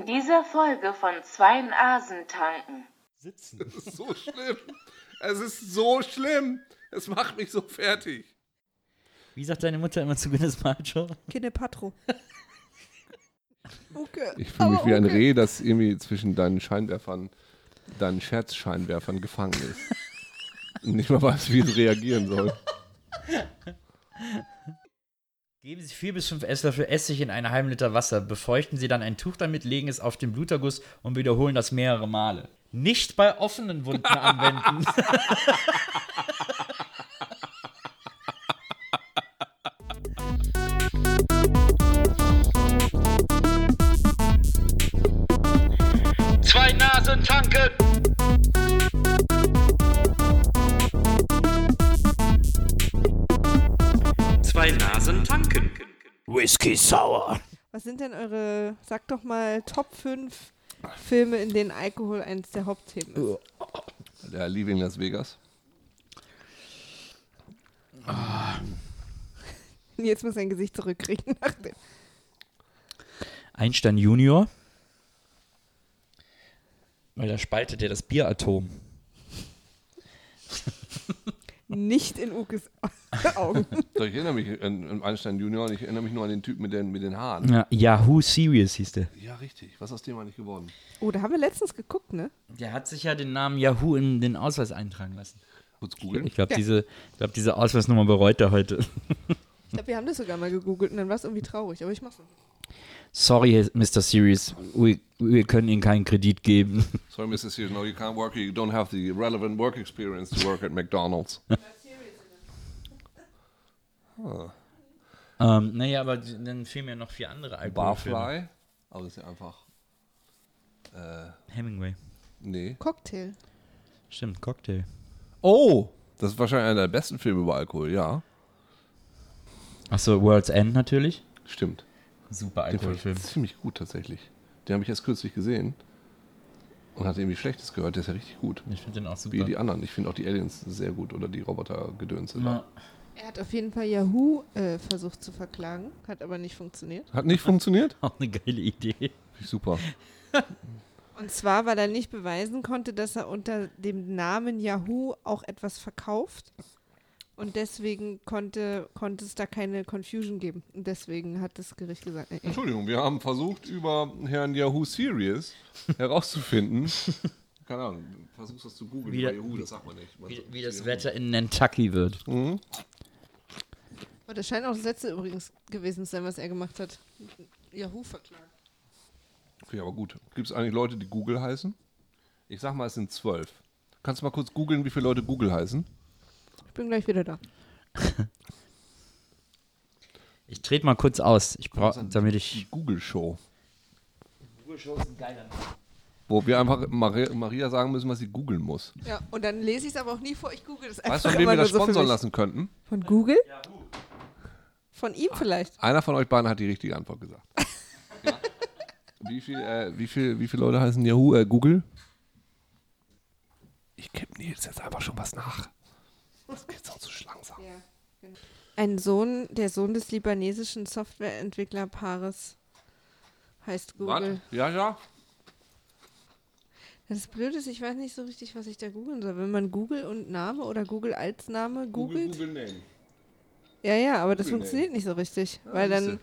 dieser Folge von Zweien Asen tanken. Sitzen. Es ist so schlimm. Es ist so schlimm. Es macht mich so fertig. Wie sagt deine Mutter immer zu Gwyneth Paltrow? Kinepatro. Okay. Ich fühle mich wie ein Reh, das irgendwie zwischen deinen Scheinwerfern, deinen Scherzscheinwerfern gefangen ist. Und nicht mal weiß, wie es reagieren soll. Geben Sie 4 bis 5 Esslöffel Essig in einen halben Liter Wasser, befeuchten Sie dann ein Tuch damit, legen es auf den Bluterguss und wiederholen das mehrere Male. Nicht bei offenen Wunden anwenden. Zwei Nasen tanken. Zwei Nasen tanken. Whisky Sour. Was sind denn eure, sag doch mal, Top 5 Filme, in denen Alkohol eines der Hauptthemen Oh. ist? Der Leaving Las Vegas. Jetzt muss sein Gesicht zurückkriegen. Nach dem. Einstein Junior. Weil da spaltet er das Bieratom. Nicht in Ukes Augen. Doch, ich erinnere mich an, an Einstein Junior und ich erinnere mich nur an den Typen mit den, mit den Haaren. Ja, Yahoo Serious hieß der. Mhm. Ja, richtig. Was ist aus dem eigentlich geworden? Oh, da haben wir letztens geguckt, ne? Der hat sich ja den Namen Yahoo in den Ausweis eintragen lassen. Kurz googeln. Ich glaube, diese, ich glaub, diese Ausweisnummer bereut er heute. Ich glaube, wir haben das sogar mal gegoogelt und dann war es irgendwie traurig, aber ich mach's noch. Sorry, Mr. Serious, wir, wir können Ihnen keinen Kredit geben. Sorry, Mrs. Hughes, no, you can't work here. You don't have the relevant work experience to work at McDonald's. Ähm, naja, aber dann fehlen mir noch vier andere Alkoholfilme. Barfly. Aber das ist ja einfach. Äh, Hemingway. nee. Cocktail. Stimmt, Cocktail. Oh! Das ist wahrscheinlich einer der besten Filme über Alkohol, ja. Achso, World's End natürlich. Stimmt. Super Den fand ich ziemlich gut tatsächlich. Den habe ich erst kürzlich gesehen und hatte irgendwie Schlechtes gehört. Der ist ja richtig gut. Ich finde den auch super. Wie die anderen. Ich finde auch die Aliens sehr gut oder die Robotergedönse. da. Ja. Er hat auf jeden Fall Yahoo äh, versucht zu verklagen, hat aber nicht funktioniert. Hat nicht funktioniert? Auch eine geile Idee. Finde ich Super. Und zwar, weil er nicht beweisen konnte, dass er unter dem Namen Yahoo auch etwas verkauft. Und deswegen konnte, konnte es da keine Confusion geben. Und deswegen hat das Gericht gesagt, äh, äh, Entschuldigung, wir haben versucht, über Herrn Yahoo Serious herauszufinden. Keine Ahnung, versuchst das zu googeln. Wie bei der- Yahoo, das sagt man nicht. Man Wie, sagt wie Yahoo. das Wetter in Nantucky wird. Mhm. Und das scheint auch das letzte übrigens gewesen zu sein, was er gemacht hat. Yahoo verklagen. Okay, aber gut. Gibt es eigentlich Leute, die Google heißen? Ich sag mal, es sind zwölf. Kannst du mal kurz googeln, wie viele Leute Google heißen? Ich bin gleich wieder da. Ich trete mal kurz aus, ich brauch, damit Die ich. Google-Show. Google-Show ist ein geiler Wo wir einfach Maria, Maria sagen müssen, was sie googeln muss. Ja, und dann lese ich es aber auch nie vor. Ich google das einfach Weißt du, von wem immer wir nur das so für sponsern mich. lassen könnten? Von Google? Von ihm vielleicht. Einer von euch beiden hat die richtige Antwort gesagt. ja. wie, viel, äh, wie, viel, wie viele Leute heißen Yahoo, äh, Google? Ich kipp Nils jetzt einfach schon was nach. Das geht sonst zu langsam. Ein Sohn, der Sohn des libanesischen Softwareentwicklerpaares heißt Google. Ja, ja. Das Blöde ist, ich weiß nicht so richtig, was ich da googeln soll. Wenn man Google und Name oder Google als Name googelt. Name. Ja, ja, aber das Google Ah, funktioniert nicht so richtig. weil dann siehste.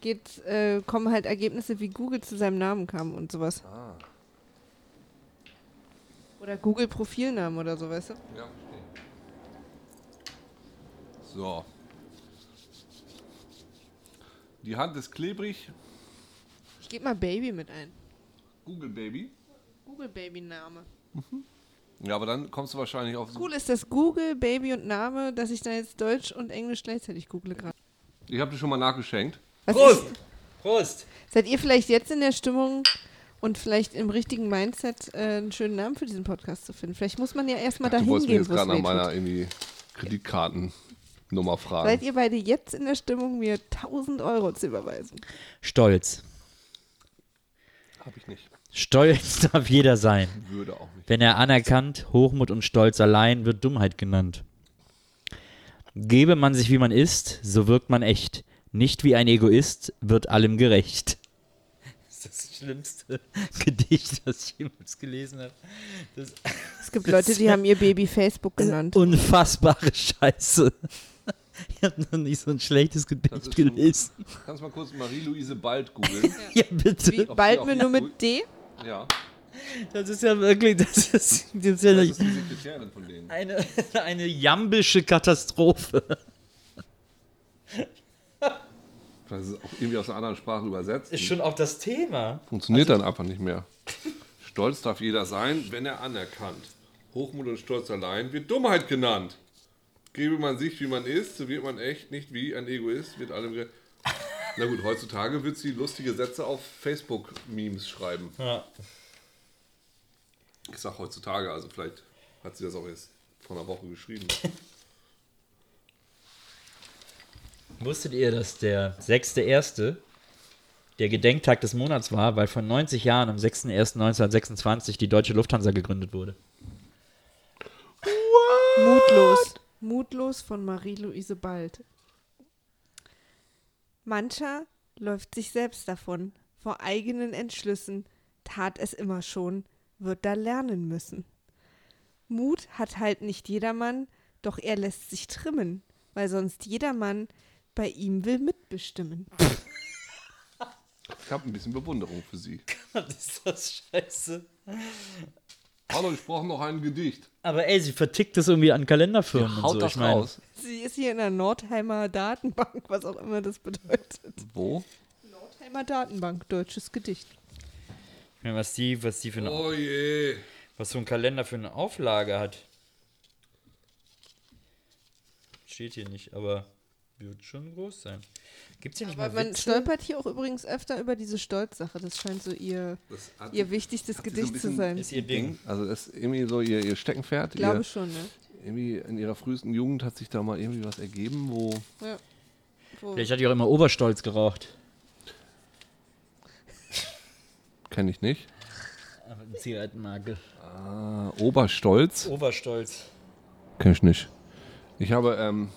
geht, äh, kommen halt Ergebnisse, wie Google zu seinem Namen kam und sowas. Ah. Oder Google Profilnamen oder so, weißt du? Ja, verstehe. So. Die Hand ist klebrig. Ich gebe mal Baby mit ein. Google Baby. Google Baby Name. Ja, aber dann kommst du wahrscheinlich auf. Cool ist das Google Baby und Name, dass ich da jetzt Deutsch und Englisch gleichzeitig google gerade. Ich habe dir schon mal nachgeschenkt. Was Prost! ist- Prost! Seid ihr vielleicht jetzt in der Stimmung und vielleicht im richtigen Mindset äh, einen schönen Namen für diesen Podcast zu finden? Vielleicht muss man ja erstmal du dahin wolltest mich gehen, jetzt wo es gerade nach weh meiner tut. irgendwie Kreditkartennummer fragen. Seid ihr beide jetzt in der Stimmung, mir 1000 Euro zu überweisen? Stolz. Hab ich nicht. Stolz darf jeder sein. Würde auch nicht. Wenn er anerkannt, Hochmut und Stolz allein wird Dummheit genannt. Gebe man sich, wie man ist, so wirkt man echt. Nicht wie ein Egoist wird allem gerecht. ist das schlimmste Gedicht, das ich jemals gelesen habe. Das Es gibt Leute, die haben ihr Baby Facebook genannt. Unfassbare Scheiße. Ich habe noch nie so ein schlechtes Das Gedicht ist schon- gelesen. Kannst mal kurz Marie-Louise Bald googeln? Ja, Wie, bitte. Ob bald sie mir auch cool- nur mit D? Ja. Das ist ja wirklich, das ist, das ist ja Das ist die Sekretärin von denen. eine, eine jambische Katastrophe. Das ist auch irgendwie aus einer anderen Sprache übersetzt. ist schon auch das Thema. Funktioniert dann einfach nicht mehr. Also Stolz darf jeder sein, wenn er anerkannt. Hochmut und Stolz allein wird Dummheit genannt. Gebe man sich, wie man ist, so wird man echt nicht wie ein Egoist, wird allem. ge- Na gut, heutzutage wird sie lustige Sätze auf Facebook-Memes schreiben. Ja. Ich sag heutzutage, also vielleicht hat sie das auch erst vor einer Woche geschrieben. Wusstet ihr, dass der 6.1. der Gedenktag des Monats war, weil vor 90 Jahren am 6.1.1926 die Deutsche Lufthansa gegründet wurde? Mutlos. Mutlos von Marie-Louise Bald. Mancher läuft sich selbst davon, vor eigenen Entschlüssen, tat es immer schon, wird da lernen müssen. Mut hat halt nicht jedermann, doch er lässt sich trimmen, weil sonst jedermann bei ihm will mitbestimmen. Ich habe ein bisschen Bewunderung für sie. Was ist das scheiße? Hallo, ich brauche noch ein Gedicht. Aber ey, sie vertickt das irgendwie an Kalenderfirmen und so. ich mein, Sie ist hier in der Nordheimer Datenbank, was auch immer das bedeutet. Wo? Nordheimer Datenbank, deutsches Gedicht. Ich meine, was die, was die für eine, Oh je. was so ein Kalender für eine Auflage hat. Steht hier nicht, aber wird schon groß sein. Gibt's hier nicht Aber mal man Witze? stolpert hier auch übrigens öfter über diese Stolzsache. Das scheint so ihr, Das hat ihr wichtigstes hat sie so ein Gedicht zu bisschen- sein. Ist ihr Ding. Also das ist irgendwie so ihr, ihr Steckenpferd. Ich glaube ihr, schon, ne? irgendwie in ihrer frühesten Jugend hat sich da mal irgendwie was ergeben, wo Ja. Wo, Vielleicht hat die auch immer Oberstolz geraucht. kenne ich nicht. Zigarettenmarke. Äh, Oberstolz Oberstolz. kenne ich nicht. Ich habe ähm,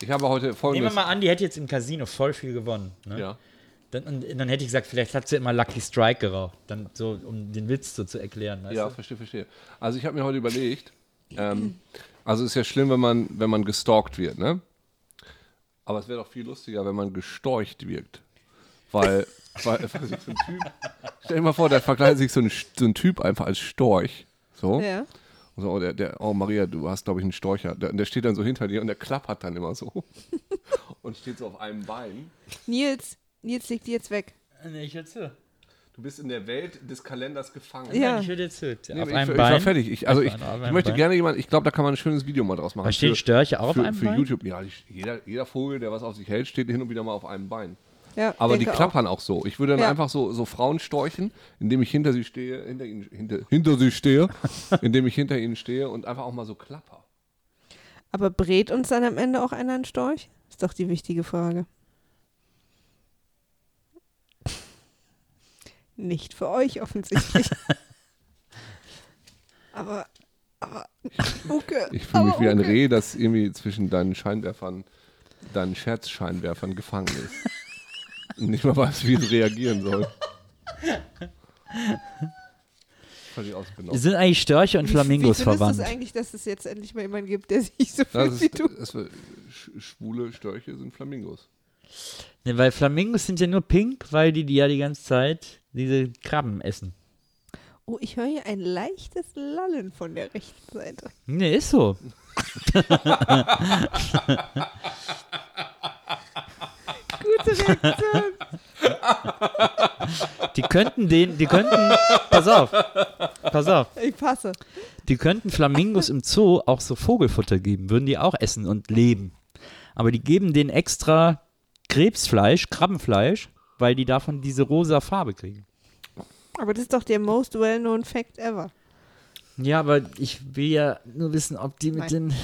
ich habe heute Nehmen wir folgendes. mal an, die hätte jetzt im Casino voll viel gewonnen. Ne? ja. Dann, und, dann hätte ich gesagt, vielleicht hat sie immer Lucky Strike geraucht. Dann so, um den Witz so zu erklären. Weißt ja, du? verstehe, verstehe. Also ich habe mir heute überlegt, ähm, also ist ja schlimm, wenn man wenn man gestalkt wird, ne? Aber es wäre doch viel lustiger, wenn man gestorcht wirkt, weil weil, weil sich so ein Typ, stell dir mal vor, da verkleidet sich so ein, so ein Typ einfach als Storch, so. ja. Und so, oh, der, der, oh Maria, du hast, glaube ich, einen Storcher. Der, der steht dann so hinter dir und der klappert dann immer so. und steht so auf einem Bein. Nils, Nils legt die jetzt weg. Nee, ich höre zu. Du bist in der Welt des Kalenders gefangen. Ja. Nein, ich höre dir zu. Nee, auf ich, einem ich Bein. war fertig. Ich, also ich, Auf einem ich möchte Bein. gerne jemand, ich glaube, da kann man ein schönes Video mal draus machen. Aber stehen Störche auch auf für, einem für Bein? YouTube. Ja, die, jeder, jeder Vogel, der was auf sich hält, steht hin und wieder mal auf einem Bein. Ja, Aber die denke klappern auch. so. Ich würde dann Ja. einfach so, so Frauen storchen, indem ich hinter sie stehe, hinter ihnen, hinter, hinter sie stehe, indem ich hinter ihnen stehe und einfach auch mal so klapper. Auch. Aber brät uns dann am Ende auch einer einen Storch? Ist doch die wichtige Frage. Nicht für euch offensichtlich. aber, aber, Uke. Ich fühle mich aber wie ein Uke. Reh, das irgendwie zwischen deinen Scheinwerfern, deinen Scherzscheinwerfern gefangen ist. Und nicht mal weiß, wie es reagieren soll. Völlig ausgenommen. Sind eigentlich Störche und Flamingos wie, wie findest verwandt? du es eigentlich, dass es jetzt endlich mal jemanden gibt, der sich so fühlt Das wie ist, du? das wird- sch- schwule Störche sind Flamingos. Ne, weil Flamingos sind ja nur pink, weil die, die ja die ganze Zeit diese Krabben essen. Oh, ich höre hier ein leichtes Lallen von der rechten Seite. Ne, ist so. Gute Reaktion. Die könnten den, die könnten, pass auf, pass auf, Ich passe. die könnten Flamingos im Zoo auch so Vogelfutter geben, würden die auch essen und leben. Aber die geben denen extra Krebsfleisch, Krabbenfleisch, weil die davon diese rosa Farbe kriegen. Aber das ist doch der most well-known Fact ever. Ja, aber ich will ja nur wissen, ob die mit Nein. den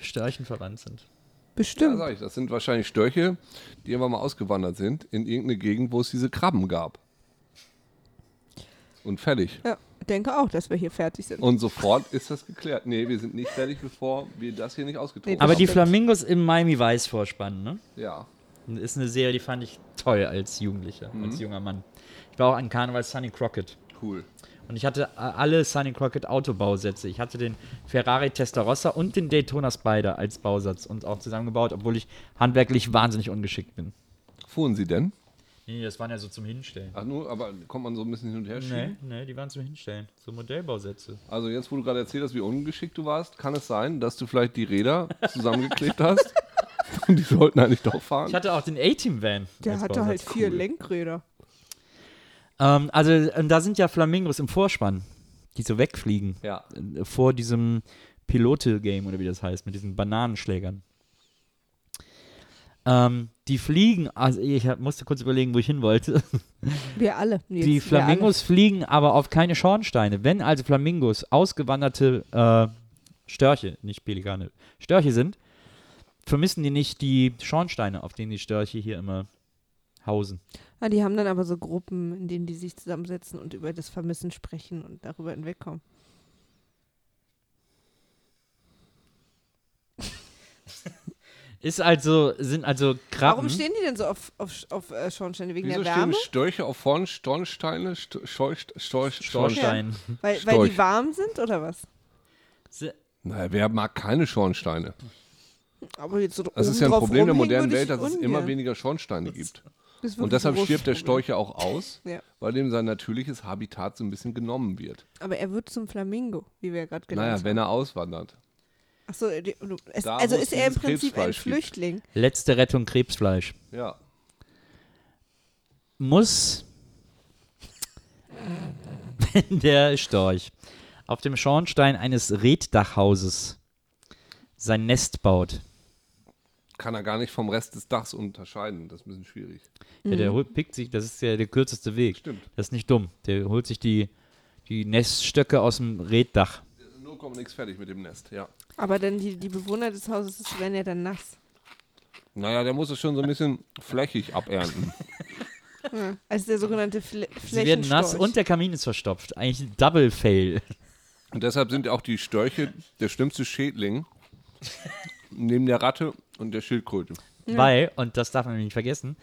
Störchen verwandt sind. Da Bestimmt. sag ich, das sind wahrscheinlich Störche, die immer mal ausgewandert sind in irgendeine Gegend, wo es diese Krabben gab. Und fertig. Ja, denke auch, dass wir hier fertig sind. also- Und sofort ist das geklärt. Nee, wir sind nicht fertig, bevor wir das hier nicht ausgetobt Nee, das Aber die stimmt. Flamingos im Miami Weiß vorspannen, ne? haben. Ja. Ist eine Serie, die fand ich toll als Jugendlicher, Mhm. als junger Mann. Ich war auch an Karneval Sunny Crockett. Cool. Und ich hatte äh, a- alle Sunny Crockett Autobausätze. Ich hatte den Ferrari Testarossa und den Daytona Spider als Bausatz und auch zusammengebaut, obwohl ich handwerklich wahnsinnig ungeschickt bin. Fuhren Sie denn? Nee, das waren ja so zum Hinstellen. Ach nur, aber kommt man so ein bisschen hin und her schieben? Nee, nee, die waren zum Hinstellen. So Modellbausätze. Also jetzt, wo du gerade erzählt hast, wie ungeschickt du warst, kann es sein, dass du vielleicht die Räder zusammengeklebt hast? Und die sollten eigentlich doch fahren. Ich hatte auch den A-Team-Van. Der als hatte halt Bausatz. vier Lenkräder. Ähm, also, ähm, da sind ja Flamingos im Vorspann, die so wegfliegen. Ja. Äh, Vor diesem Pilote-Game oder wie das heißt, mit diesen Bananenschlägern. Ähm, die fliegen, also ich hab- musste kurz überlegen, wo ich hin wollte. Wir alle. Jetzt, Die wir Flamingos fliegen aber auf keine Schornsteine. Wenn also Flamingos ausgewanderte äh, Störche, nicht Pelikane, Störche sind, vermissen die nicht die Schornsteine, auf denen die Störche hier immer hausen. alle. Ah, die haben dann aber so Gruppen, in denen die sich zusammensetzen und über das Vermissen sprechen und darüber hinwegkommen. Ist also, sind also Krabben. Warum stehen die denn so auf, auf, auf äh, Schornsteine? Wegen Wieso der stehen Wärme? Störche auf vorn Stornsteine? Sto- Schorch, Storch, Schornsteine? Schornstein. Weil, weil die Storch. warm sind oder was? Se- Naja, wer mag keine Schornsteine? Aber jetzt so Das ist oben ja ein drauf Problem der rumhängen modernen würde ich Welt, dass es immer ungern. weniger Schornsteine gibt. Das ist wirklich Und deshalb ein stirbt der großes Problem. Storche auch aus, Ja. weil dem sein natürliches Habitat so ein bisschen genommen wird. Aber er wird zum Flamingo, wie wir ja gerade Naja, genannt haben. wenn er auswandert. Achso, es, Da, also wo es ist er im dieses Prinzip ein Krebsfleisch gibt. Flüchtling. Letzte Rettung Krebsfleisch. Ja. Muss, wenn der Storch auf dem Schornstein eines Reddachhauses sein Nest baut, Kann er gar nicht vom Rest des Dachs unterscheiden. Das ist ein bisschen schwierig. Ja, der holt, pickt sich, das ist ja der kürzeste Weg. Stimmt. Das ist nicht dumm. Der holt sich die, die Neststöcke aus dem Reddach. Nur kommt nichts fertig mit dem Nest, ja. Aber dann die, die Bewohner des Hauses das werden ja dann nass. Naja, der muss es schon so ein bisschen flächig abernten. Also der sogenannte Fl Sie werden nass und der Kamin ist verstopft. Eigentlich ein Double Fail. Und deshalb sind auch die Störche der schlimmste Schädling neben der Ratte und der Schildkröte. Weil, und das darf man nicht vergessen,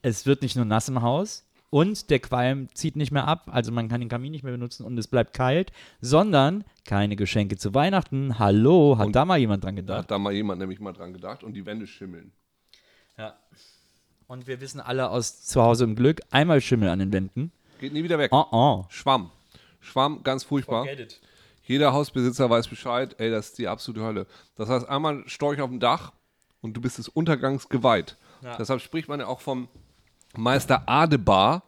es wird nicht nur nass im Haus und der Qualm zieht nicht mehr ab, also man kann den Kamin nicht mehr benutzen und es bleibt kalt, sondern keine Geschenke zu Weihnachten. Hallo, hat da mal jemand dran Da gedacht? hat da mal jemand nämlich mal dran gedacht und die Wände schimmeln. Und wir wissen alle aus Zuhause im Glück, einmal Schimmel an den Wänden. Geht nie wieder weg. Oh, oh. Schwamm. Schwamm, ganz furchtbar. Jeder Hausbesitzer weiß Bescheid, ey, das ist die absolute Hölle. Das heißt, einmal Storch auf dem Dach und du bist des Untergangs geweiht. Deshalb spricht man ja auch vom Meister Adebar,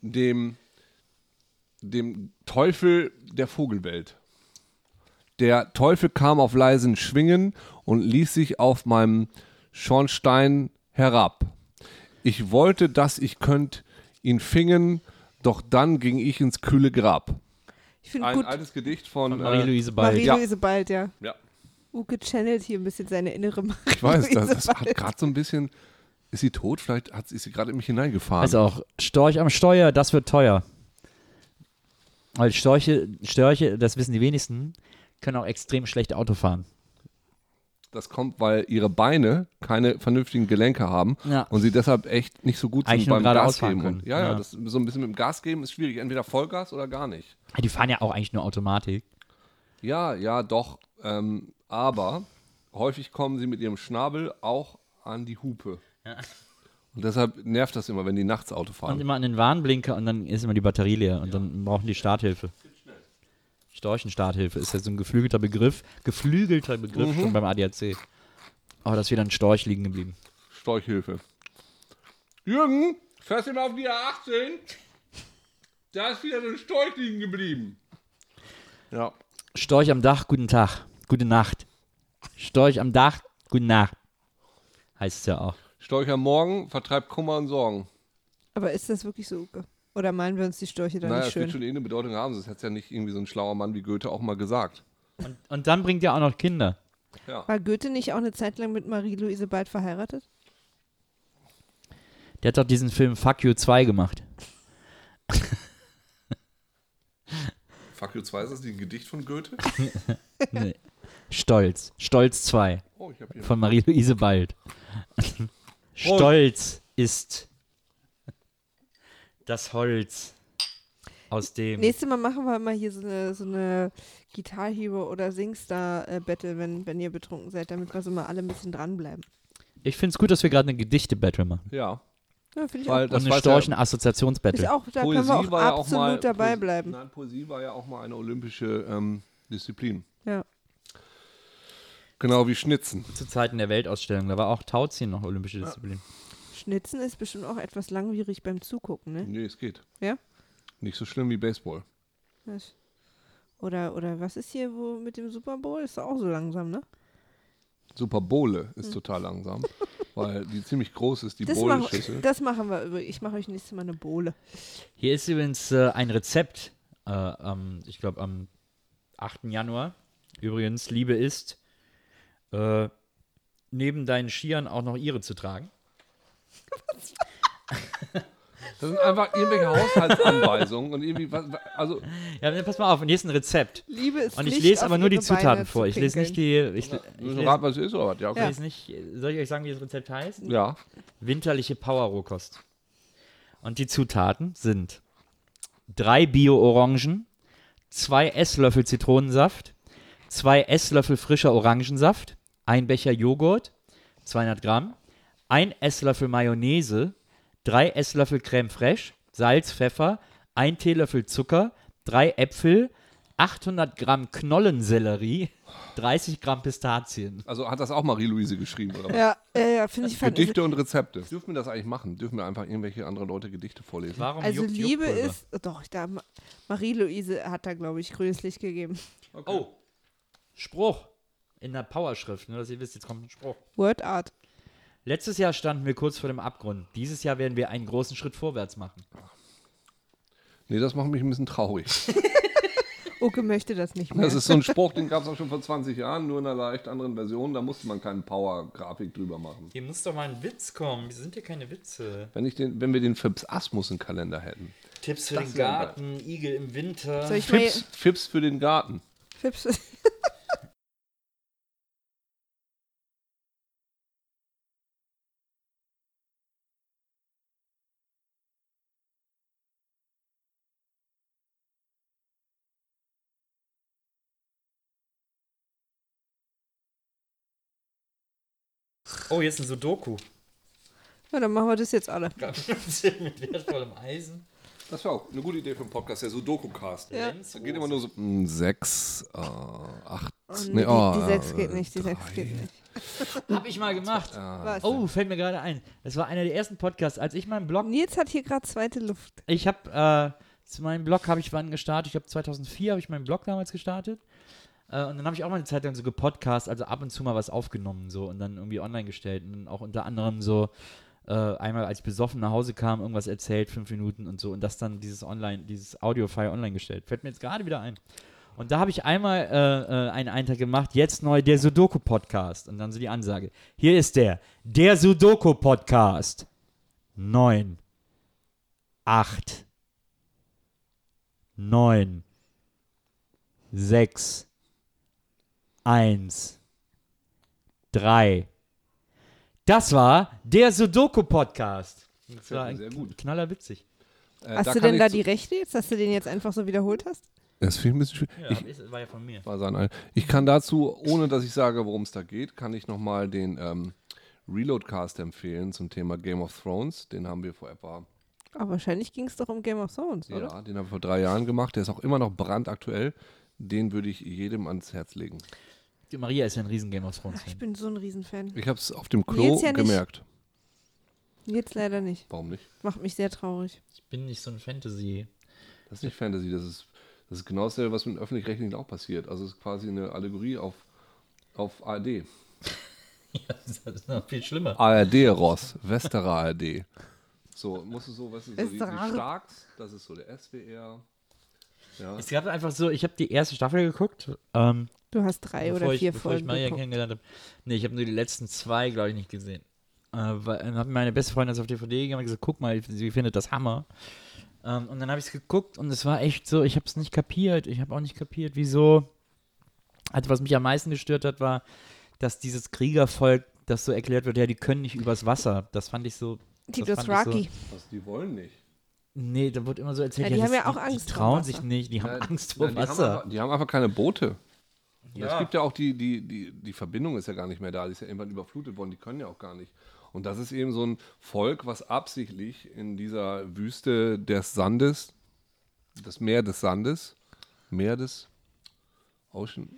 dem, dem Teufel der Vogelwelt. Der Teufel kam auf leisen Schwingen und ließ sich auf meinem Schornstein herab. Ich wollte, dass ich könnt ihn fingen, doch dann ging ich ins kühle Grab. Ich finde Ein gut, altes Gedicht von, äh, Marie-Louise Ball. Marie-Louise Bald, ja. ja. Uke channelt hier ein bisschen seine innere Marie Ich weiß, das, das hat gerade so ein bisschen. Ist sie tot? Vielleicht hat, ist sie gerade in mich hineingefahren. Also auch Storch am Steuer, das wird teuer. Weil Storche, Störche, das wissen die wenigsten, können auch extrem schlecht Auto fahren. das kommt, weil ihre Beine keine vernünftigen Gelenke haben Ja. und sie deshalb echt nicht so gut Eigentlich sind nur beim geradeaus Gas fahren geben. Und, können. ja, ja, Ja. das, so ein bisschen mit dem Gas geben ist schwierig. Entweder Vollgas oder gar nicht. Die fahren ja auch eigentlich nur Automatik. Ja, ja, doch. Ähm, aber häufig kommen sie mit ihrem Schnabel auch an die Hupe. Und deshalb nervt das immer, wenn die nachts Auto Und fahren. immer an den Warnblinker und dann ist immer die Batterie leer und dann brauchen die Starthilfe. Storchenstarthilfe ist ja so ein geflügelter Begriff. Geflügelter Begriff schon beim ADAC. Oh, da ist wieder ein Storch liegen geblieben. Storchhilfe. Jürgen, fährst du mal auf die A18? Da ist wieder so ein Storch liegen geblieben. Ja. Storch am Dach, guten Tag, gute Nacht. Storch am Dach, gute Nacht. Heißt es ja auch. Storch am Morgen vertreibt Kummer und Sorgen. Aber ist das wirklich so, Uke? Oder malen wir uns die Störche dann naja, nicht es wird schön? schon eh eine Bedeutung haben. Das hat ja nicht irgendwie so ein schlauer Mann wie Goethe auch mal gesagt. Und dann bringt ihr auch noch Kinder. War Goethe nicht auch eine Zeit lang mit Marie-Louise Bald verheiratet? Der hat doch diesen Film Fuck You 2 gemacht. Fuck you 2, ist das ein Gedicht von Goethe? Stolz. Stolz 2 Oh, ich habe hier. von Marie-Louise Bald. Stolz ist das Holz, aus Mhm. dem. Nächstes Mal machen wir mal hier so eine, so eine Guitar Hero oder Singstar äh, Battle, wenn, wenn ihr betrunken seid, damit wir so mal alle ein bisschen dranbleiben. Ich finde es gut, dass wir gerade eine Gedichte-Battle machen. Ja, Ja, finde ich weil auch. das und war eine Ist Storchen-Assoziations-Battle. auch, da Poesie können wir auch war ja auch absolut mal dabei Poesie- bleiben. Nein, Poesie war ja auch mal eine olympische ähm, Disziplin. Ja. Genau wie Schnitzen. Zu Zeiten der Weltausstellung, da war auch Tauziehen noch olympische Disziplin. Schnitzen ist bestimmt auch etwas langwierig beim Zugucken, ne? Nee, es geht. Ja? Nicht so schlimm wie Baseball. Das- Oder, oder was ist hier wo mit dem Super Bowl? Ist doch auch so langsam, ne? Super Bowle ist total langsam, weil die ziemlich groß ist, die Hm. Das, mach, Bowle-Schüssel. das machen wir. übrigens. Ich mache euch nächstes Mal eine Bohle. Hier ist übrigens äh, ein Rezept, äh, am, ich glaube am 8. Januar. Übrigens, Liebe ist, äh, neben deinen Skiern auch noch ihre zu tragen. Das sind einfach irgendwelche Haushaltsanweisungen und irgendwie, was, also Ja, pass mal auf, und hier ist ein Rezept. Liebe ist Und ich nicht lese auf aber nur die ihre Beine Zutaten vor. zu Ich lese nicht pinkeln. die. Ich, ich ich lese, rat, was ist oder was? Ja, okay. lese nicht. Soll ich euch sagen, wie das Rezept heißt? ja. Winterliche Power-Rohkost. Und die Zutaten sind drei Bio-Orangen, zwei Esslöffel Zitronensaft, zwei Esslöffel frischer Orangensaft, ein Becher Joghurt, 200 Gramm, ein Esslöffel Mayonnaise, drei Esslöffel Creme fraiche, Salz, Pfeffer, ein Teelöffel Zucker, drei Äpfel, 800 Gramm Knollensellerie, 30 Gramm Pistazien. Also hat das auch Marie-Louise geschrieben oder was? Ja, ja, ja finde ich fand, Gedichte und Rezepte. Dürfen wir das eigentlich machen? Dürfen wir einfach irgendwelche anderen Leute Gedichte vorlesen? Warum Also juckt Liebe Juckpulver? ist, oh, doch, da Ma- Marie-Louise hat da, glaube ich, grünes Licht gegeben. Oh, Spruch. In der Powerschrift, nur dass ihr wisst, jetzt kommt ein Spruch. Word Art. Letztes Jahr standen wir kurz vor dem Abgrund. Dieses Jahr werden wir einen großen Schritt vorwärts machen. Nee, das macht mich ein bisschen traurig. Uke möchte das nicht mehr. Das ist so ein Spruch, den gab es auch schon vor 20 Jahren, nur in einer leicht anderen Version. Da musste man keine Power-Grafik drüber machen. Hier muss doch mal ein Witz kommen. Hier sind hier keine Witze. Wenn, ich den, wenn wir den Fips Asmussen-Kalender hätten. Tipps für Das den wäre geil. Garten, Igel im Winter. Soll ich mal, Fips, Fips für den Garten. Fips. Oh, jetzt ein Sudoku. Ja, dann machen wir das jetzt alle. Mit wertvollem Eisen. Das war auch eine gute Idee für einen Podcast, der Sudoku-Cast. Ja. Da geht immer nur so hm, äh, 6, 8, Oh, nee, die, die sechs äh, geht nicht, die sechs geht nicht. Hab ich mal gemacht. Was? Oh, fällt mir gerade ein. Das war einer der ersten Podcasts, als ich meinen Blog. Nils hat hier gerade zweite Luft. Ich habe äh, zu meinem Blog habe ich wann gestartet? Ich glaube 2004 habe ich meinen Blog damals gestartet. Äh, und dann habe ich auch mal eine Zeit lang so gepodcast, also ab und zu mal was aufgenommen so und dann irgendwie online gestellt und dann auch unter anderem so äh, einmal als ich besoffen nach Hause kam, irgendwas erzählt, fünf Minuten und so und das dann dieses online, dieses Audio-File online gestellt. Fällt mir jetzt gerade wieder ein. Und da habe ich einmal äh, äh, einen Eintrag gemacht, jetzt neu der Sudoku-Podcast. Und dann so die Ansage. Hier ist der, der Sudoku-Podcast. Neun. Acht. Neun. Sechs. Eins. Drei. Das war der Sudoku-Podcast. Das war sehr ein gut. knaller witzig. äh, Hast du denn da die Rechte jetzt, dass du den jetzt einfach so wiederholt hast? Das finde ich ein bisschen schwierig. Ja, Ich- aber es war ja von mir. Mal sein ein. Ich kann dazu, ohne dass ich sage, worum es da geht, kann ich nochmal den ähm, Reloadcast empfehlen zum Thema Game of Thrones. Den haben wir vor etwa, Aber Ah, wahrscheinlich ging es doch um Game of Thrones, oder? ja, den haben wir vor drei Jahren gemacht. Der ist auch immer noch brandaktuell. Den würde ich jedem ans Herz legen. Die Maria ist ja ein riesen Game of Thrones. Ach, ich bin so ein Riesenfan. Ich habe es auf dem Klo Nils ja nicht. gemerkt. Jetzt leider nicht. Warum nicht? Macht mich sehr traurig. Ich bin nicht so ein Fantasy. Das ist nicht Fantasy, das ist, das ist genau dasselbe, was mit dem Öffentlich-Rechtlichen auch passiert. Also es ist quasi eine Allegorie auf, auf ARD. Das ist noch viel schlimmer. ARD-Ross, Westerer ARD. So, musst du so, weißt du, so die, die Westerer. Starks, das ist so der SWR. Es gab einfach so, ich habe die erste Staffel geguckt, ähm, Du hast drei bevor, oder ich, vier bevor ich Folgen. Maria geguckt. kennengelernt habe. Nee, ich habe nur die letzten zwei, glaube ich, nicht gesehen. Äh, weil, dann hat mir meine beste Freundin das auf DVD gegeben und gesagt, guck mal, sie findet das Hammer. Ähm, und dann habe ich es geguckt und es war echt so, ich habe es nicht kapiert. Ich habe auch nicht kapiert, wieso. Also was mich am meisten gestört hat, war, dass dieses Kriegervolk dass so erklärt wird, ja, die können nicht übers Wasser. Das fand ich so. Titus fand ich Rocky. So, Was, also die wollen nicht. nee, da wird immer so erzählt, ja, Ja, die das, haben ja auch Angst Die vor trauen Wasser. sich nicht, die haben Nein, Angst vor nein, Halt, ne, die Wasser. Haben einfach, die haben einfach keine Boote. Es Ja. gibt ja auch die, die, die, die Verbindung ist ja gar nicht mehr da, die ist ja irgendwann überflutet worden, die können ja auch gar nicht. Und das ist eben so ein Volk, was absichtlich in dieser Wüste des Sandes, das Meer des Sandes, Meer des Ocean.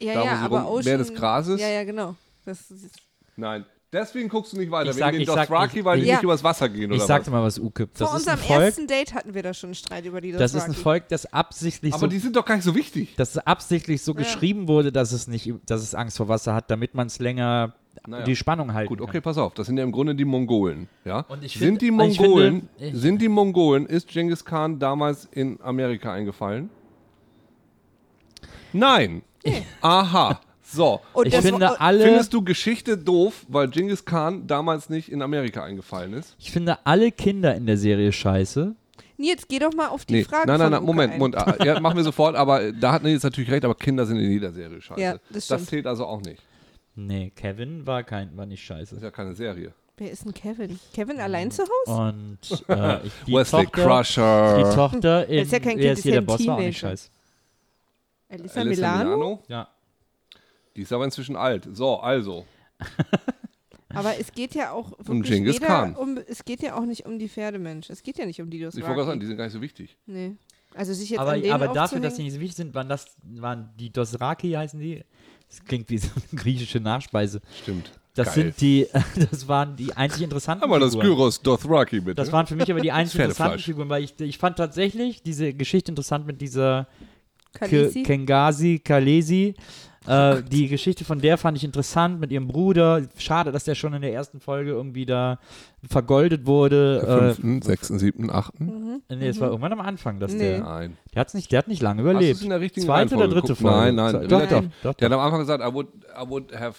Ja, Da, wo ja, sie aber rum- Ocean. Meer des Grases? Ja, ja, genau. Das ist, Nein, deswegen guckst du nicht weiter, Ich sag- wegen ich dem sag- Dothraki, ich- weil die Ja. nicht übers Wasser gehen Ich oder sagte was. mal was, Ukip. Das vor ist ein unserem Volk, ersten Date hatten wir da schon einen Streit über die das ist ein Dothraki. Volk, das absichtlich Aber so die sind doch gar nicht so wichtig. dass es absichtlich so geschrieben wurde, dass es nicht, dass es Angst vor Wasser hat, damit man es länger Naja. die Spannung halten Gut, okay, kann. pass auf, das sind ja im Grunde die Mongolen. Ja? Und ich finde- sind die und also ich Mongolen, finde- ich- sind die Mongolen, ist Genghis Khan damals in Amerika eingefallen? Nein. Aha. So. Und äh, Ich das- finde und- alle, Findest du Geschichte doof, weil Genghis Khan damals nicht in Amerika eingefallen ist? ich finde alle Kinder in der Serie scheiße. Nils, geh doch mal auf die Frage. nein, nein, von nein, Uke Moment, ein. Moment. ah, Ja, machen wir sofort, aber äh, da hat Nils natürlich recht, aber Kinder sind in jeder Serie scheiße. Ja, das das stimmt. zählt also auch nicht. Nee, Kevin war kein, war nicht Das ist scheiße. ja keine Serie. Wer ist denn Kevin? Kevin Hm. allein zu Oh. Hause? Und äh, ich, die Wesley Tochter, Crusher. die Tochter in ist ja Wer kein Kind, ist ist hier der ja ein Boss war auch nicht Teenager. scheiße. Alyssa Alyssa Milano? Ja. Die ist aber inzwischen alt. So, also. Aber es geht ja auch wirklich Genghis weder Khan. um, es geht ja auch nicht um die Pferdemensch. Es geht ja nicht um die Dothraki. Ich wollte gerade sagen, die sind gar nicht so wichtig. nee. Also sich jetzt Aber, an denen aber dafür, aufzuhängen- dass die nicht so wichtig sind, waren das, waren die Dosraki heißen die. Das klingt wie so eine griechische Nachspeise. Stimmt. Das Geil. sind die, das waren die einzig interessanten. Einmal das Figuren. Gyros Dothraki bitte. Das waren für mich aber die einzigen interessanten Pferdefleisch. Figuren, weil ich, ich fand tatsächlich diese Geschichte interessant mit dieser Ke Khaleesi? Oh Kengasi Kalesi. Äh, die Geschichte von der fand ich interessant mit ihrem Bruder. Schade, dass der schon in der ersten Folge irgendwie da vergoldet wurde. Äh, Fünften, sechsten, siebten, achten. nee, es war irgendwann am Anfang, dass Mhm. Nee. der. Nein. Der, hat's nicht, der hat nicht lange Hast du überlebt. es in der richtigen Zweite oder Reihenfolge dritte geguckt? Folge? Nein, nein. Doch, Relativ. doch, doch, Der doch. hat am Anfang gesagt, I would, I would have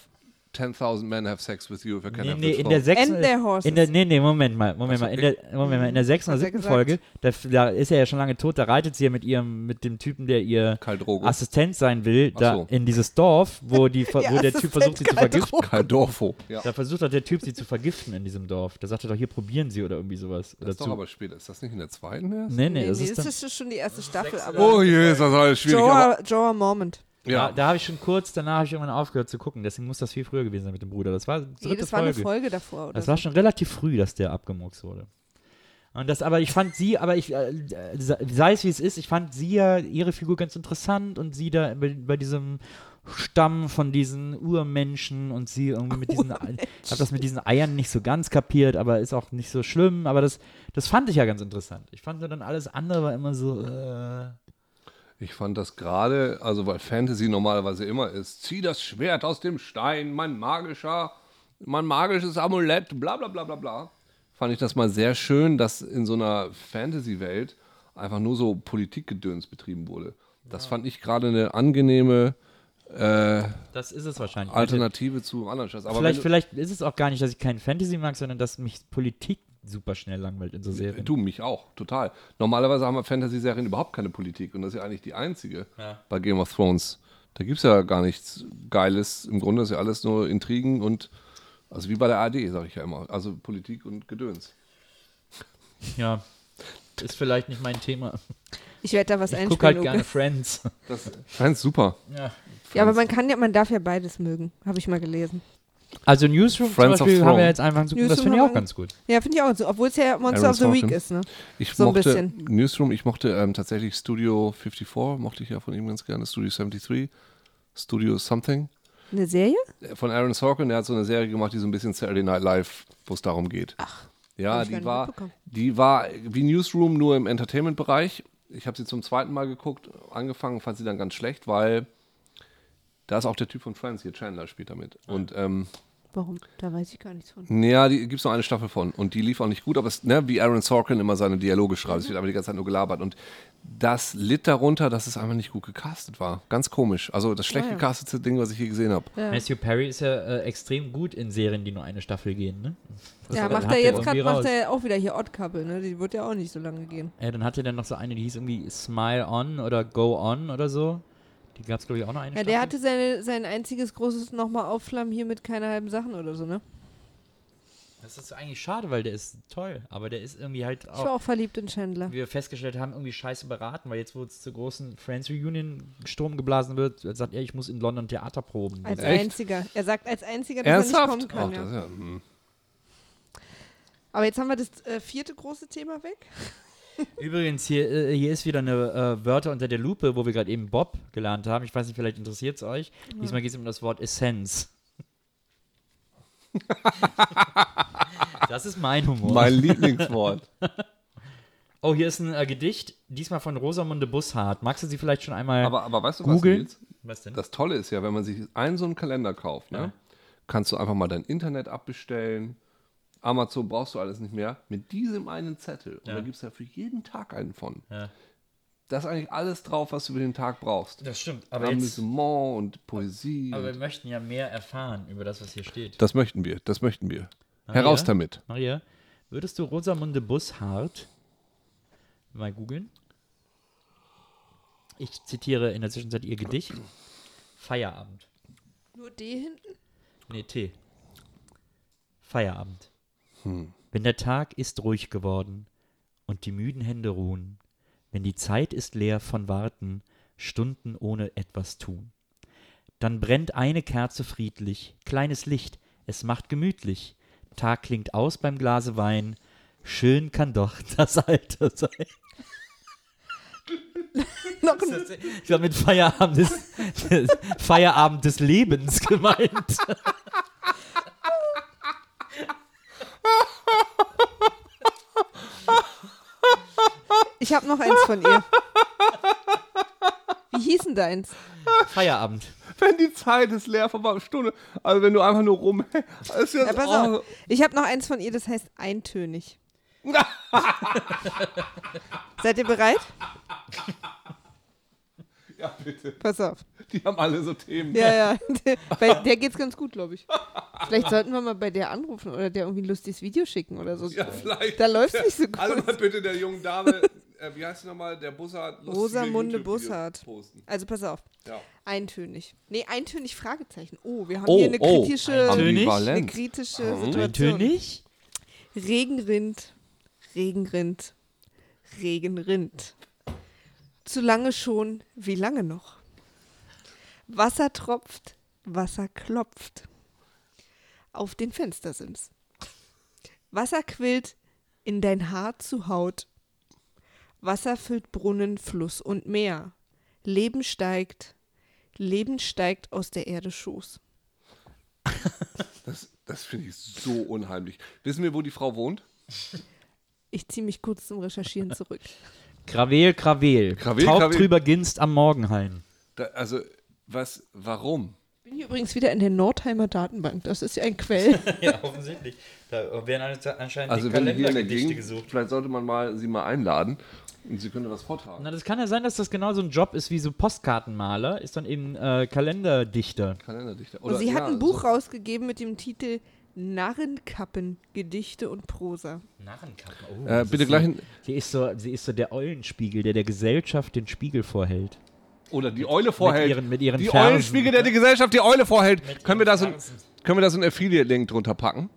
10.000 men have sex with you if I can Nee, have nee, this in home. der sechsten. And their horses. In der, nee, nee, Moment mal, Moment Ach so, mal. In der, Moment mal, in der sechsten oder Hat er siebten gesagt. Folge, da, da ist er ja schon lange tot, da reitet sie ja mit ihrem, mit dem Typen, der ihr Karl Drogo. Assistent sein will, Ach da so. in dieses Dorf, wo, die, ver- Ja, wo der Assistent Typ versucht, sie zu Karl vergiften. Karl Dorfo. Ja. Da versucht hat der Typ, sie zu vergiften in diesem Dorf. Da sagte doch, hier probieren sie oder irgendwie sowas. Das ist doch Dazu. aber später. Ist das nicht in der zweiten erst? nee, nee, Nee, das nee, ist dann, das ist schon die erste Staffel, aber Oh je, ist das alles schwierig. Aber, Joa, Joa Mormont. ja. Da, da habe ich schon kurz, danach habe ich irgendwann aufgehört zu gucken. Deswegen muss das viel früher gewesen sein mit dem Bruder. Das war die dritte Nee, das war eine Folge. Folge davor, oder? Das war schon relativ früh, dass der abgemurkst wurde. Und das, aber ich fand sie, aber ich, äh, sei es wie es ist, ich fand sie ja, ihre Figur ganz interessant und sie da bei, bei diesem Stamm von diesen Urmenschen und sie irgendwie mit diesen, ich habe das mit diesen Eiern nicht so ganz kapiert, aber ist auch nicht so schlimm, aber das, das fand ich ja ganz interessant. Ich fand nur dann alles andere war immer so, äh, Ich fand das gerade, also weil Fantasy normalerweise immer ist, zieh das Schwert aus dem Stein, mein magischer, mein magisches Amulett, bla bla bla bla bla. Fand ich das mal sehr schön, dass in so einer Fantasy-Welt einfach nur so Politikgedöns betrieben wurde. Das fand ich gerade eine angenehme äh, das ist es wahrscheinlich. Alternative zu anderen Scheiß. Aber Vielleicht, wenn vielleicht ist es auch gar nicht, dass ich keinen Fantasy mag, sondern dass mich Politik super schnell langweilt in so du, Serien. du, mich auch, total. Normalerweise haben wir Fantasy-Serien überhaupt keine Politik und das ist ja eigentlich die einzige bei Game of Thrones. Da gibt es ja gar nichts Geiles. Im Grunde ist ja alles nur Intrigen und, also wie bei der AD, sage ich ja immer. Also Politik und Gedöns. Ja. Ist vielleicht nicht mein Thema. ich werde da was Ich gucke einspielen, halt Uke. gerne Friends. Das scheint super. Ja. Ja, aber man kann ja, man darf ja beides mögen, habe ich mal gelesen. Also Newsroom Friends zum Beispiel of haben wir Throne. jetzt einfach gesucht. Das Newsroom finde ich haben auch wir- ganz gut. Ja, finde ich auch so, obwohl es ja Monster Aaron of the Week Sorkin. ist, ne? Ich So ein mochte bisschen. Newsroom, ich mochte ähm, tatsächlich Studio 54, mochte ich ja von ihm ganz gerne. Studio 73, Studio Something. Eine Serie? von Aaron Sorkin, der hat so eine Serie gemacht, die so ein bisschen Saturday Night Live, wo es darum geht. Ach. hab Ja, ich gar die nicht war, mitbekommen. die war wie Newsroom nur im Entertainment-Bereich. Ich habe sie zum zweiten Mal geguckt, angefangen, fand sie dann ganz schlecht, weil da ist auch der Typ von Friends hier, Chandler spielt damit. Ah. Und ähm, Warum? Da weiß ich gar nichts von. ja, die gibt es noch eine Staffel von und die lief auch nicht gut, aber es, ne, wie Aaron Sorkin immer seine Dialoge schreibt, es Mhm. wird aber die ganze Zeit nur gelabert und das litt darunter, dass es einfach nicht gut gecastet war. Ganz komisch. Also das schlecht gecastete Ding, was ich hier gesehen habe. Ah, Ja. Matthew Perry ist ja äh, extrem gut in Serien, die nur eine Staffel gehen, ne? Das Ja, hat- macht hat er jetzt irgendwie gerade, macht raus. er ja auch wieder hier Odd-Couple, ne? Die wird ja auch nicht so lange gehen. Ja, dann hatte er dann noch so eine, die hieß irgendwie Smile On oder Go On oder so. Die gab es, glaube ich, auch noch eine Ja, der Staffel. hatte seine, sein einziges großes nochmal aufflammen hier mit keine halben Sachen oder so, ne? Das ist eigentlich schade, weil der ist toll. Aber der ist irgendwie halt Oh. Ich war auch, auch verliebt in Chandler. wie wir festgestellt haben, irgendwie scheiße beraten, weil jetzt, wo es zur großen Friends Reunion Sturm geblasen wird, sagt er, ich muss in London Theater proben. Als Echt? einziger. Er sagt als einziger, dass er Ernsthaft? nicht kommen kann. Ach, ja. das ist ja, hm. Aber jetzt haben wir das äh, vierte große Thema weg. Übrigens, hier, äh, hier ist wieder eine äh, Wörter unter der Lupe, wo wir gerade eben Bob gelernt haben. Ich weiß nicht, vielleicht interessiert es euch. Diesmal geht es um das Wort Essenz. das ist mein Humor. Mein Lieblingswort. oh, hier ist ein äh, Gedicht, diesmal von Rosamunde Bussard. Magst du sie vielleicht schon einmal Aber, aber weißt du was, googeln? Nils? Was denn? Das Tolle ist ja, wenn man sich einen so einen Kalender kauft, ne, kannst du einfach mal dein Internet abbestellen. Amazon brauchst du alles nicht mehr. Mit diesem einen Zettel. Und da gibt es ja für jeden Tag einen von. Da ist eigentlich alles drauf, was du für den Tag brauchst. Das stimmt, aber jetzt, Amüsement und Poesie. aber wir und möchten ja mehr erfahren über das, was hier steht. das möchten wir, das möchten wir. Heraus ja? damit. Maria, würdest du Rosamunde Bussard mal googeln? Ich zitiere in der Zwischenzeit ihr Gedicht. Feierabend. Nur D hinten? Nee, Tee. Feierabend. Wenn der Tag ist ruhig geworden und die müden Hände ruhen, wenn die Zeit ist leer von Warten, Stunden ohne etwas tun, dann brennt eine Kerze friedlich, kleines Licht, es macht gemütlich, Tag klingt aus beim Glase Wein, schön kann doch das Alter sein. Noch ein, Ich glaube, mit Feierabend des, Feierabend des Lebens gemeint. ich habe noch eins von ihr. Wie hieß denn deins? Feierabend. Wenn die Zeit ist leer von einer Stunde, also wenn du einfach nur rum. Ist ja, Ja, pass Oh. auf. Ich habe noch eins von ihr, das heißt eintönig. Seid ihr bereit? ja, bitte. Pass auf. Die haben alle so Themen. Ja, ja. Bei der geht's ganz gut, glaube ich. Vielleicht sollten wir mal bei der anrufen oder der irgendwie ein lustiges Video schicken oder so. Ja, vielleicht. Da läuft's nicht so Also gut. mal bitte der jungen Dame, äh, wie heißt sie nochmal, der Bussard. lustige Rosamunde YouTube-Videos Bussard. Posten. Also pass auf. Ja. Eintönig. Nee, eintönig Fragezeichen. Oh, wir haben Oh, hier eine oh, kritische, Tönig? eine Ambivalent. kritische Situation. Eintönig? Regenrind, Regenrind, Regenrind. Zu lange schon, wie lange noch? Wasser tropft, Wasser klopft. Auf den Fenstersims. Wasser quillt in dein Haar zu Haut. Wasser füllt Brunnen, Fluss und Meer. Leben steigt, Leben steigt aus der Erde Schoß. Das, das finde ich so unheimlich. Wissen wir, wo die Frau wohnt? Ich ziehe mich kurz zum Recherchieren zurück. Krawel, Krawel. Krawel, Taub Krawel. drüber ginst am Morgenhain. Da, also, was, warum? bin hier übrigens wieder in der Nordheimer Datenbank. Das ist ja ein Quell. Ja, offensichtlich. Da werden anscheinend Also, die wenn die hier in der Kalendergedichte Gegend, gesucht. vielleicht sollte man mal sie mal einladen und sie könnte was vortragen. Na, das kann ja sein, dass das genau so ein Job ist wie so Postkartenmaler, ist dann eben äh, Kalenderdichter. Kalenderdichter. Und Oder- sie ja, also hat ein Buch so- rausgegeben mit dem Titel Narrenkappen, Gedichte und Prosa. Narrenkappen. Oh, Äh, das bitte ist gleich. so- Ein, Sie ist so, sie ist so der Eulenspiegel, der der Gesellschaft den Spiegel vorhält. oder die Eule vorhält. ihren- mit ihren die Fersen. Eulenspiegel, der die Gesellschaft die Eule vorhält. Können wir, da so, ein- Fersen. können wir da so einen Affiliate-Link drunter packen?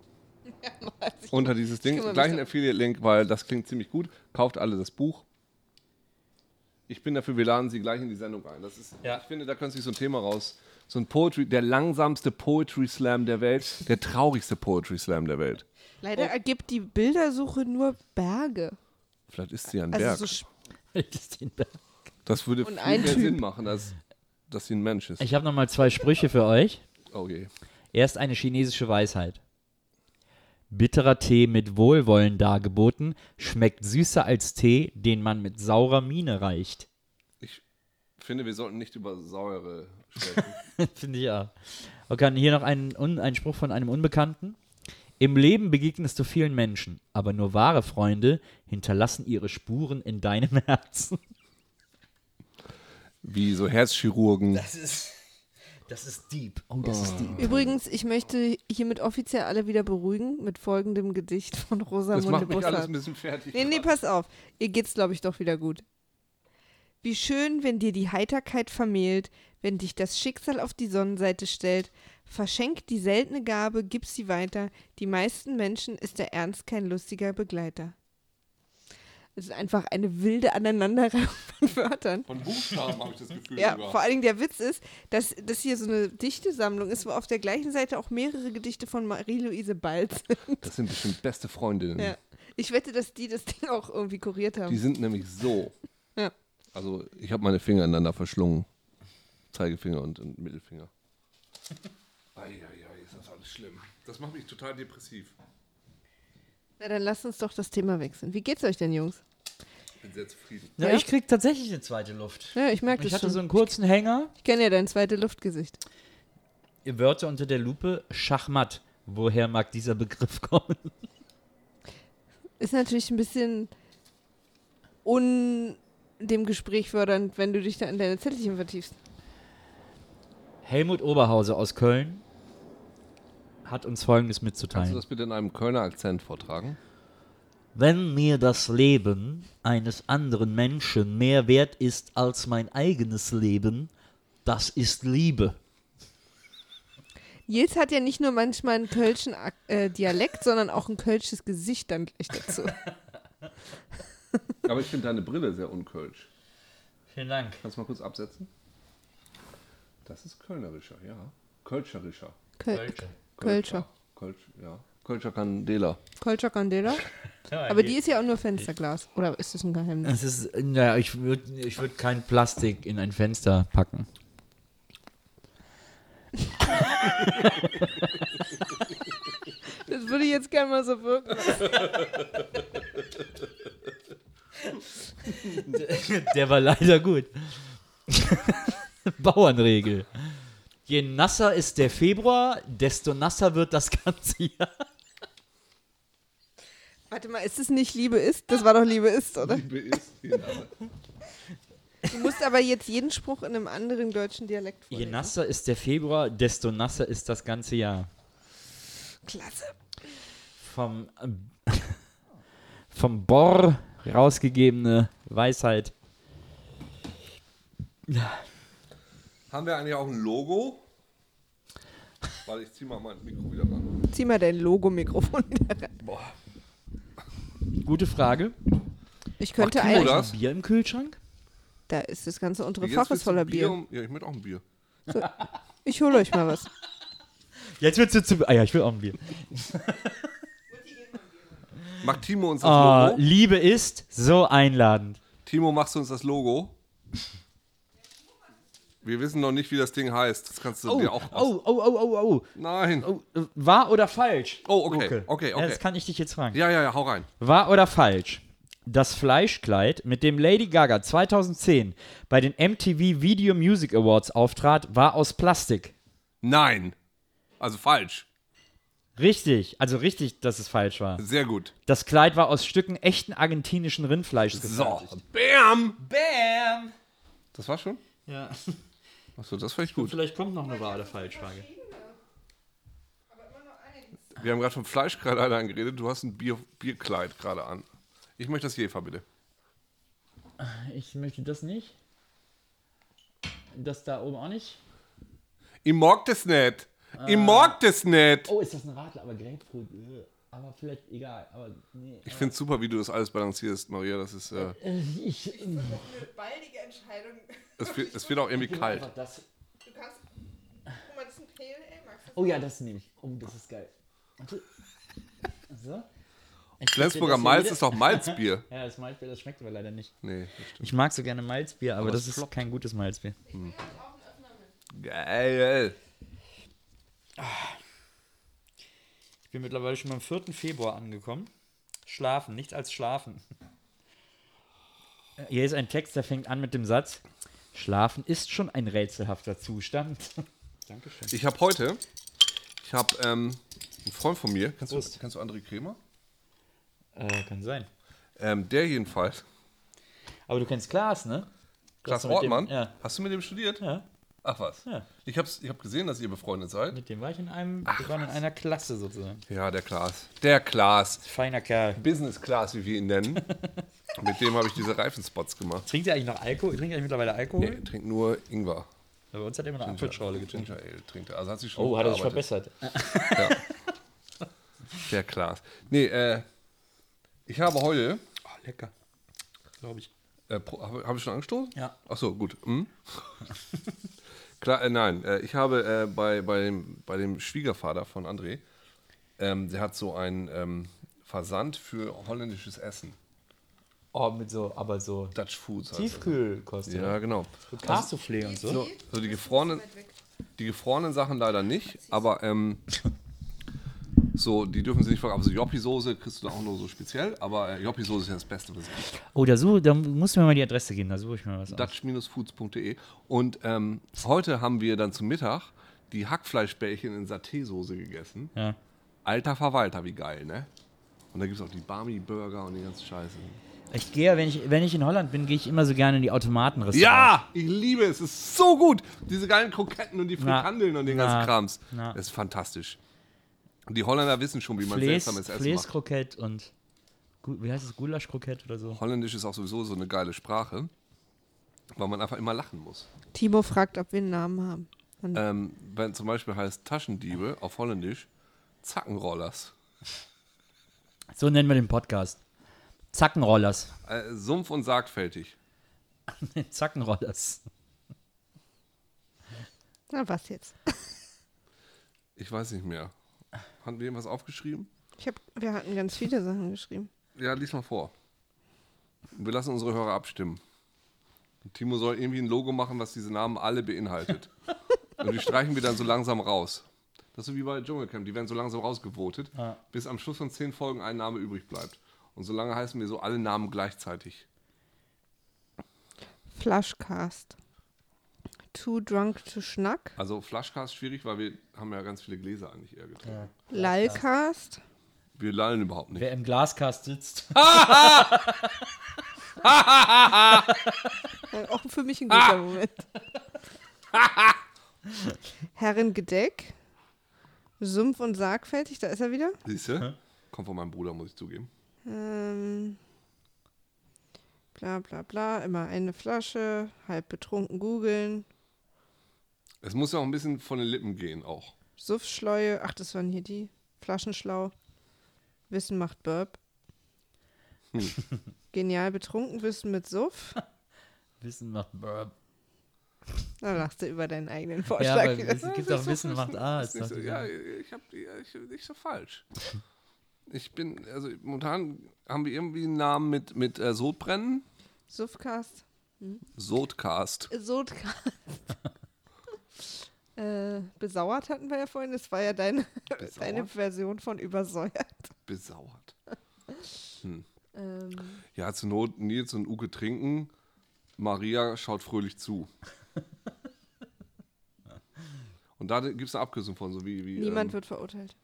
Unter dieses Ding. kümmere mich Gleich einen drum. Affiliate-Link, weil das klingt ziemlich gut. Kauft alle das Buch. Ich bin dafür, wir laden sie gleich in die Sendung ein. Das ist, Ja. Ich finde, da könnte sich so ein Thema raus. So ein Poetry, der langsamste Poetry Slam der Welt, der traurigste Poetry Slam der Welt. Oh. Leider ergibt die Bildersuche nur Berge. Vielleicht ist sie ein Also Berg. so Sch- das würde viel Und mehr ein Typ. Sinn machen, als dass sie ein Mensch ist. Ich habe nochmal zwei Sprüche für euch. Oh je. Erst eine chinesische Weisheit. Bitterer Tee mit Wohlwollen dargeboten, schmeckt süßer als Tee, den man mit saurer Miene reicht. Ich finde, wir sollten nicht über Säure sprechen. Finde ich ja. Okay, und hier noch ein, un, ein Spruch von einem Unbekannten. Im Leben begegnest du vielen Menschen, aber nur wahre Freunde hinterlassen ihre Spuren in deinem Herzen. Wie so Herzchirurgen. Das ist, das ist deep. Oh, das ist die. Übrigens, ich möchte hiermit offiziell alle wieder beruhigen mit folgendem Gedicht von Das Rosamunde macht mich alles Bussard. ein bisschen fertig. Nee, nee, pass auf. Ihr geht's, glaube ich, doch wieder gut. Wie schön, wenn dir die Heiterkeit vermählt, Wenn dich das Schicksal auf die Sonnenseite stellt, verschenk die seltene Gabe, gib sie weiter. Die meisten Menschen ist der Ernst kein lustiger Begleiter. Es ist einfach eine wilde Aneinanderreihung von Wörtern. Von Buchstaben habe ich das Gefühl. Ja, sogar. vor allen Dingen der Witz ist, dass das hier so eine Dichtesammlung ist, wo auf der gleichen Seite auch mehrere Gedichte von Marie-Louise Balz sind. Das sind bestimmt beste Freundinnen. Ja. Ich wette, dass die das Ding auch irgendwie kuriert Die haben. sind nämlich so. Ja. Also ich habe meine Finger ineinander verschlungen. Zeigefinger und, und Mittelfinger. Eieiei, ist das alles schlimm. Das macht mich total depressiv. Na, dann lasst uns doch das Thema wechseln. Wie geht's euch denn, Jungs? Ich bin sehr zufrieden. Na, Ja. ich krieg tatsächlich eine zweite Luft. Ja, ich merke Ich das hatte schon. so einen kurzen Hänger. ich kenne ja dein zweite Luftgesicht. Wörter unter der Lupe, Schachmatt. Woher mag dieser Begriff kommen? Ist natürlich ein bisschen un dem Gespräch fördernd, wenn du dich da in deine Zettelchen vertiefst. Helmut Oberhause aus Köln hat uns Folgendes Kannst du mitzuteilen. das bitte in einem Kölner Akzent vortragen? Wenn mir das Leben eines anderen Menschen mehr wert ist als mein eigenes Leben, das ist Liebe. Jens hat ja nicht nur manchmal einen kölschen Ak äh, Dialekt, sondern auch ein kölsches Gesicht dann gleich dazu. Aber ich finde deine Brille sehr unkölsch. Vielen Dank. Kannst du mal kurz absetzen? Das ist kölnerischer, ja. Kölscherischer. Köl Kölsche. Kölscher. Kölsch, ja. Kölscher Candela. Kölscher Candela. Aber die ist ja auch nur Fensterglas. Oder ist das ein Geheimnis? Es ist, naja, ich würde ich würd kein Plastik in ein Fenster packen. Das würde ich jetzt gerne mal so wirken. Der war leider gut. Bauernregel. Je nasser ist der Februar, desto nasser wird das ganze Jahr. Warte mal, ist es nicht Liebe ist? Das war doch Liebe ist, oder? Liebe ist die Nase. Du musst aber jetzt jeden Spruch in einem anderen deutschen Dialekt Je vorlesen. nasser ist der Februar, desto nasser ist das ganze Jahr. Klasse. Vom, ähm, vom Borr rausgegebene Weisheit. Haben wir eigentlich auch ein Logo? Warte, ich zieh mal mein Mikro wieder ran. Zieh mal dein Logo-Mikrofon wieder ran. Boah. Gute Frage. Ich könnte Ach, eigentlich. Oder? Ein Bier im Kühlschrank? Da ist das ganze untere Oh, Jetzt Fach ist willst du voller ein Bier. um- Ja, ich möchte auch ein Bier. Ich hole euch mal was. Jetzt wird's jetzt zu. Ah ja, ich will auch ein Bier. Macht Timo uns das Ah, Logo? Liebe ist so einladend. Timo, machst du uns das Logo? Wir wissen noch nicht, wie das Ding heißt. Das kannst du Oh, dir oh, auch aus- oh, oh, oh, oh. Nein. Oh, äh, Wahr oder falsch? Oh, okay, okay, Ja, okay. Das kann ich dich jetzt fragen. Ja, ja, ja, hau rein. Wahr oder falsch? Das Fleischkleid, mit dem Lady Gaga 2010 bei den MTV Video Music Awards auftrat, war aus Plastik. Nein. Also falsch. Richtig, also richtig, dass es falsch war. Sehr gut. Das Kleid war aus Stücken echten argentinischen Rindfleisch So. gefertigt. Bam. Bam! Das war schon? Ja. Achso, das war echt gut. Vielleicht kommt noch eine Wahr oder Falschfrage. Wir haben gerade vom Fleischkleid leider angeredet. Du hast ein Bier, Bierkleid gerade an. Ich möchte das Jefer, bitte. Ich möchte das nicht. Das da oben auch nicht. Ich mag das nicht. Ah. Ich mag das nicht. Oh, ist das ein Radler, aber Grapefruit. äh, Aber vielleicht egal. Aber nee. Ich finde es super, wie du das alles balancierst, Maria. Das ist. Äh, Ich, Baldige Entscheidung. es, wird, es wird auch irgendwie kalt. das, Du kannst. Guck mal, das ist ein Pale Ale, Max. oh ja, das nehme ich. Oh, das ist geil. Warte. So. Ich Flensburger Malz ist doch Malzbier. Ja, das Malzbier, das schmeckt aber leider nicht. Nee, das stimmt. Ich mag so gerne Malzbier, aber, das es ist floppt. kein gutes Malzbier. Geil. Ich bin mittlerweile schon beim 4. Februar angekommen. Schlafen, nichts als schlafen. Äh, Hier ist ein Text, der fängt an mit dem Satz: Schlafen ist schon ein rätselhafter Zustand. Dankeschön. Ich habe heute, ich habe ähm, einen Freund von mir, kennst du, Prost. kennst du André Kremer? Äh, kann sein. Ähm, der jedenfalls. Aber du kennst Klaas, ne? Klaas du mit dem- Ortmann. ja. Hast du mit dem studiert? Ja. Ach was. Ja. Ich habe ich hab gesehen, dass ihr befreundet seid. Mit dem war ich in einem, wir waren in einer Klasse sozusagen. Ja, der Klaas. Der Klaas. Feiner Kerl. Business Class, wie wir ihn nennen. mit dem habe ich diese Reifenspots gemacht. Trinkt ihr eigentlich noch Alkohol? Trinkt ihr eigentlich mittlerweile Alkohol? Nee, trinkt nur Ingwer. Bei uns hat er immer eine Apfelschorle getrunken. Ginger Ale trinkt er. Also hat sich schon Oh, hat er sich gearbeitet. verbessert. Der Klaas. Nee, äh, ich habe heute. Oh, lecker. Glaube ich. Äh, pro- habe habe ich schon angestoßen? Ja. Ach so, gut. Hm? Klar, äh, nein. Äh, ich habe äh, bei, bei, dem, bei dem Schwiegervater von André, ähm, der hat so einen ähm, Versand für holländisches Essen. Oh, mit so, aber so Dutch Foods. heißt das. Tiefkühlkost. Ja, genau. Cassoufflé und so. So, so die gefrorenen, die gefrorenen Sachen leider nicht, aber ähm, so, die dürfen sie nicht verkaufen. Also Joppi-Soße kriegst du da auch nur so speziell, aber äh, Joppi-Soße ist ja das Beste, was es gibt. Oh, da, such, da musst du mir mal die Adresse geben, da suche ich mir was aus. Dutch-foods.de und ähm, heute haben wir dann zum Mittag die Hackfleischbällchen in Saté-Soße gegessen. Ja. Alter Verwalter, wie geil, ne? Und da gibt es auch die Barmi-Burger und die ganze Scheiße. Ich gehe, wenn ich, wenn ich in Holland bin, gehe ich immer so gerne in die Automatenrestaurants. Ja, ich liebe es. Es ist so gut. Diese geilen Kroketten und die Frikandeln und den ganzen na, Krams. na. Das ist fantastisch. Und die Holländer wissen schon, wie man Flees, seltsames Essen macht. Fleeskrokett und Gu- wie heißt es, Gulaschkrokett oder so. Holländisch ist auch sowieso so eine geile Sprache, weil man einfach immer lachen muss. Timo fragt, ob wir einen Namen haben. Und Ähm, wenn zum Beispiel heißt Taschendiebe auf Holländisch Zackenrollers. So nennen wir den Podcast. Zackenrollers. Äh, Sumpf und sargfältig. Zackenrollers. Na, was jetzt? Ich weiß nicht mehr. Haben wir irgendwas aufgeschrieben? Ich hab, wir hatten ganz viele Sachen geschrieben. Ja, lies mal vor. Wir lassen unsere Hörer abstimmen. Timo soll irgendwie ein Logo machen, was diese Namen alle beinhaltet. Und die streichen wir dann so langsam raus. Das ist so wie bei Dschungelcamp, die werden so langsam rausgevotet, bis am Schluss von zehn Folgen ein Name übrig bleibt. Und solange heißen wir so alle Namen gleichzeitig. Flashcast. Too drunk to schnack. Also Flashcast schwierig, weil wir haben ja ganz viele Gläser eigentlich eher getrunken. Lallcast. Wir lallen überhaupt nicht. Wer im Glaskast sitzt. Auch für mich ein Ah! guter Moment. Herrengedeck. Sumpf und Sargfältig, da ist er wieder. Siehst du? Kommt von meinem Bruder, muss ich zugeben. Ähm, bla bla bla, immer eine Flasche, halb betrunken googeln, Es muss ja auch ein bisschen von den Lippen gehen auch. Suffschleue, ach, das waren hier die, Flaschenschlau, Wissen macht Burp. Genial betrunken, Wissen mit Suff. Wissen macht Burp. Da lachst du über deinen eigenen Ja, Vorschlag. aber wieder. es gibt auch Wissen macht A. ist Nicht doch so, die ja, Sache. ich hab die- ja, ich, nicht so falsch. Ich bin, also momentan haben wir irgendwie einen Namen mit, mit äh, Sodbrennen. Suffcast, Sodcast. äh, Sodcast. äh, besauert hatten wir ja vorhin, das war ja deine, Besauert? deine Version von übersäuert. Besauert. Ähm, Ja, zur Not Nils und Uke trinken. Maria schaut fröhlich zu. Und da gibt es eine Abkürzung von, so wie. wie niemand ähm, wird verurteilt.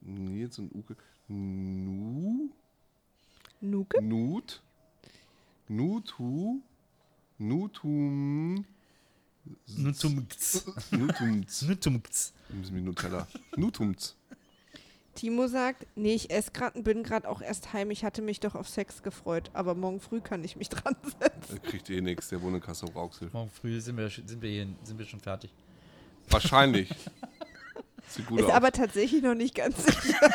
Nils und Uke. Nu? Nuke? Nut. Nutu. Nutum. Nutumts. Nutumts. Nutumts. Müssen wir Nutella. Nutumts. Timo sagt, nee, ich esse gerade und bin gerade auch erst heim. Ich hatte mich doch auf Sex gefreut, aber morgen früh kann ich mich dran setzen. Er kriegt eh nichts, der wohnt in kassel rauxel Morgen früh sind wir, sind wir, hier, sind wir schon fertig. Wahrscheinlich. Sieht gut Ist aus. aber tatsächlich noch nicht ganz sicher.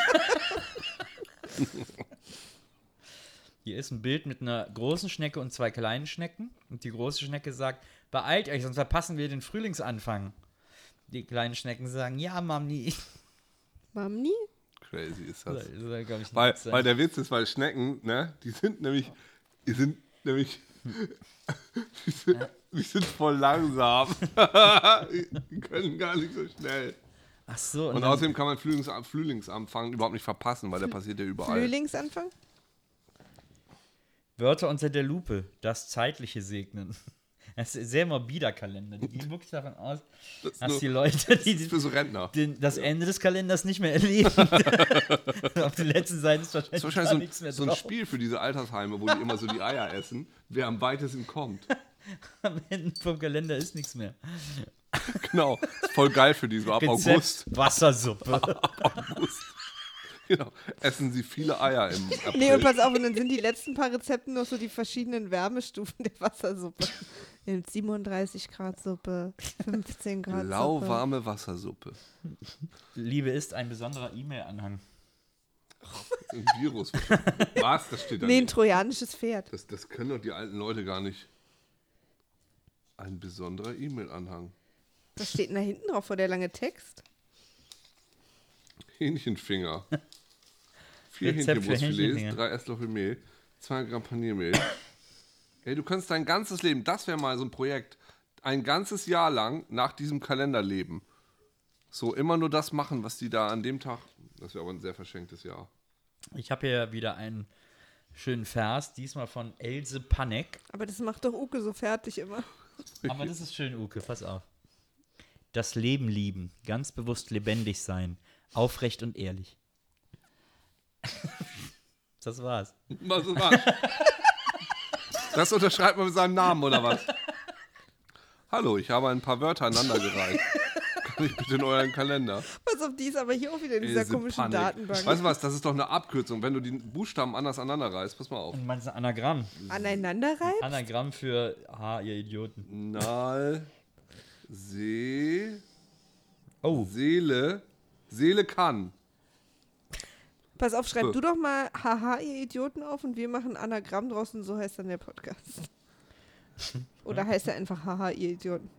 Hier ist ein Bild mit einer großen Schnecke und zwei kleinen Schnecken. Und die große Schnecke sagt, beeilt euch, sonst verpassen wir den Frühlingsanfang. Die kleinen Schnecken sagen, ja, Mami. Mamni? Crazy ist Das das. soll, glaub ich, Weil, nicht sein. weil der Witz ist, weil Schnecken, ne, die sind nämlich, die sind nämlich, die sind, die sind voll langsam. die können gar nicht so schnell. Ach so, und, Und dann, außerdem kann man Frühlings, Frühlingsanfang überhaupt nicht verpassen, weil der passiert ja überall. Frühlingsanfang? Wörter unter der Lupe, das Zeitliche segnen. Das ist ein sehr morbider Kalender. Die gehen wirklich davon aus, dass nur- die Leute, die, Das ist für so Rentner. den, das Ende des Kalenders nicht mehr erleben. Auf den letzten Seiten ist wahrscheinlich, Das ist gar wahrscheinlich nichts so mehr ein, so ein drauf. Spiel für diese Altersheime, wo die immer so die Eier essen, wer am weitesten kommt. Am Ende vom Kalender ist nichts mehr. Genau. Ist voll geil für die, so ab Rezept, August. Wassersuppe. Genau. Essen sie viele Eier im April. Nee, und pass auf, und dann sind die letzten paar Rezepte noch so die verschiedenen Wärmestufen der Wassersuppe. Ihr nehmt 37 Grad Suppe, 15 Grad Suppe. Lauwarme Wassersuppe. Liebe ist ein besonderer E-Mail-Anhang. Ein Virus. Was? Das steht da Nee, ein nicht. trojanisches Pferd. Das, das können doch die alten Leute gar nicht. Ein besonderer E-Mail-Anhang. Das steht denn da hinten drauf, vor der lange Text. Hähnchenfinger. Vier Rezept für Hähnchenbrustfilets, Hähnchenfinger. drei Esslöffel Mehl, zwei Gramm Paniermehl. Ey, du kannst dein ganzes Leben, das wäre mal so ein Projekt, ein ganzes Jahr lang nach diesem Kalender leben. So immer nur das machen, was die da an dem Tag. Das wäre aber ein sehr verschenktes Jahr. Ich habe hier wieder einen schönen Vers, diesmal von Else Panek. Aber das macht doch Uke so fertig immer. Aber das ist schön, Uke, pass auf. Das Leben lieben, ganz bewusst lebendig sein, aufrecht und ehrlich. das war's. Was ist das? Das unterschreibt man mit seinem Namen, oder was? Hallo, ich habe ein paar Wörter aneinandergereiht. Kann ich bitte in euren Kalender? Pass auf, die ist aber hier auch wieder in dieser Diese komischen Panik. Datenbank. Weißt du was, das ist doch eine Abkürzung, wenn du die Buchstaben anders aneinanderreißt. Pass mal auf. Und meinst ein Anagramm? Aneinanderreibt? Anagramm für, ha, ihr Idioten. Nal, See, Oh, Seele, Seele kann. Pass auf, schreib du doch mal Haha, ihr Idioten auf und wir machen ein Anagramm draus und so heißt dann der Podcast. Oder heißt er einfach Haha, ihr Idioten?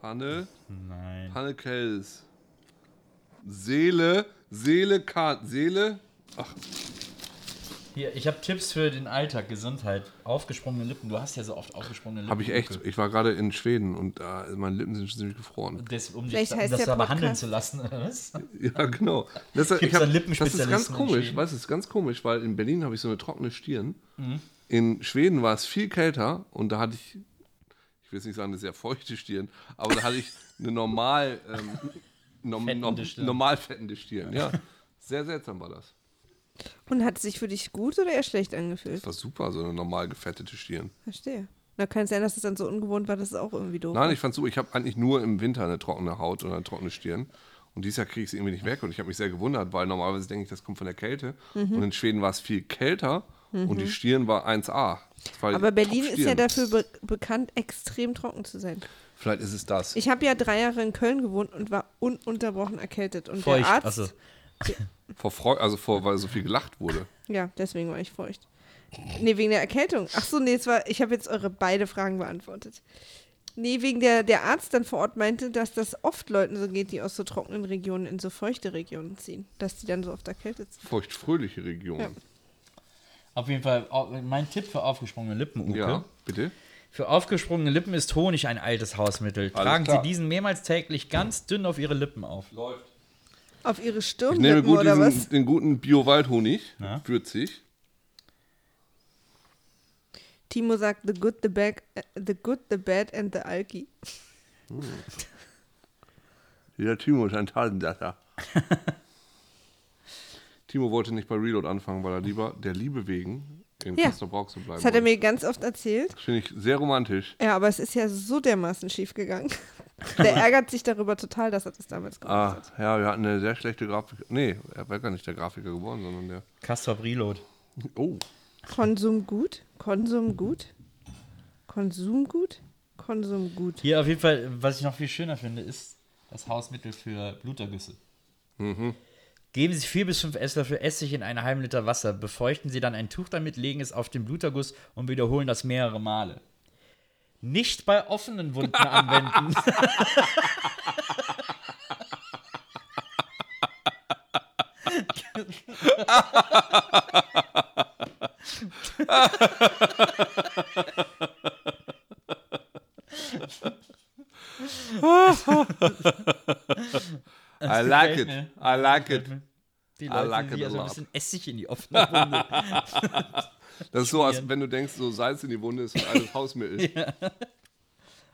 Panne, nein. Panne Kels. Seele, Seele kann. Seele, Hier, ich habe Tipps für den Alltag, Gesundheit, aufgesprungene Lippen. Du hast ja so oft aufgesprungene Lippen. habe ich echt. Ich war gerade in Schweden und äh, meine Lippen sind schon ziemlich gefroren. Das, um Vielleicht dich da, heißt das der da Podcast- behandeln zu lassen. oder Was? Ja, genau. Das, Gibt's ich da hab, das ist Lippenspezialisten ganz in komisch, Schweden? weißt du, das ist ganz komisch, weil in Berlin habe ich so eine trockene Stirn. Mhm. In Schweden war es viel kälter und da hatte ich, ich will jetzt nicht sagen, eine sehr feuchte Stirn, aber da hatte ich eine normal, ähm, nom, nom, Fettende Stirn. normal fettende Stirn. Ja, sehr seltsam war das. Und hat es sich für dich gut oder eher schlecht angefühlt? Das war super, so eine normal gefettete Stirn. Verstehe. Da kann es sein, dass es dann so ungewohnt war, das ist auch irgendwie doof. Nein, ich fand's super. Ich habe eigentlich nur im Winter eine trockene Haut oder eine trockene Stirn. Und dieses Jahr kriege ich sie irgendwie nicht weg. Und ich habe mich sehr gewundert, weil normalerweise denke ich, das kommt von der Kälte. Mhm. Und in Schweden war es viel kälter und die Stirn war 1A. Das war die Aber Berlin ist Top-Stirn. ja dafür be bekannt, extrem trocken zu sein. Vielleicht ist es das. Ich habe ja drei Jahre in Köln gewohnt und war ununterbrochen erkältet. Und Feucht, der Arzt, also. Vor Freu also vor, weil so viel gelacht wurde. ja, deswegen war ich feucht. Nee, wegen der Erkältung. Ach so, nee, es war, ich habe jetzt eure beide Fragen beantwortet. Nee, wegen der, der Arzt dann vor Ort meinte, dass das oft Leuten so geht, die aus so trockenen Regionen in so feuchte Regionen ziehen. Dass die dann so oft erkältet sind. Feuchtfröhliche Region. Auf jeden Fall, au- mein Tipp für aufgesprungene Lippen, Uke. Ja, bitte. Für aufgesprungene Lippen ist Honig ein altes Hausmittel. Tragen klar. Sie diesen mehrmals täglich ganz dünn auf Ihre Lippen auf. Läuft. Auf ihre Ich nehme Stirnlippen gut oder was? diesen, den guten Bio-Waldhonig. Würzig. Timo sagt The Good, The Bad, äh, the, good, the bad and the Alki. Dieser Timo ist ein Talendatter. Timo wollte nicht bei Reload anfangen, weil er lieber der Liebe wegen in Ja. ja. Castrop zu bleiben Das hat er wollte. mir ganz oft erzählt. Das finde ich sehr romantisch. Ja, aber es ist ja so dermaßen schief gegangen. Der ärgert sich darüber total, dass er das damals gemacht Ah, hat. ja, wir hatten eine sehr schlechte Grafik. Nee, er war gar nicht der Grafiker geworden, sondern der. Castor Reload. Oh, Konsumgut, Konsumgut, Konsumgut, Konsumgut. Hier auf jeden Fall, was ich noch viel schöner finde, ist das Hausmittel für Blutergüsse. Mhm. Geben Sie 4 bis 5 Esslöffel Essig in einen halben Liter Wasser, befeuchten Sie dann ein Tuch damit, legen es auf den Bluterguss und wiederholen das mehrere Male. Nicht bei offenen Wunden anwenden. I like it. gefällt mir. I like it. Die I like Leute, it die a also ein lot. bisschen Essig in die offene Wunde. Das ist so, als wenn du denkst, so Salz in die Wunde ist alles Hausmittel.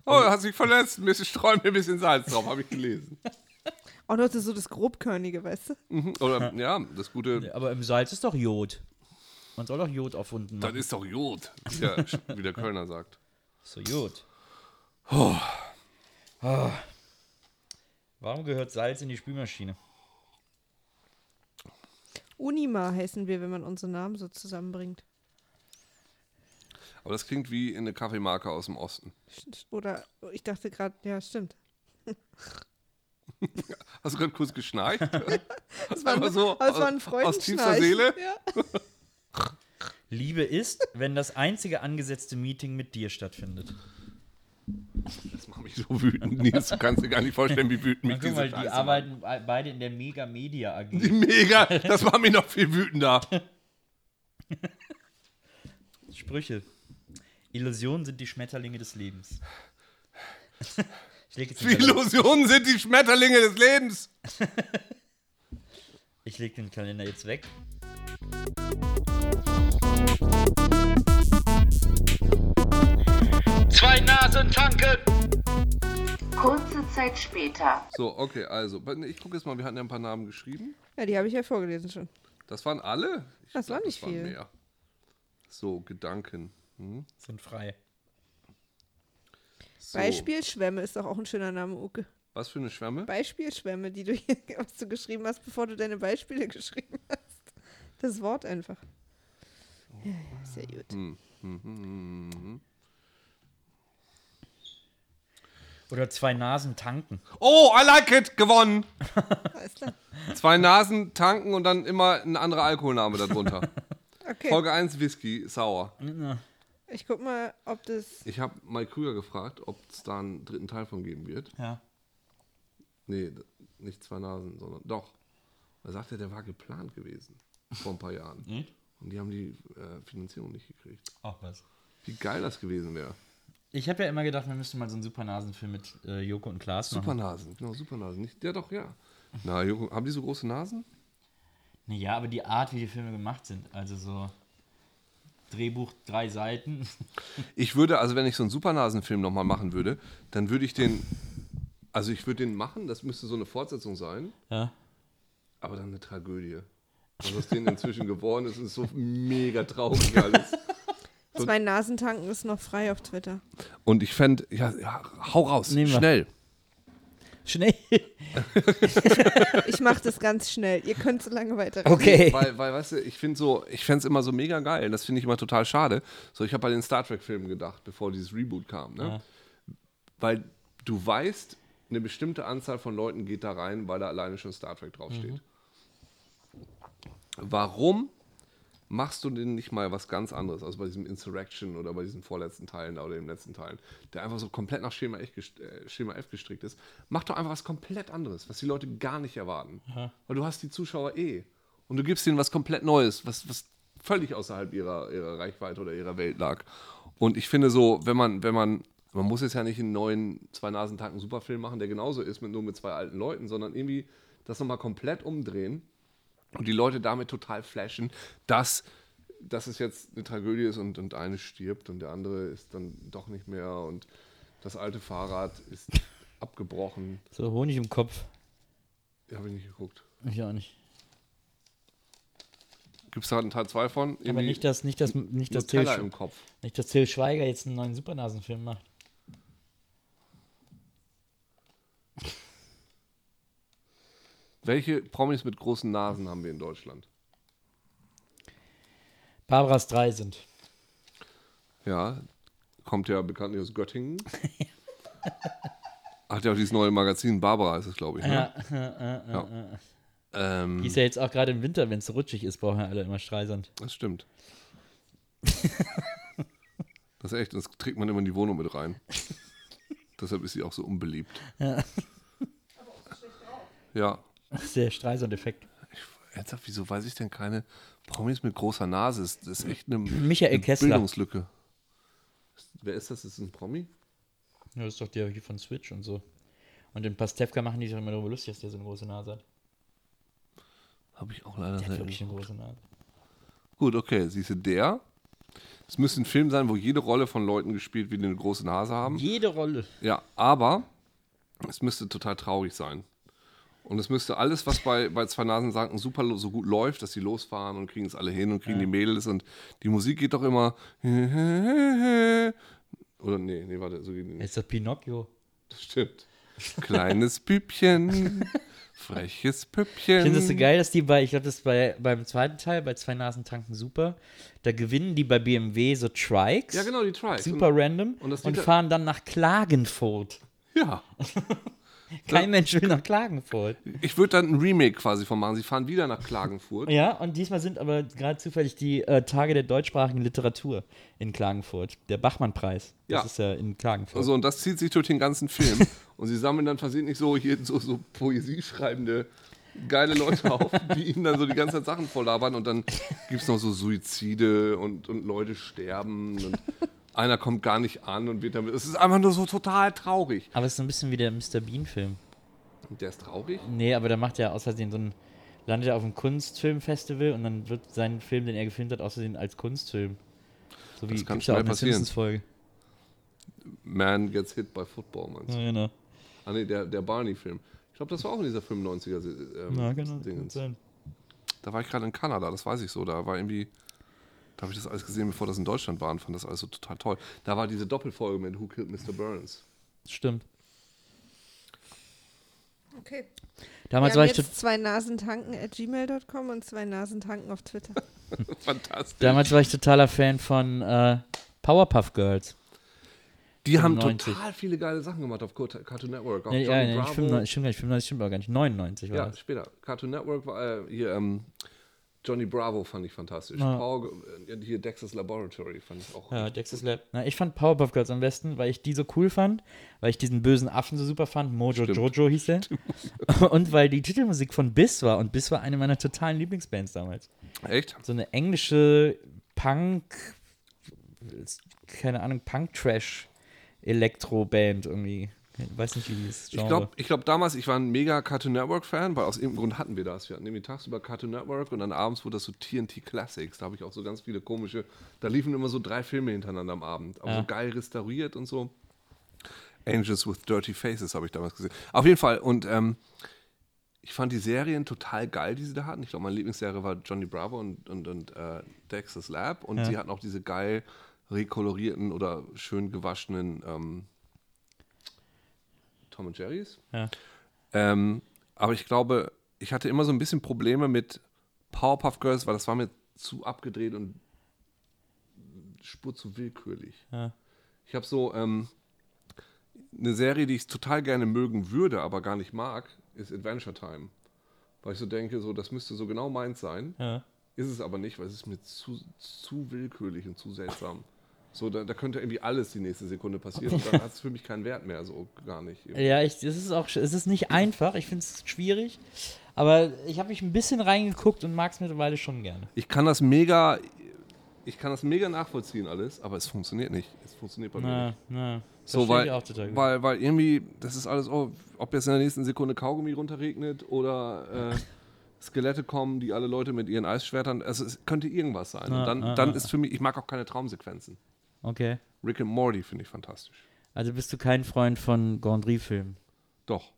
Oh, er hat sich verletzt. Ein bisschen streuen wir ein bisschen Salz drauf, habe ich gelesen. Auch noch Oh, das ist so das Grobkörnige, weißt du? Mhm, Oder, ja, das gute. Aber im Salz ist doch Jod. Man soll doch Jod auf Wunden Das machen. ist doch Jod, wie der, wie der Kölner sagt. So Jod. Ah. Warum gehört Salz in die Spülmaschine? Unima heißen wir, wenn man unsere Namen so zusammenbringt. Aber das klingt wie eine Kaffeemarke aus dem Osten. Oder ich dachte gerade, ja, stimmt. Hast du gerade kurz geschnarcht? Das war, Aber ein- so aber es war ein Also, äh, aus- aus tiefster Seele? Freudenschnarchen. Ja. Liebe ist, wenn das einzige angesetzte Meeting mit dir stattfindet. Das macht mich so wütend, Nils. Du kannst dir gar nicht vorstellen, wie wütend mich Guck diese mal, Scheiße die macht. arbeiten be- beide in der Mega Media AG. Mega, das macht mich noch viel wütender. Sprüche. Illusionen sind die Schmetterlinge des Lebens. Ich leg, jetzt Die den Kalender, Illusionen sind die Schmetterlinge des Lebens. ich leg den Kalender jetzt weg. Zwei Nasen tanken. Kurze Zeit später. So, okay, also, ich gucke jetzt mal, wir hatten ja ein paar Namen geschrieben. ja, die habe ich ja vorgelesen schon. Das waren alle? Ich Das war glaub, nicht viel. mehr. So, Gedanken. Hm? Sind frei. So, Beispiel Schwämme ist doch auch ein schöner Name, Uke. Was für eine Schwemme? Beispielschwämme, die du hier, was du geschrieben hast, bevor du deine Beispiele geschrieben hast. Das Wort einfach. Oh Ja, ist ja gut. Oder zwei Nasen tanken. Oh, I like it, gewonnen. Alles klar. Zwei Nasen tanken und dann immer ein anderer Alkoholname darunter. Okay. Folge 1 Whisky, sauer. Ich guck mal, ob das. Ich habe Mike Krüger gefragt, ob es da einen dritten Teil von geben wird. Ja. Nee, d- nicht zwei Nasen, sondern doch. Er sagte, der war geplant gewesen vor ein paar Jahren. Hm? Und die haben die äh, Finanzierung nicht gekriegt. Auch was. Wie geil das gewesen wäre. Ich habe ja immer gedacht, wir müssten mal so einen Supernasenfilm mit äh, Joko und Klaas machen. Supernasen, genau, Supernasen. Nicht, ja, doch, ja. Na, Joko, haben die so große Nasen? Nee, ja, aber die Art, wie die Filme gemacht sind. Also so Drehbuch, drei Seiten. Ich würde, also wenn ich so einen Supernasenfilm nochmal machen würde, dann würde ich den, also ich würde den machen, das müsste so eine Fortsetzung sein, Ja. aber dann eine Tragödie. Was aus denen inzwischen geworden ist, ist so mega traurig alles. Zwei Nasentanken ist noch frei auf Twitter. Und ich fände, ja, ja, hau raus, Nehmen wir. schnell. Schnell. Ich mache das ganz schnell. Ihr könnt so lange weiterreden. Okay. Weil, weil, weißt du, ich finde so, ich fände es immer so mega geil. Das finde ich immer total schade. So, ich habe bei den Star Trek-Filmen gedacht, bevor dieses Reboot kam, ne? Weil du weißt, eine bestimmte Anzahl von Leuten geht da rein, weil da alleine schon Star Trek draufsteht. Mhm. Warum machst du denn nicht mal was ganz anderes? Also bei diesem Insurrection oder bei diesen vorletzten Teilen da oder den letzten Teilen, der einfach so komplett nach Schema, F gest- äh, Schema F gestrickt ist. Mach doch einfach was komplett anderes, was die Leute gar nicht erwarten. Weil du hast die Zuschauer eh. Und du gibst denen was komplett Neues, was, was völlig außerhalb ihrer, ihrer Reichweite oder ihrer Welt lag. Und ich finde so, wenn man, wenn man, man muss jetzt ja nicht einen neuen Zwei-Nasen-Tanken-Superfilm machen, der genauso ist, mit, nur mit zwei alten Leuten, sondern irgendwie das nochmal komplett umdrehen und die Leute damit total flashen, dass, dass es jetzt eine Tragödie ist und, und eine stirbt und der andere ist dann doch nicht mehr und das alte Fahrrad ist abgebrochen. So Honig im Kopf. Ja, habe ich nicht geguckt. Ich auch nicht. Gibt es da einen Teil 2 von? Aber Irgendwie nicht, dass, nicht, dass, nicht, dass, Till, Nutella Sch- im Kopf. nicht, dass Till Schweiger jetzt einen neuen Supernasenfilm macht. Welche Promis mit großen Nasen haben wir in Deutschland? Barbaras drei sind. Ja, kommt ja bekanntlich aus Göttingen. Hat ja auch dieses neue Magazin, Barbara ist es, glaube ich. Ne? Ja, äh, äh, äh. Ähm, Die ist ja jetzt auch gerade im Winter, wenn es so rutschig ist, brauchen ja alle immer Streisand. Das stimmt. das ist echt, das trägt man immer in die Wohnung mit rein. Deshalb ist sie auch so unbeliebt. Ja. Das ist der Streisand-Effekt. Ernsthaft, wieso weiß ich denn keine Promis mit großer Nase? Das das ist echt eine, Michael eine Kessler. Bildungslücke. Wer ist das? Ist das ein Promi? Ja, Das ist doch der hier von Switch und so. Und den Pastewka machen die sich doch immer darüber lustig, dass der so eine große Nase hat. Habe Also ich auch leider Der hat wirklich nicht. eine große Nase. Gut, okay, siehst du, der. Es müsste ein Film sein, wo jede Rolle von Leuten gespielt wird, die eine große Nase haben. Jede Rolle. Ja, aber es müsste total traurig sein. Und es müsste alles, was bei, bei zwei Nasen sagen, super lo- so gut läuft, dass sie losfahren und kriegen es alle hin und kriegen die Mädels und die Musik geht doch immer. Oder nee, nee, warte, so geht die nicht. Ist das Pinocchio? Das stimmt. Kleines Bübchen, freches Püppchen. Ich finde das so geil, dass die bei, ich glaube, das ist bei, beim zweiten Teil, bei zwei Nasen tanken super, da gewinnen die bei BMW so Trikes. Ja, genau, die Trikes. Super random. und Und, das liegt da- fahren dann nach Klagenfurt. Ja. Kein Mensch will nach Klagenfurt. Ich würde dann ein Remake quasi von machen. Sie fahren wieder nach Klagenfurt. Ja, und diesmal sind aber gerade zufällig die äh, Tage der deutschsprachigen Literatur in Klagenfurt. Der Bachmann-Preis. Das Ja. ist ja in Klagenfurt. Also, und das zieht sich durch den ganzen Film. Und sie sammeln dann versehentlich so, hier so, so poesieschreibende, geile Leute auf, die ihnen dann so die ganze Zeit Sachen vorlabern. Und dann gibt es noch so Suizide und, und Leute sterben. Und einer kommt gar nicht an und wird damit. Es ist einfach nur so total traurig. aber es ist so ein bisschen wie der Mr. Bean-Film. Und der ist traurig? Nee, aber da macht er aus Versehen so ein. Landet er auf einem Kunstfilmfestival und dann wird sein Film, den er gefilmt hat, aus Versehen als Kunstfilm. So wie Das kann gibt's ja auch schnell eine passieren. Simpsons-Folge. Man gets hit by football, meinst du? Ja, genau. Ah, nee, der, der Barney-Film. Ich glaube, das war auch in dieser 95er. se- Ähm, Ja, genau. Dingens. Sein. Da war ich gerade in Kanada, das weiß ich so. Da war irgendwie, da habe ich das alles gesehen, bevor das in Deutschland war und fand das alles so total toll. Da war diese Doppelfolge mit Who Killed Mr. Burns. Stimmt. Okay. Wir Damals war haben ich tot- jetzt zwei Nasentanken at gmail.com und zwei Nasentanken auf Twitter. Fantastisch. Damals war ich totaler Fan von äh, Powerpuff Girls. die haben 95. total viele geile Sachen gemacht auf Curt- Cartoon Network. Auch Nee, ja, Johnny nee, nicht Bravo. 95, stimmt gar nicht, 95 stimmt aber gar nicht. 99 war ja, das. später. Cartoon Network war äh, hier, ähm, Johnny Bravo fand ich fantastisch. Ja. Paul, äh, hier Dexter's Laboratory fand ich auch. Ja, Dexter's Lab. Na, ich fand Powerpuff Girls am besten, weil ich die so cool fand, weil ich diesen bösen Affen so super fand. Mojo Jojo hieß der. Und weil die Titelmusik von Biss war. Und Biss war eine meiner totalen Lieblingsbands damals. Echt? So eine englische Punk, keine Ahnung, Punk-Trash. Elektro-Band irgendwie. Ich weiß nicht, wie die ist. Ich glaube, ich glaub, damals, ich war ein mega Cartoon Network-Fan, weil aus irgendeinem Grund hatten wir das. Wir hatten nämlich tagsüber Cartoon Network und dann abends wurde das so TNT Classics. Da habe ich auch so ganz viele komische, da liefen immer so drei Filme hintereinander am Abend. Aber so geil restauriert und so. Angels with Dirty Faces habe ich damals gesehen. Auf jeden Fall. Und ähm, ich fand die Serien total geil, die sie da hatten. Ich glaube, meine Lieblingsserie war Johnny Bravo und, und, und äh, Dexter's Lab. Und sie hatten auch diese geil rekolorierten oder schön gewaschenen ähm, Tom und Jerry's. Ja. Ähm, aber ich glaube, ich hatte immer so ein bisschen Probleme mit Powerpuff Girls, weil das war mir zu abgedreht und spur zu willkürlich. Ich habe so ähm, eine Serie, die ich total gerne mögen würde, aber gar nicht mag, ist Adventure Time. Weil ich so denke, so, das müsste so genau meins sein. Ja. Ist es aber nicht, weil es ist mir zu, zu willkürlich und zu seltsam. So, da, da könnte irgendwie alles die nächste Sekunde passieren. Und dann hat es für mich keinen Wert mehr, so gar nicht. Ja, ich, es ist auch, sch- es ist nicht einfach. Ich finde es schwierig. Aber ich habe mich ein bisschen reingeguckt und mag es mittlerweile schon gerne. Ich kann das mega, ich kann das mega nachvollziehen alles, aber es funktioniert nicht. Es funktioniert bei mir Na, nicht. na. So, versteh weil, ich auch total gut. weil, weil irgendwie, das ist alles, oh, ob jetzt in der nächsten Sekunde Kaugummi runterregnet oder äh, Skelette kommen, die alle Leute mit ihren Eisschwertern, also es könnte irgendwas sein. Und dann, dann ist für mich, ich mag auch keine Traumsequenzen. Okay. Rick and Morty finde ich fantastisch. Also bist du kein Freund von Gondry-Filmen. Doch.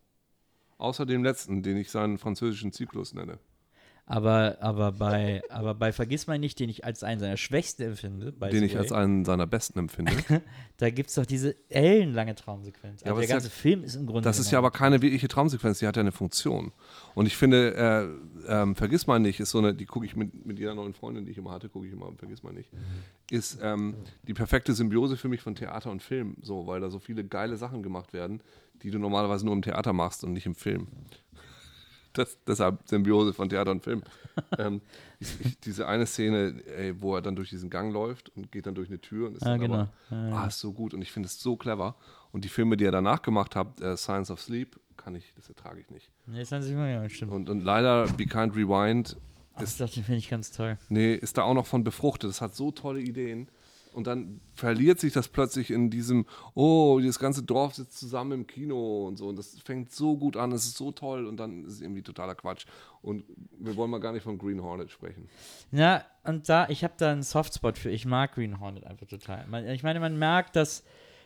Außer dem letzten, den ich seinen französischen Zyklus nenne. Aber, aber bei, aber bei Vergiss mal nicht, den ich als einen seiner Schwächsten empfinde, by Den the ich way, als einen seiner besten empfinde. da gibt es doch diese ellenlange Traumsequenz. aber also der es ist ganze ja- Film ist im Grunde. Das ist ja genommen- aber keine wirkliche Traumsequenz, die hat ja eine Funktion. Und ich finde, äh, ähm, vergiss mal nicht, ist so eine, die gucke ich mit, mit jeder neuen Freundin, die ich immer hatte, gucke ich immer und vergiss mal nicht, ist ähm, die perfekte Symbiose für mich von Theater und Film, so, weil da so viele geile Sachen gemacht werden, die du normalerweise nur im Theater machst und nicht im Film. Das, deshalb Symbiose von Theater und Film. ähm, ich, ich, diese eine Szene, ey, wo er dann durch diesen Gang läuft und geht dann durch eine Tür und ist Ah, dann genau. aber, ah, ist so gut und ich finde es so clever. Und die Filme, die er danach gemacht hat, äh, Science of Sleep, kann ich, das ertrage ich nicht. Nee, das hat sich immer, ja, stimmt. Und, und leider Be Kind Rewind, Das dachte ich, finde ich ganz toll. nee, ist da auch noch von befruchtet. Das hat so tolle Ideen. Und dann verliert sich das plötzlich in diesem, oh, dieses ganze Dorf sitzt zusammen im Kino und so. Und das fängt so gut an, es ist so toll und dann ist es irgendwie totaler Quatsch. Und wir wollen mal gar nicht von Green Hornet sprechen. Ja, und da, ich habe da einen Softspot für. Ich mag Green Hornet einfach total. Man, ich meine, man merkt, dass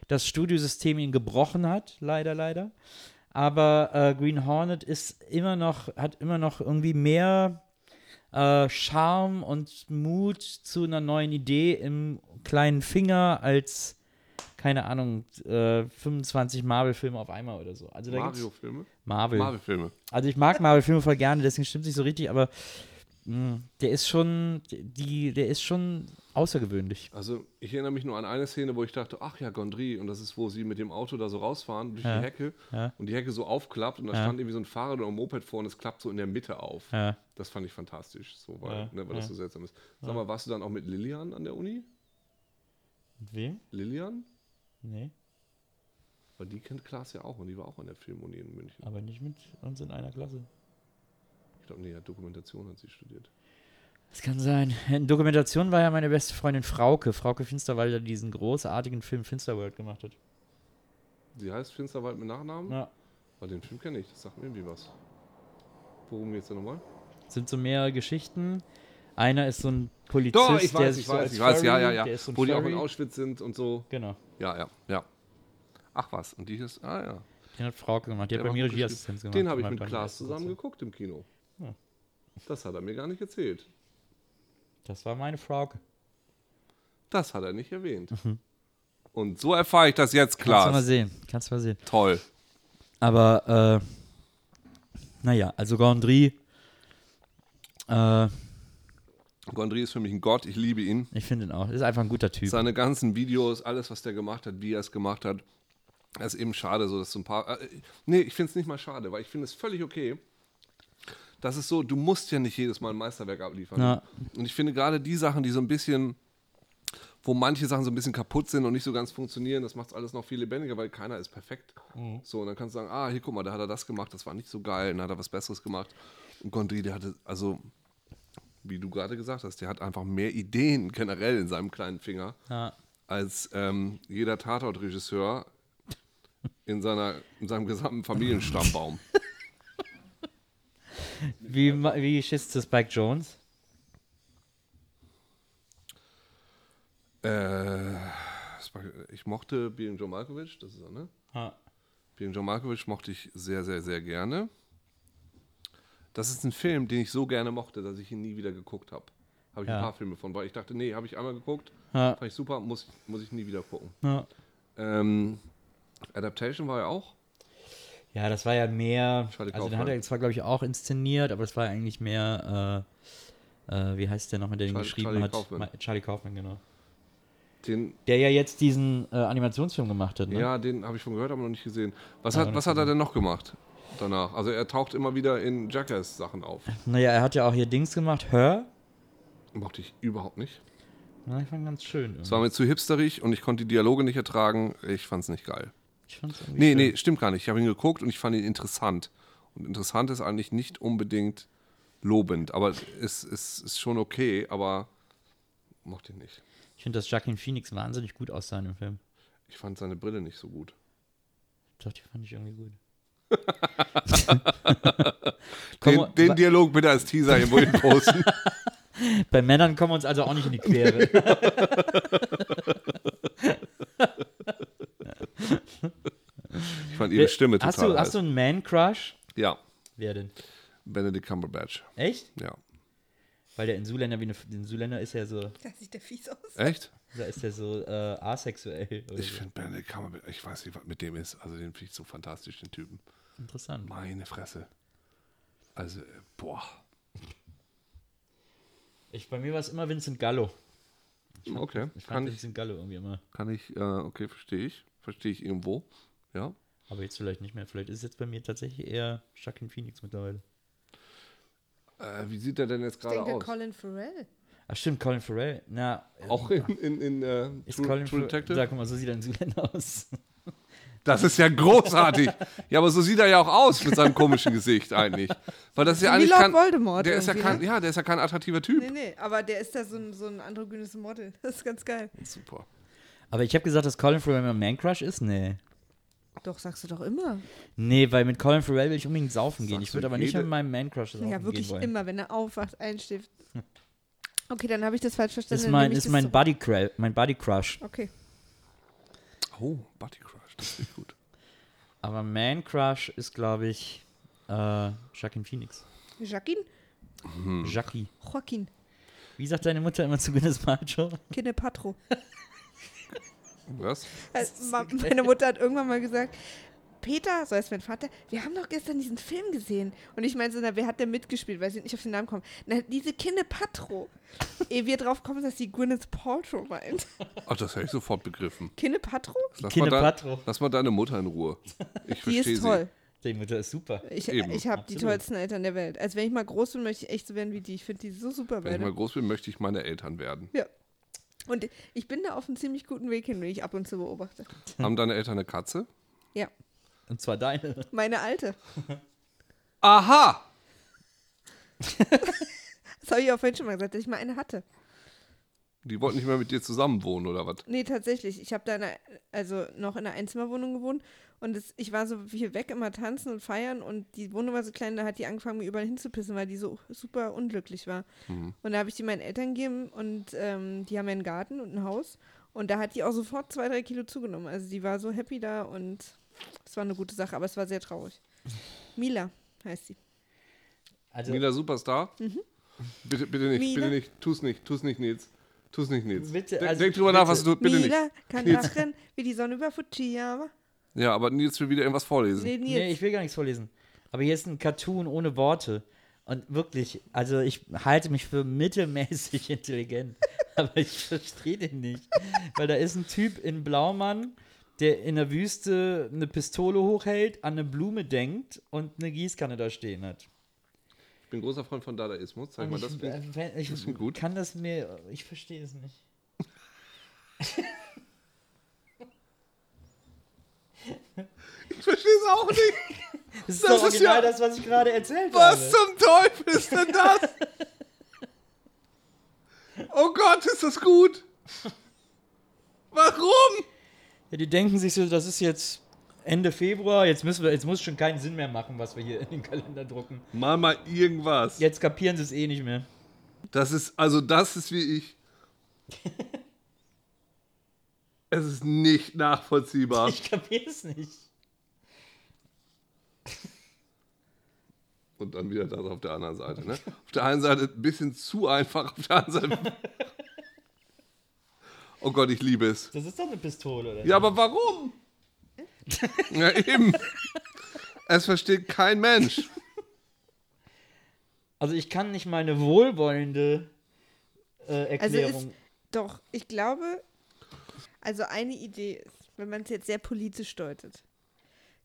das Studiosystem ihn gebrochen hat, leider, leider. Aber äh, Green Hornet ist immer noch, hat immer noch irgendwie mehr äh, Charme und Mut zu einer neuen Idee im kleinen Finger als keine Ahnung, äh, 25 Marvel-Filme auf einmal oder so. Also da gibt's Mario-Filme? Marvel. Marvel-Filme. Also ich mag Marvel-Filme voll gerne, deswegen stimmt nicht so richtig, aber mh, der ist schon, die, der ist schon außergewöhnlich. Also ich erinnere mich nur an eine Szene, wo ich dachte, ach ja, Gondry. Und das ist, wo sie mit dem Auto da so rausfahren durch die Hecke und die Hecke so aufklappt und da stand irgendwie so ein Fahrrad oder ein Moped vor und es klappt so in der Mitte auf. Ja. Das fand ich fantastisch, so, weil, ne, weil das so seltsam ist. Sag mal, warst du dann auch mit Lilian an der Uni? Wem? Lilian? Nee, Weil die kennt Klaas ja auch und die war auch an der Filmuni in München. aber nicht mit uns in einer Klasse. Ich glaube, nee, ja, Dokumentation hat sie studiert. Das kann sein. In Dokumentation war ja meine beste Freundin Frauke. Frauke Finsterwalder, die diesen großartigen Film Finsterworld gemacht hat. Sie heißt Finsterwald mit Nachnamen? Ja. Weil den Film kenne ich, das sagt mir irgendwie was. Worum geht's da nochmal? Sind so mehrere Geschichten. Einer ist so ein Polizist, Doch, ich der weiß, ist ich so weiß, als ich weiß, ja, Furry, ja, ja. Der ist so ein Wo die auch in Furry. Auschwitz sind und so. Genau, Ja, ja, ja. Ach was, und die ist, ah ja. den hat Frauke gemacht. Die Der hat bei war mir gut geschrieben. Regieassistenz gemacht. Den habe ich Mein mit Band- Klaas zusammen geguckt im Kino. Das hat er mir gar nicht erzählt. Das war meine Frauke. Das hat er nicht erwähnt. Und so erfahre ich das jetzt, Mhm. Kannst du mal Klaas. sehen. Kannst du mal sehen. Toll. Aber, äh, naja, also Gondry, äh, Gondry ist für mich ein Gott, ich liebe ihn. ich finde ihn auch. Ist einfach ein guter Typ. Seine ganzen Videos, alles, was der gemacht hat, wie er es gemacht hat, das ist eben schade, so dass so ein paar. Äh, nee, ich finde es nicht mal schade, weil ich finde es völlig okay. Das ist so, du musst ja nicht jedes Mal ein Meisterwerk abliefern. Ja. Und ich finde gerade die Sachen, die so ein bisschen, wo manche Sachen so ein bisschen kaputt sind und nicht so ganz funktionieren, das macht alles noch viel lebendiger, weil keiner ist perfekt. So, und dann kannst du sagen, ah, hier guck mal, da hat er das gemacht, das war nicht so geil, und dann hat er was Besseres gemacht. Und Gondry, der hatte, also, wie du gerade gesagt hast, der hat einfach mehr Ideen generell in seinem kleinen Finger Ja. als ähm, jeder Tatort-Regisseur in, seiner, in seinem gesamten Familienstammbaum. Wie, ma- wie schießt du Spike Jones? äh, es war- ich mochte Birin John Malkovich, das ist er, ne? Ja. Birin John Malkovich mochte ich sehr, sehr, sehr gerne. Das ist ein Film, den ich so gerne mochte, dass ich ihn nie wieder geguckt habe. Habe ich ein paar Filme von, weil ich dachte, nee, habe ich einmal geguckt, Ja. fand ich super, muss, muss ich nie wieder gucken. Ja. Ähm, Adaptation war ja auch. Ja, das war ja mehr. Charlie also, den Kaufman. hat er zwar, glaube ich, auch inszeniert, aber es war eigentlich mehr. Äh, äh, wie heißt der nochmal, der den Charlie- geschrieben Charlie hat? Kaufman. Ma- Charlie Kaufman, genau. Den, Der ja jetzt diesen äh, Animationsfilm gemacht hat, ne? Ja, den habe ich schon gehört, aber noch nicht gesehen. Was, hat, was hat er denn noch gemacht danach? Also er taucht immer wieder in Jackass-Sachen auf. Naja, er hat ja auch hier Dings gemacht, Her. Mochte ich überhaupt nicht. Na, ich fand ganz schön. Es irgendwie. war mir zu hipsterig und ich konnte die Dialoge nicht ertragen. Ich fand's nicht geil. Ich fand's irgendwie Nee, schön. nee, stimmt gar nicht. Ich habe ihn geguckt und ich fand ihn interessant. Und interessant ist eigentlich nicht unbedingt lobend, aber es ist, ist schon okay, aber mochte ihn nicht. Ich finde, dass Joaquin Phoenix wahnsinnig gut aussah in dem Film. Ich fand seine Brille nicht so gut. Doch, die fand ich irgendwie gut. Komm, Den, den wa- Dialog bitte als Teaser irgendwo hin posten. Bei Männern kommen wir uns also auch nicht in die Quere. Ich fand ihre Stimme total hast, du, heiß. hast du einen Man-Crush? Ja, Wer denn? Benedict Cumberbatch. Echt? Ja. Weil der Insuländer wie eine, der Insuländer ist ja so, Da sieht der fies aus. Echt? da ist er so äh, asexuell. Oder Ich so. finde Benedict Cumberbatch, ich weiß nicht, was mit dem ist. Also den finde ich so fantastisch, den Typen. Interessant. Meine Fresse. Also, äh, boah. Ich, bei mir war es immer Vincent Gallo. Okay, Ich fand kann ich, Vincent Gallo irgendwie immer. kann ich, äh, okay, verstehe ich. Verstehe ich irgendwo. Ja. Aber jetzt vielleicht nicht mehr. Vielleicht ist es jetzt bei mir tatsächlich eher Joaquin Phoenix mittlerweile. Äh, wie sieht er denn jetzt Ich gerade denke aus? Colin Farrell. Ach stimmt, Colin Farrell. Na, äh, Auch in, in, in äh, ist True, Colin True Farrell. Detective? Sag mal, so sieht er Insuländer aus. Das ist ja großartig. ja, aber so sieht er ja auch aus mit seinem komischen Gesicht eigentlich. Weil das ist ja Wie eigentlich Lord kein, Voldemort der ist ja irgendwie, kein, ne? ja, der ist ja kein attraktiver Typ. Nee, nee, aber der ist da so ein, so ein androgynes Model. Das ist ganz geil. Super. Aber ich habe gesagt, dass Colin Farrell mein Man-Crush ist? Nee. Doch, sagst du doch immer. Nee, weil mit Colin Farrell will ich unbedingt saufen gehen. Sagst Ich würde du aber nicht jede- mit meinem Man-Crush saufen Ja, wirklich gehen wollen. immer, wenn er aufwacht, einschläft. Okay, dann habe ich das falsch verstanden. Ist dann mein, nehme ich ist das mein zurück. Buddy, Cra- mein Buddy Crush. Okay. Oh, Buddy Crush, das ist gut. Aber Man Crush ist, glaube ich, äh, Joaquin Phoenix. Jacqueline? Jackie. Joaquin. Wie sagt deine Mutter immer zu Gwyneth Paltrow? Kinepatro. Was? Also, ma- meine Mutter hat irgendwann mal gesagt, Peter, so heißt mein Vater, wir haben doch gestern diesen Film gesehen. Und ich meinte so, na, wer hat denn mitgespielt? Weil sie nicht auf den Namen kommen. Na, diese Kinde Patro. Ehe wir drauf kommen, dass sie Gwyneth Paltrow meint. Ach, das hätte ich sofort begriffen. Kinde Patro? Lass mal, Kine dein, Patro. lass mal deine Mutter in Ruhe. Ich Die verstehe ist sie. toll. Die Mutter ist super. Ich, Eben, ich habe die tollsten Eltern der Welt. Also wenn ich mal groß bin, möchte ich echt so werden wie die. Ich finde die so super Wenn ich mal beide. groß bin, möchte ich meine Eltern werden. Ja. Und ich bin da auf einem ziemlich guten Weg hin, wenn ich ab und zu beobachte. Haben deine Eltern eine Katze? Ja. Und zwar deine. Meine alte. Aha! Das habe ich auch vorhin schon mal gesagt, dass ich mal eine hatte. Die wollten nicht mehr mit dir zusammen wohnen, oder was? Nee, tatsächlich. Ich habe da in einer, also noch in einer Einzimmerwohnung gewohnt und es, ich war so viel weg, immer tanzen und feiern und die Wohnung war so klein, da hat die angefangen, mir überall hinzupissen, weil die so super unglücklich war. Mhm. Und da habe ich die meinen Eltern gegeben und ähm, die haben ja einen Garten und ein Haus und da hat die auch sofort zwei, drei Kilo zugenommen. Also die war so happy da und es war eine gute Sache, aber es war sehr traurig. Mila heißt sie. Also, Mila Superstar? Bitte, bitte nicht, Mila. bitte nicht. Tu's nicht, tu's nicht, Nils. Tu's nicht, Nils. Bitte, denk, also, denk drüber nach, was du tust. Bitte Mila nicht. kann Nils. nachrennen wie die Sonne über Fujiyama. Ja, aber Nils will wieder irgendwas vorlesen. Nee, Nils. nee, ich will gar nichts vorlesen. Aber hier ist ein Cartoon ohne Worte. Und wirklich, also ich halte mich für mittelmäßig intelligent. aber ich verstehe den nicht. Weil da ist ein Typ in Blaumann, der in der Wüste eine Pistole hochhält, an eine Blume denkt und eine Gießkanne da stehen hat. Ich bin großer Freund von Dadaismus. Zeig mal das ich, Bild. äh, ich ist gut. kann das mir, ich verstehe es nicht. Ich verstehe es auch nicht. Das ist Das doch ist original ja- das, was ich gerade erzählt Was habe. zum Teufel ist denn das? Oh Gott, ist das gut? Warum? Ja, die denken sich so, das ist jetzt Ende Februar, jetzt müssen wir, jetzt muss schon keinen Sinn mehr machen, was wir hier in den Kalender drucken. Mal mal irgendwas. Jetzt kapieren sie es eh nicht mehr. Das ist, also das ist wie ich. Es ist nicht nachvollziehbar. Ich kapiere es nicht. Und dann wieder das auf der anderen Seite. Ne? Auf der einen Seite ein bisschen zu einfach, auf der anderen Seite. Oh Gott, ich liebe es. Das ist doch eine Pistole, oder? Ja, aber warum? ja, eben. Es versteht kein Mensch. Also ich kann nicht mal eine wohlwollende äh, Also Erklärung. ist doch, ich glaube, also eine Idee ist, wenn man es jetzt sehr politisch deutet,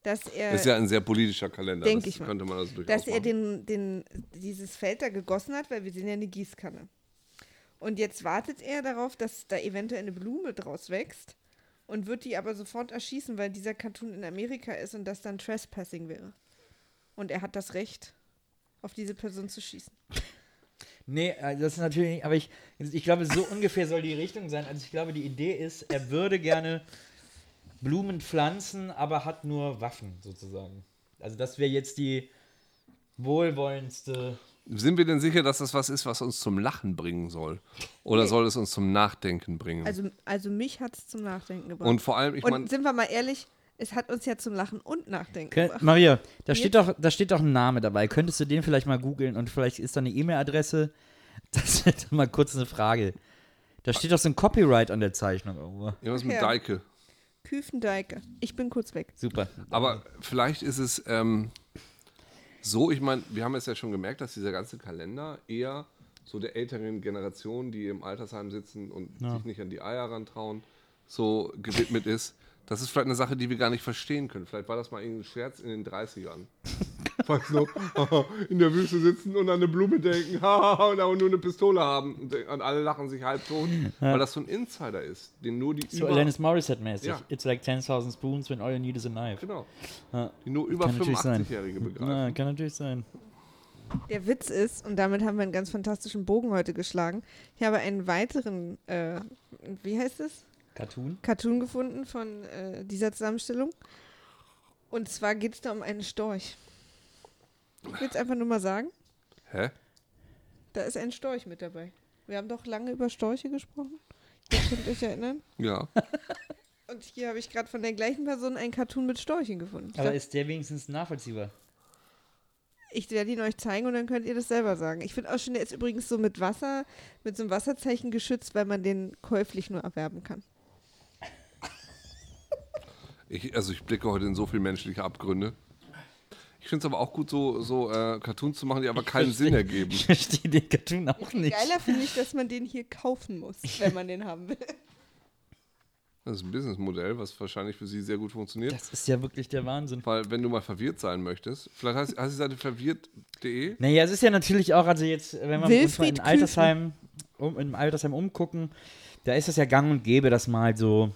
dass er, Das ist ja ein sehr politischer Kalender. Äh, Denk das ich mal. könnte man also durchaus dass er machen. den, den, dieses Feld da gegossen hat, weil wir sehen ja eine Gießkanne. Und jetzt wartet er darauf, dass da eventuell eine Blume draus wächst und wird die aber sofort erschießen, weil dieser Cartoon in Amerika ist und das dann Trespassing wäre. Und er hat das Recht, auf diese Person zu schießen. Nee, also das ist natürlich nicht, aber ich, ich glaube, so ungefähr soll die Richtung sein. Also ich glaube, die Idee ist, er würde gerne Blumen pflanzen, aber hat nur Waffen sozusagen. Also das wäre jetzt die wohlwollendste. Sind wir denn sicher, dass das was ist, was uns zum Lachen bringen soll? Oder soll es uns zum Nachdenken bringen? Also, also mich hat es zum Nachdenken gebracht. und vor allem, ich und meine, sind wir mal ehrlich, es hat uns ja zum Lachen und Nachdenken gebracht. Maria, Da steht, doch, da steht doch ein Name dabei. Könntest du den vielleicht mal googeln und vielleicht ist da eine E-Mail-Adresse? Das ist mal kurz eine Frage. Da steht doch so ein Copyright an der Zeichnung Oh, irgendwo. irgendwas mit Ja. Deike. Küfendeike. Ich bin kurz weg. Super. Aber vielleicht ist es ähm, so, ich meine, wir haben es ja schon gemerkt, dass dieser ganze Kalender eher so der älteren Generation, die im Altersheim sitzen und sich nicht an die Eier rantrauen, so gewidmet ist. Das ist vielleicht eine Sache, die wir gar nicht verstehen können. Vielleicht war das mal irgendein Scherz in den 30ern. Weißt du, in der Wüste sitzen und an eine Blume denken und auch nur eine Pistole haben. Und alle lachen sich halb tot, weil das so ein Insider ist, den nur die So über- Alanis Morissette-mäßig. Ja. It's like 10.000 spoons when all you need is a knife. Genau. Die nur über Kann natürlich sein. 85-Jährige begreifen. Na, kann natürlich sein. Der Witz ist, und damit haben wir einen ganz fantastischen Bogen heute geschlagen, ich habe einen weiteren, äh, wie heißt es? Cartoon? Cartoon gefunden von äh, dieser Zusammenstellung. Und zwar geht es da um einen Storch. Ich will es einfach nur mal sagen, Hä? da ist ein Storch mit dabei. Wir haben doch lange über Storche gesprochen. Ihr könnt euch erinnern. Ja. Und hier habe ich gerade von der gleichen Person einen Cartoon mit Storchen gefunden. Ich Aber glaub, ist der wenigstens nachvollziehbar? Ich werde ihn euch zeigen und dann könnt ihr das selber sagen. Ich finde auch schön, der ist übrigens so mit Wasser, mit so einem Wasserzeichen geschützt, weil man den käuflich nur erwerben kann. Ich, also ich blicke heute in so viele menschliche Abgründe. Ich finde es aber auch gut, so, so äh, Cartoons zu machen, die aber keinen Sinn ergeben. Ich verstehe den Cartoon auch nicht. Geiler finde ich, dass man den hier kaufen muss, wenn man den haben will. Das ist ein Businessmodell, was wahrscheinlich für sie sehr gut funktioniert. Das ist ja wirklich der Wahnsinn. Weil, wenn du mal verwirrt sein möchtest, vielleicht heißt, heißt die Seite verwirrt.de? Naja, es ist ja natürlich auch, also jetzt, wenn wir uns mal Wilfried in Klüsen. Altersheim, um, im Altersheim umgucken, da ist es ja gang und gäbe, dass mal so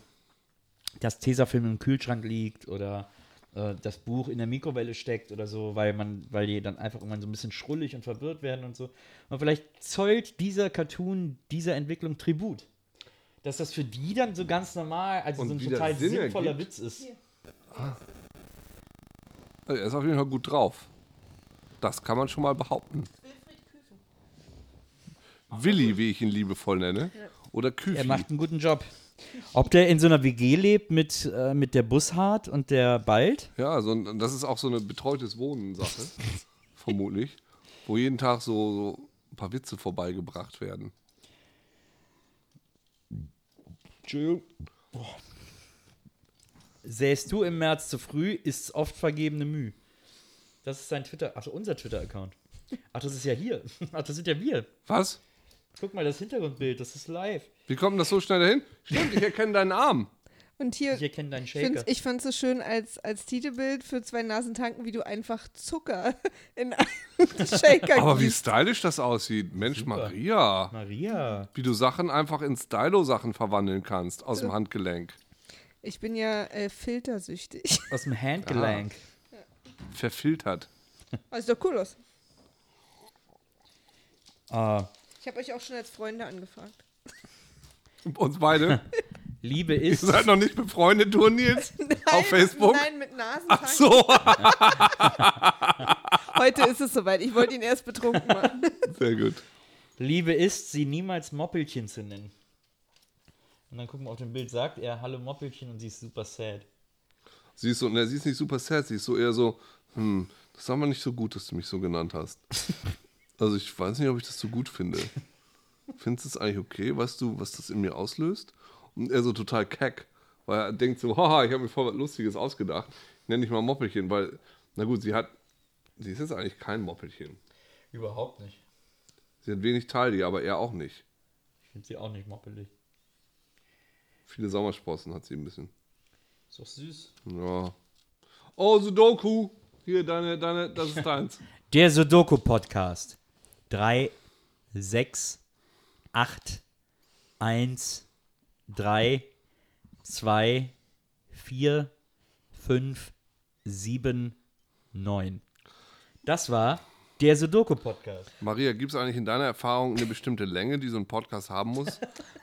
das Tesafilm im Kühlschrank liegt oder äh, das Buch in der Mikrowelle steckt oder so, weil man, weil die dann einfach irgendwann so ein bisschen schrullig und verwirrt werden und so. Und vielleicht zollt dieser Cartoon dieser Entwicklung Tribut. Dass das für die dann so ganz normal, also Und so ein wie das total Sinn sinnvoller ergibt. Witz ist. Also, er ist auf jeden Fall gut drauf. Das kann man schon mal behaupten. Willi, wie ich ihn liebevoll nenne. Oder Küfi. Er macht einen guten Job. Ob der in so einer WG lebt mit, äh, mit der Bushard und der Bald? Ja, so, ein- das ist auch so eine betreutes Wohnen-Sache, vermutlich, wo jeden Tag so, so ein paar Witze vorbeigebracht werden. Entschuldigung. Sähst du im März zu früh, ist oft vergebene Mühe. Das ist sein Twitter, also unser Twitter-Account. Ach, das ist ja hier. Ach, das sind ja wir. Was? Guck mal, das Hintergrundbild, das ist live. Wie kommt denn das so schnell dahin? Stimmt, ich erkenne deinen Arm. Und hier, Ich erkenne deinen ich find's- Shaker. ich fand es so schön als, als Titelbild für zwei Nasentanken, wie du einfach Zucker in einen Shaker Aber wie gießt. stylisch das aussieht. Mensch, Maria. Maria. Wie du Sachen einfach in Stylo-Sachen verwandeln kannst aus dem Handgelenk. Ich bin ja äh, filtersüchtig. Aus dem Handgelenk. Verfiltert. Also sieht doch cool aus. Ah. Ich habe euch auch schon als Freunde angefragt. Uns beide. Liebe Ihr ist. seid noch nicht befreundet, du und Nils? Auf Facebook? Nein, mit Nasentanken. So. Heute ist es soweit. Ich wollte ihn erst betrunken machen. Sehr gut. Liebe ist, sie niemals Moppelchen zu nennen. Und dann gucken wir auf dem Bild, sagt er Hallo Moppelchen und sie ist super sad. Sie ist so, na, sie ist nicht super sad, sie ist so eher so, hm, das war mal nicht so gut, dass du mich so genannt hast. Also ich weiß nicht, ob ich das so gut finde. Findest du es eigentlich okay? Weißt du, was das in mir auslöst? Und er so total keck, weil er denkt so, haha, ich habe mir voll was Lustiges ausgedacht. Nenne ich mal Moppelchen, weil, na gut, sie hat, sie ist jetzt eigentlich kein Moppelchen. Überhaupt nicht. Sie hat wenig Teile, aber er auch nicht. Ich finde sie auch nicht moppelig. Viele Sommersprossen hat sie ein bisschen. Ist doch süß. Ja. Oh, Sudoku! Hier, deine, deine, das ist deins. Der Sudoku-Podcast. 3, 6, 8, 1, 3, 2, 4, 5, 7, 9. Das war der Sudoku-Podcast. Maria, gibt es eigentlich in deiner Erfahrung eine bestimmte Länge, die so ein Podcast haben muss,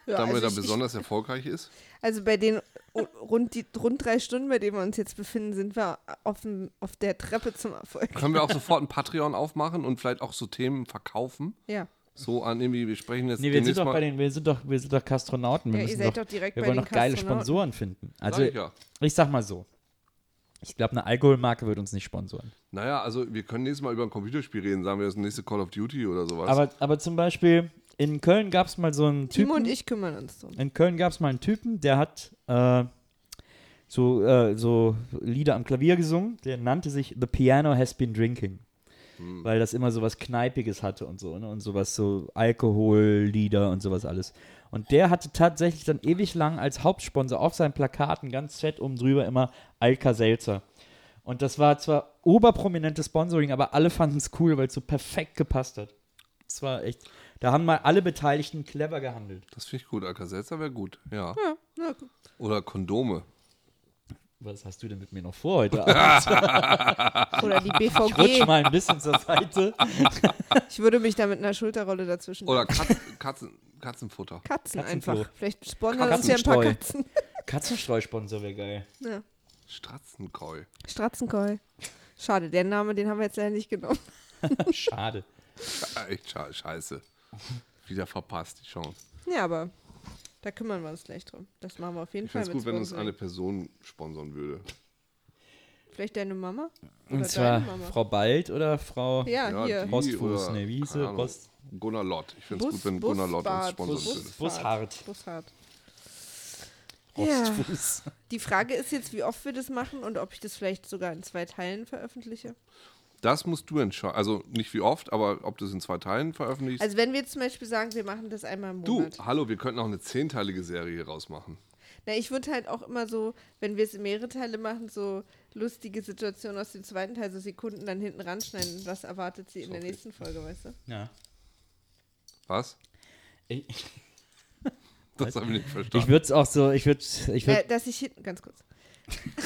Ja, damit also er ich- besonders erfolgreich ist? Also bei den u- rund, die, rund drei Stunden, bei denen wir uns jetzt befinden, sind wir auf, dem, auf der Treppe zum Erfolg. Können wir auch sofort ein Patreon aufmachen und vielleicht auch so Themen verkaufen? Ja. So an irgendwie, wir sprechen jetzt Nee, wir sind, doch bei den, wir, sind doch, wir sind doch Kastronauten. Wir, Ja, ihr müssen seid doch, doch direkt wir bei wollen den doch geile Kastronauten. Sponsoren finden. Also, also, ja. ich sag mal so. Ich glaube, eine Alkoholmarke wird uns nicht sponsoren. Naja, also wir können nächstes Mal über ein Computerspiel reden, sagen wir das nächste Call of Duty oder sowas. Aber, aber zum Beispiel, in Köln gab es mal so einen Typen. Timo und ich kümmern uns drum. In Köln gab es mal einen Typen, der hat äh, so, äh, so Lieder am Klavier gesungen. Der nannte sich The Piano Has Been Drinking. Weil das immer so was Kneipiges hatte und so, ne? Und sowas, so Alkohollieder und sowas alles. Und der hatte tatsächlich dann ewig lang als Hauptsponsor auf seinen Plakaten ganz fett oben drüber immer Alka Seltzer. Und das war zwar oberprominentes Sponsoring, aber alle fanden es cool, weil es so perfekt gepasst hat. Das war echt. Da haben mal alle Beteiligten clever gehandelt. das finde ich gut. Alka-Seltzer wäre gut, ja. Na, gu- Oder Kondome. Was hast du denn mit mir noch vor heute Abend? Oder die Rutsch BVG. Ah. mal ein bisschen zur Seite. Ich würde mich da mit einer Schulterrolle dazwischen. Oder Katz, Katzen, Katzenfutter. Katzen Katzenfloh. einfach. Vielleicht sponsern uns ja ein paar Katzenstreu. Katzen. Katzenstreusponsor wäre geil. Ja. Stratzenkeul. Stratzenkeul. Schade, der Name, den haben wir jetzt leider nicht genommen. Schade. Ah, Echt scha- scheiße. Wieder verpasst die Chance. Ja, aber da kümmern wir uns gleich drum. Das machen wir auf jeden Ich Fall. fände es gut, mit wenn uns eine Sponsoring. Person sponsern würde. Vielleicht deine Mama? Oder Und zwar deine Mama? Frau Bald oder Frau ja, hier. die Postfuß, oder- ne, wie hieß sie? keine Ahnung. Post- Gunnar Lott. Ich finde es Bus- gut, wenn Gunnar Lott uns Busfahrt, sponsern würde. Busfahrt. Bushard. Oh, Ja. Rostfuß. Die Frage ist jetzt, wie oft wir das machen und ob ich das vielleicht sogar in zwei Teilen veröffentliche. Das musst du entscheiden. Also nicht wie oft, aber ob du es in zwei Teilen veröffentlichst. Also wenn wir jetzt zum Beispiel sagen, wir machen das einmal im du, Monat. hallo, wir könnten auch eine zehnteilige Serie hier rausmachen. Na, ich würde halt auch immer so, wenn wir es in mehrere Teile machen, so lustige Situationen aus dem zweiten Teil, so Sekunden dann hinten ranschneiden. Was erwartet sie in der nächsten Folge, weißt du? Ja. Was? Ich, Das habe ich nicht ich verstanden. würde es auch so, ich würde, ich Äh, würd, dass ich hinten, ganz kurz.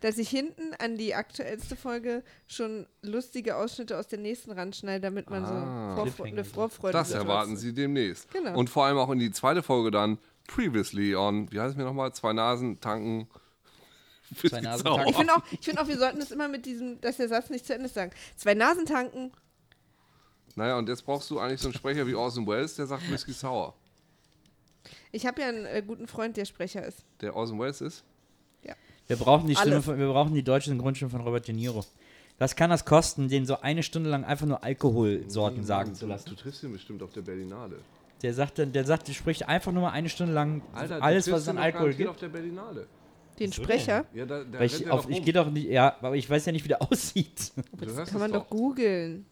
dass ich hinten an die aktuellste Folge schon lustige Ausschnitte aus der nächsten ranschneide, damit man so Vorfre eine Vorfreude Ah. das erwarten sie demnächst. Genau. Und vor allem auch in die zweite Folge dann Previously on, wie heißt es mir nochmal? Zwei Nasen tanken. Zwei Nasen tanken. Ich finde auch, ich find auch, wir sollten das immer mit diesem, dass der Satz nicht zu Ende ist, sagen. Zwei Nasen tanken. Naja, und jetzt brauchst du eigentlich so einen Sprecher wie Orson Welles, der sagt Whisky Sour. Ich habe ja einen äh, guten Freund, der Sprecher ist. Der Orson Welles ist? Äh, wir brauchen die Stimme, Alles. von, wir brauchen die deutsche Synchronstimme von Robert De Niro. Was kann das kosten, den so eine Stunde lang einfach nur Alkoholsorten sagen zu lassen? Du triffst ihn bestimmt auf der Berlinale. Der sagt, dann- der sagt, der spricht einfach nur mal eine Stunde lang Also alles, was es an Alkohol gibt. auf der Berlinale. Den Sprecher? Ja, da, da Weil ich, auf, ich gehe doch nicht, ja, aber ich weiß ja nicht, wie der aussieht. das Kann man doch googeln.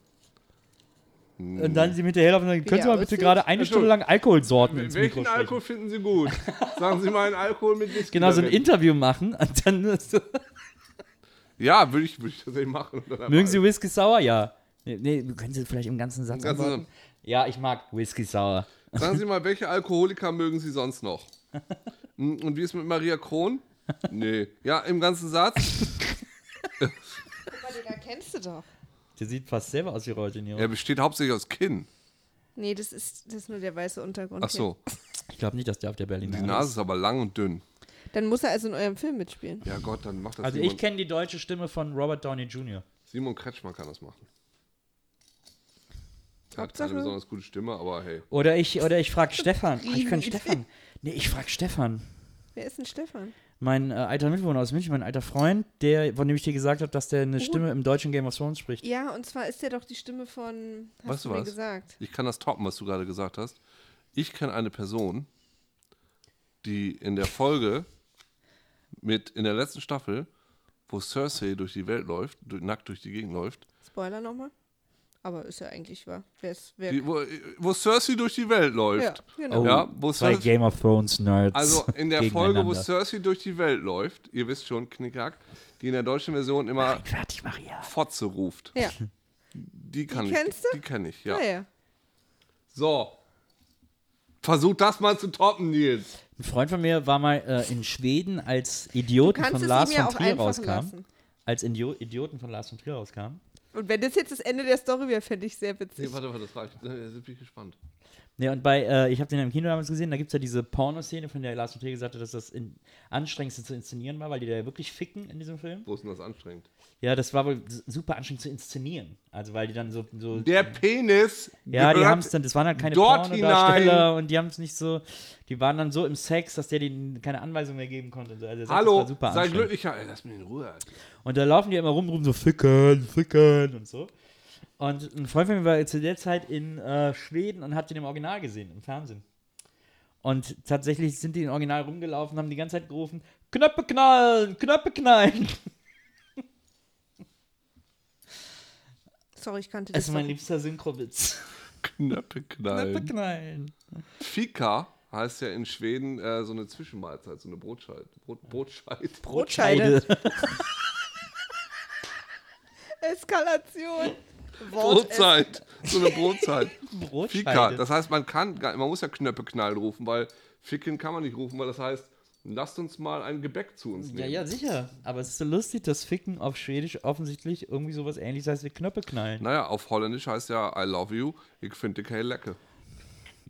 Und Mhm. dann sie hinterher laufen und sagen, können Sie mal bitte aussieht? gerade eine Stunde lang Alkoholsorten ins Mikro Also, Welchen sprechen. Alkohol finden Sie gut? Sagen Sie mal einen Alkohol mit Whisky. Genau, so ein darin. Interview machen und dann nur so, Ja, würde ich, würd ich tatsächlich machen. mögen Sie Whisky Sour? Ja. Nee, nee, können Sie vielleicht im ganzen Satz Ganzen antworten? Ja, ich mag Whisky Sour. Sagen Sie mal, welche Alkoholiker mögen Sie sonst noch? Hm, Und wie ist mit Maria Kron? Nee. Ja, im ganzen Satz. Aber den erkennst du doch. Der sieht fast selber aus wie Robert De Niro. Er besteht hauptsächlich aus Kinn. Nee, das ist, das ist nur der weiße Untergrund. Ach so, Ich glaube nicht, dass der auf der die Berlinale Nase ist. ist aber lang und dünn. Hier. Dann muss er also in eurem Film mitspielen. Ja Gott, dann macht das Also Simon. ich kenne die deutsche Stimme von Robert Downey Jr. Simon Kretschmann kann das machen. Er hat Hauptsache- keine besonders gute Stimme, aber hey. Oder ich, oder ich frage Stefan. Ah, Ich kann Stefan. Nee, ich frage Stefan. Wer ist denn Stefan? Mein äh, alter Mitbewohner aus München, mein alter Freund, der, von dem ich dir gesagt habe, dass der eine Stimme im deutschen Game of Thrones spricht. Ja, und zwar ist er doch die Stimme von. Hast Weißt du du mir was? gesagt? Ich kann das toppen, was du gerade gesagt hast. Ich kenne eine Person, die in der Folge mit in der letzten Staffel, wo Cersei durch die Welt läuft, durch, nackt durch die Gegend läuft, Spoiler nochmal. Aber ist ja eigentlich wahr. Wer ist wer? die, wo, wo Cersei durch die Welt ja, läuft. genau. Oh. Ja, wo zwei soll- Game of Thrones Nerds. Also in der Folge, wo gegeneinander. Cersei durch die Welt läuft, ihr wisst schon, Knickack, die in der deutschen Version immer Fertig, Maria. Fotze ruft. Ja, Die kann Die ich. kennst du? Ah, Die kenne ich, ja. ja, ja. So. Versuch das mal zu toppen, Nils. Ein Freund von mir war mal äh, in Schweden, als Idioten kannst von es Lars ihm ja von auch Trier einfach rauskam. lassen. Als Indio Idioten von Lars von Trier rauskam. Und wenn das jetzt das Ende der Story wäre, fände ich sehr Nee, witzig. warte, warte, das reicht. Da bin ich gespannt. Nee, und bei, äh, ich habe den im Kino damals gesehen, da gibt es ja diese Pornoszene, von der Lars von Trier gesagt hat, dass das in, anstrengendste zu inszenieren war, weil die da ja wirklich ficken in diesem Film. Wo ist denn das anstrengend? Ja, das war wohl s- super anstrengend zu inszenieren. Also, weil die dann so. so Der Penis. ja, die gehört- haben es dann, das waren dann keine dort Pornodarsteller hinein. und die haben es nicht so, die waren dann so im Sex, dass der denen keine Anweisung mehr geben konnte. und so. Also, er sagt, das Hallo, war super sei anstrengend. glücklicher. Ey, lass mich in Ruhe. Alter. Und da laufen die immer rum, rum so ficken, ficken und so. Und ein Freund von mir war zu der Zeit in äh, Schweden und hat den im Original gesehen, im Fernsehen. Und tatsächlich sind die im Original rumgelaufen, haben die ganze Zeit gerufen, Knöpfe knallen, Knöpfe knallen. Sorry, ich kannte Das das. ist mein doch. liebster Synchrowitz. Knöpfe Knöpfe knallen. knallen. Fika heißt ja in Schweden äh, so eine Zwischenmahlzeit, so eine Brotscheid. Brot, Brotscheid. Brotscheide. Eskalation. Wort Brotzeit. So eine Brotzeit. Fika. Brotscheide. Das heißt, man kann, gar- man muss ja Knöpfe knallen rufen, weil Ficken kann man nicht rufen, weil das heißt, lasst uns mal ein Gebäck zu uns nehmen. Ja, ja, sicher. Aber es ist so lustig, dass Ficken auf Schwedisch offensichtlich irgendwie sowas ähnliches heißt wie Knöpfe knallen. Naja, auf Holländisch heißt ja I love you, ich finde dich hey lecker.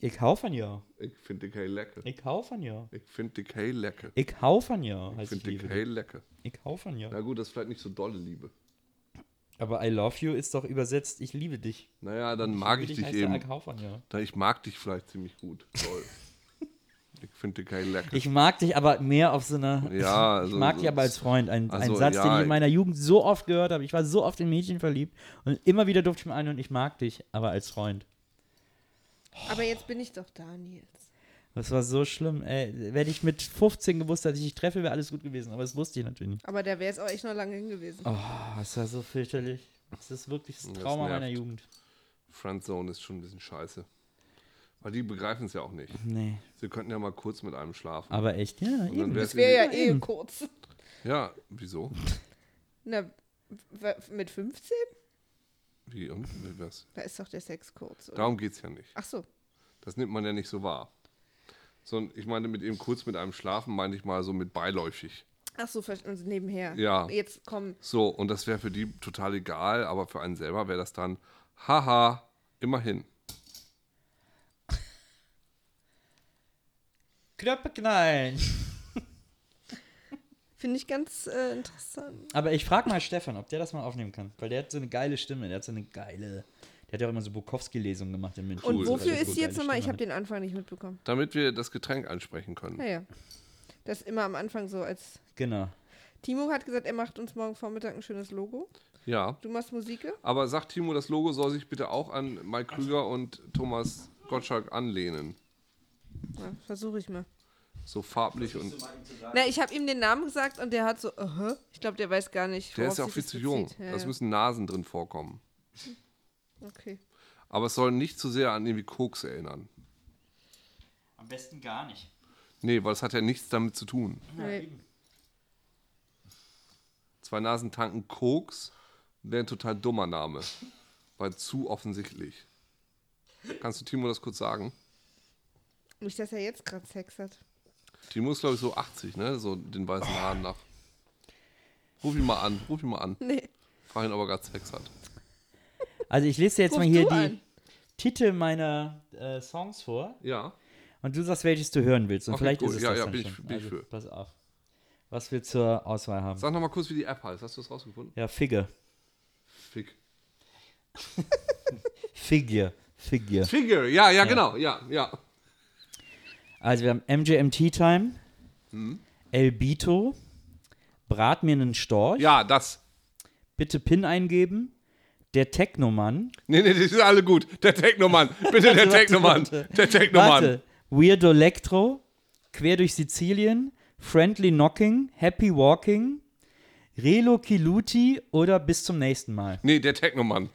Ich hau von ja. Ich finde dich hey lecker. Ich hau von ja. Ich finde dich hey lecker. Ich hau von ja, Ich heißt ich finde dich liebe. dich. hey lecker. Ich hau von ja. Na gut, das ist vielleicht nicht so dolle Liebe. Aber I love you ist doch übersetzt, ich liebe dich. Naja, dann mag ich Liebe dich heißt ja eben. Ike Haufmann, ja. Da ich mag dich vielleicht ziemlich gut. Toll. ich finde dich hey lecker. Ich mag dich aber mehr auf so einer. Ja, ich also- mag dich aber als Freund. Ein, ein Also, Satz, den ja, ich in meiner Jugend so oft gehört habe. Ich war so oft in Mädchen verliebt und immer wieder durfte ich mir ein und ich mag dich, aber als Freund. Aber jetzt bin ich doch da, Nils. Das war so schlimm. Ey, wenn ich mit 15 gewusst hätte, dass ich dich treffe, wäre alles gut gewesen. Aber das wusste ich natürlich nicht. Aber da wäre es auch echt noch lange hin gewesen. Oh, das war so fürchterlich. Das ist wirklich das Das Trauma nervt. meiner Jugend. Friendzone ist schon ein bisschen scheiße. Weil die begreifen es ja auch nicht. Nee. Sie könnten ja mal kurz mit einem schlafen. Aber echt, ja, Und dann eben. wär's Wäre ja ja, eh kurz. ja, wieso? Na, w- mit 15? Wie und wie wär's? Da ist doch der Sex kurz. Oder? Darum geht's ja nicht. Ach so. Das nimmt man ja nicht so wahr. Sondern ich meine, mit eben kurz mit einem Schlafen meine ich mal so mit beiläufig. Ach so, ver- und nebenher. Ja. Jetzt kommen. So, und das wäre für die total egal, aber für einen selber wäre das dann, haha, immerhin. Knöpfe knallen. Finde ich ganz äh, interessant. Aber ich frag mal Stefan, ob der das mal aufnehmen kann. Weil der hat so eine geile Stimme. Der hat so eine geile. Der hat ja auch immer so Bukowski-Lesungen gemacht in München. Cool, also und das wofür ist ist gut, die jetzt eine nochmal? Ich Stimme habe den Anfang nicht mitbekommen. Damit wir das Getränk ansprechen können. Naja. Das immer am Anfang so als. Genau. Timo hat gesagt, er macht uns morgen Vormittag ein schönes Logo. Ja. Du machst Musik? Aber sagt Timo, das Logo soll sich bitte auch an Mike Krüger und Thomas Gottschalk anlehnen. Ja, Versuche ich mal. So farblich und. Na, ich habe ihm den Namen gesagt und der hat so, aha. ich glaube, der weiß gar nicht. Der worauf ist ja auch sich viel das zu jung. bezieht. Ja, Das ja. müssen Nasen drin vorkommen. Okay. Aber es soll nicht zu sehr an irgendwie Koks erinnern. Am besten gar nicht. Nee, weil es hat ja nichts damit zu tun. Nee. Zwei Nasen tanken Koks wäre ein total dummer Name. Weil zu offensichtlich. Kannst du Timo das kurz sagen? Nicht, dass er jetzt gerade Sex hat. Timo ist, glaube ich, so 80, ne? So den weißen Oh. Haaren nach. Ruf ihn mal an, ruf ihn mal an. Nee. Frag ihn, ob er gerade Sex hat. Also ich lese dir jetzt Ruf mal hier du die an. Titel meiner äh, Songs vor. Ja. Und du sagst, welches du hören willst. Und Okay, vielleicht cool. ist es Ja, das ja, dann bin ich- schon. Also, bin ich für. Pass auf. Was wir zur Auswahl haben. Sag nochmal kurz, wie die App heißt. Hast du das rausgefunden? Ja, Figge. Fick. Figge. Figge. Figure, ja, ja, genau. Ja, ja. Also wir haben MJMT Time, Hm. El Bito, Brat mir einen Storch, Ja, das. bitte PIN eingeben, der Technomann, Nee, nee, die sind alle gut. Der Technomann. Bitte der Technomann. Der Technomann. warte, Weirdo Electro, Quer durch Sizilien, Friendly Knocking, Happy Walking, Relo Kiluti oder bis zum nächsten Mal. Nee, der Technomann.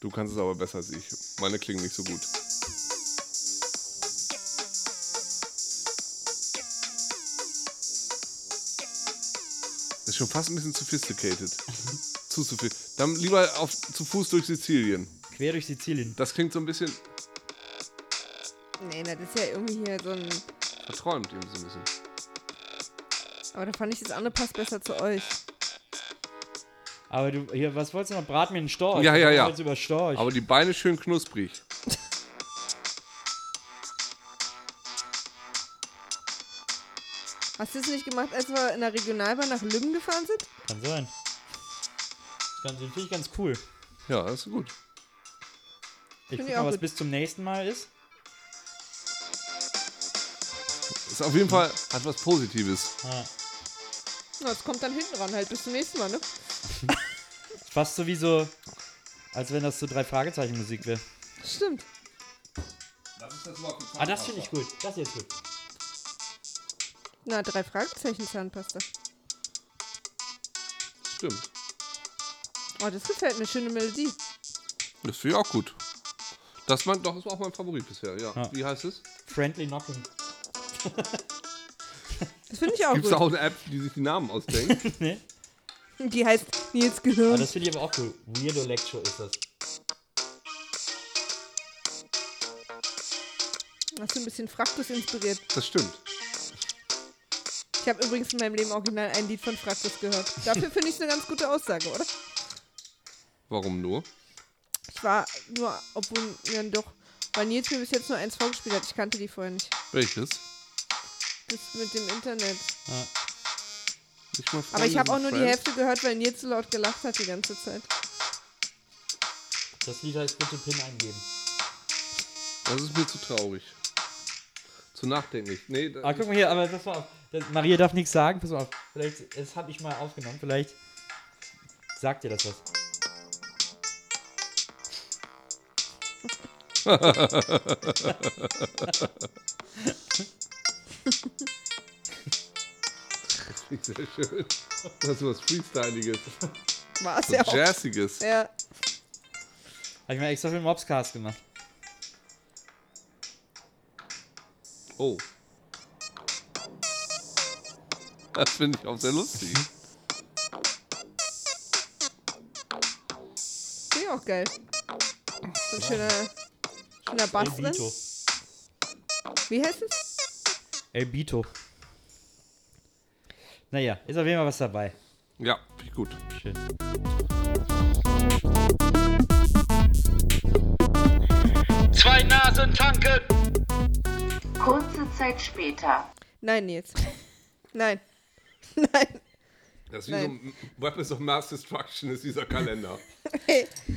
Du kannst es aber besser als ich. Meine klingen nicht so gut. Das ist schon fast ein bisschen sophisticated. zu sophisticated. Dann lieber auf, zu Fuß durch Sizilien. Quer durch Sizilien. Das klingt so ein bisschen Nee, na, das ist ja irgendwie hier so ein. verträumt. Irgendwie so ein bisschen. Aber da fand ich das andere passt besser zu euch. Aber du, hier, was wolltest du noch? Brat mir einen Storch. Ja, ja, Du ja. wolltest über Storch. Aber die Beine schön knusprig. Hast du es nicht gemacht, als wir in der Regionalbahn nach Lübben gefahren sind? Kann sein. Das Ganze finde ich ganz cool. Ja, das ist gut. Ich Finde guck ich mal, auch was gut. bis zum nächsten Mal ist. Ist auf jeden Fall hat was Positives. Ah. Na, das kommt dann hinten ran, halt bis zum nächsten Mal, ne? Fast so wie so, als wenn das so drei Fragezeichen Musik wäre. Stimmt. Ah, das finde ich gut. Das ist jetzt gut. Na, drei Fragezeichen Zahnpasta. Stimmt. Oh, das gefällt mir. Schöne Melodie. Das finde ich auch gut. Das, mein, doch, das war auch mein Favorit bisher, ja. Wie heißt es? Friendly Knocking. Das finde ich auch Gibt es gut. da auch eine App, die sich die Namen ausdenkt? Die heißt Nils Aber Gehirn. Ah, das finde ich aber auch cool. Weirdo Lecture ist das. Hast du ein bisschen Fraktus inspiriert? Das stimmt. Ich habe übrigens in meinem Leben original ein Lied von Fraktus gehört. Dafür finde ich es eine ganz gute Aussage, oder? Warum nur? Ich war nur, obwohl, ja doch, weil Nils mir bis jetzt nur eins vorgespielt hat. Ich kannte die vorher nicht. Welches? Das mit dem Internet. Nicht mal Aber ich habe auch Freunde sind nur die Friends? Hälfte gehört, weil Nils so laut gelacht hat die ganze Zeit. Das Lied heißt bitte PIN eingeben. Das ist mir zu traurig. Zu nachdenklich. Nee, da, Ah, guck mal hier, aber das war auf. Das, Maria darf nichts sagen, pass mal auf. Vielleicht, das habe ich mal aufgenommen, vielleicht sagt ihr das was. Klingt sehr schön. Das ist was Freestyliges, War es ja was auch. Jazziges. Ja. Habe ich mir extra für den Mobscast gemacht. Oh. Das finde ich auch sehr lustig. Finde ich auch geil. So ein schöner, schöner Bass drin. Elbito. Wie heißt es? Elbito. Naja, ist auf jeden Fall was dabei. Ja, finde ich gut. Schön. Zwei Nasen tanken. Kurze Zeit später. Nein, Nils. Nein. Nein. Das ist wie so Weapons of Mass Destruction ist dieser Kalender.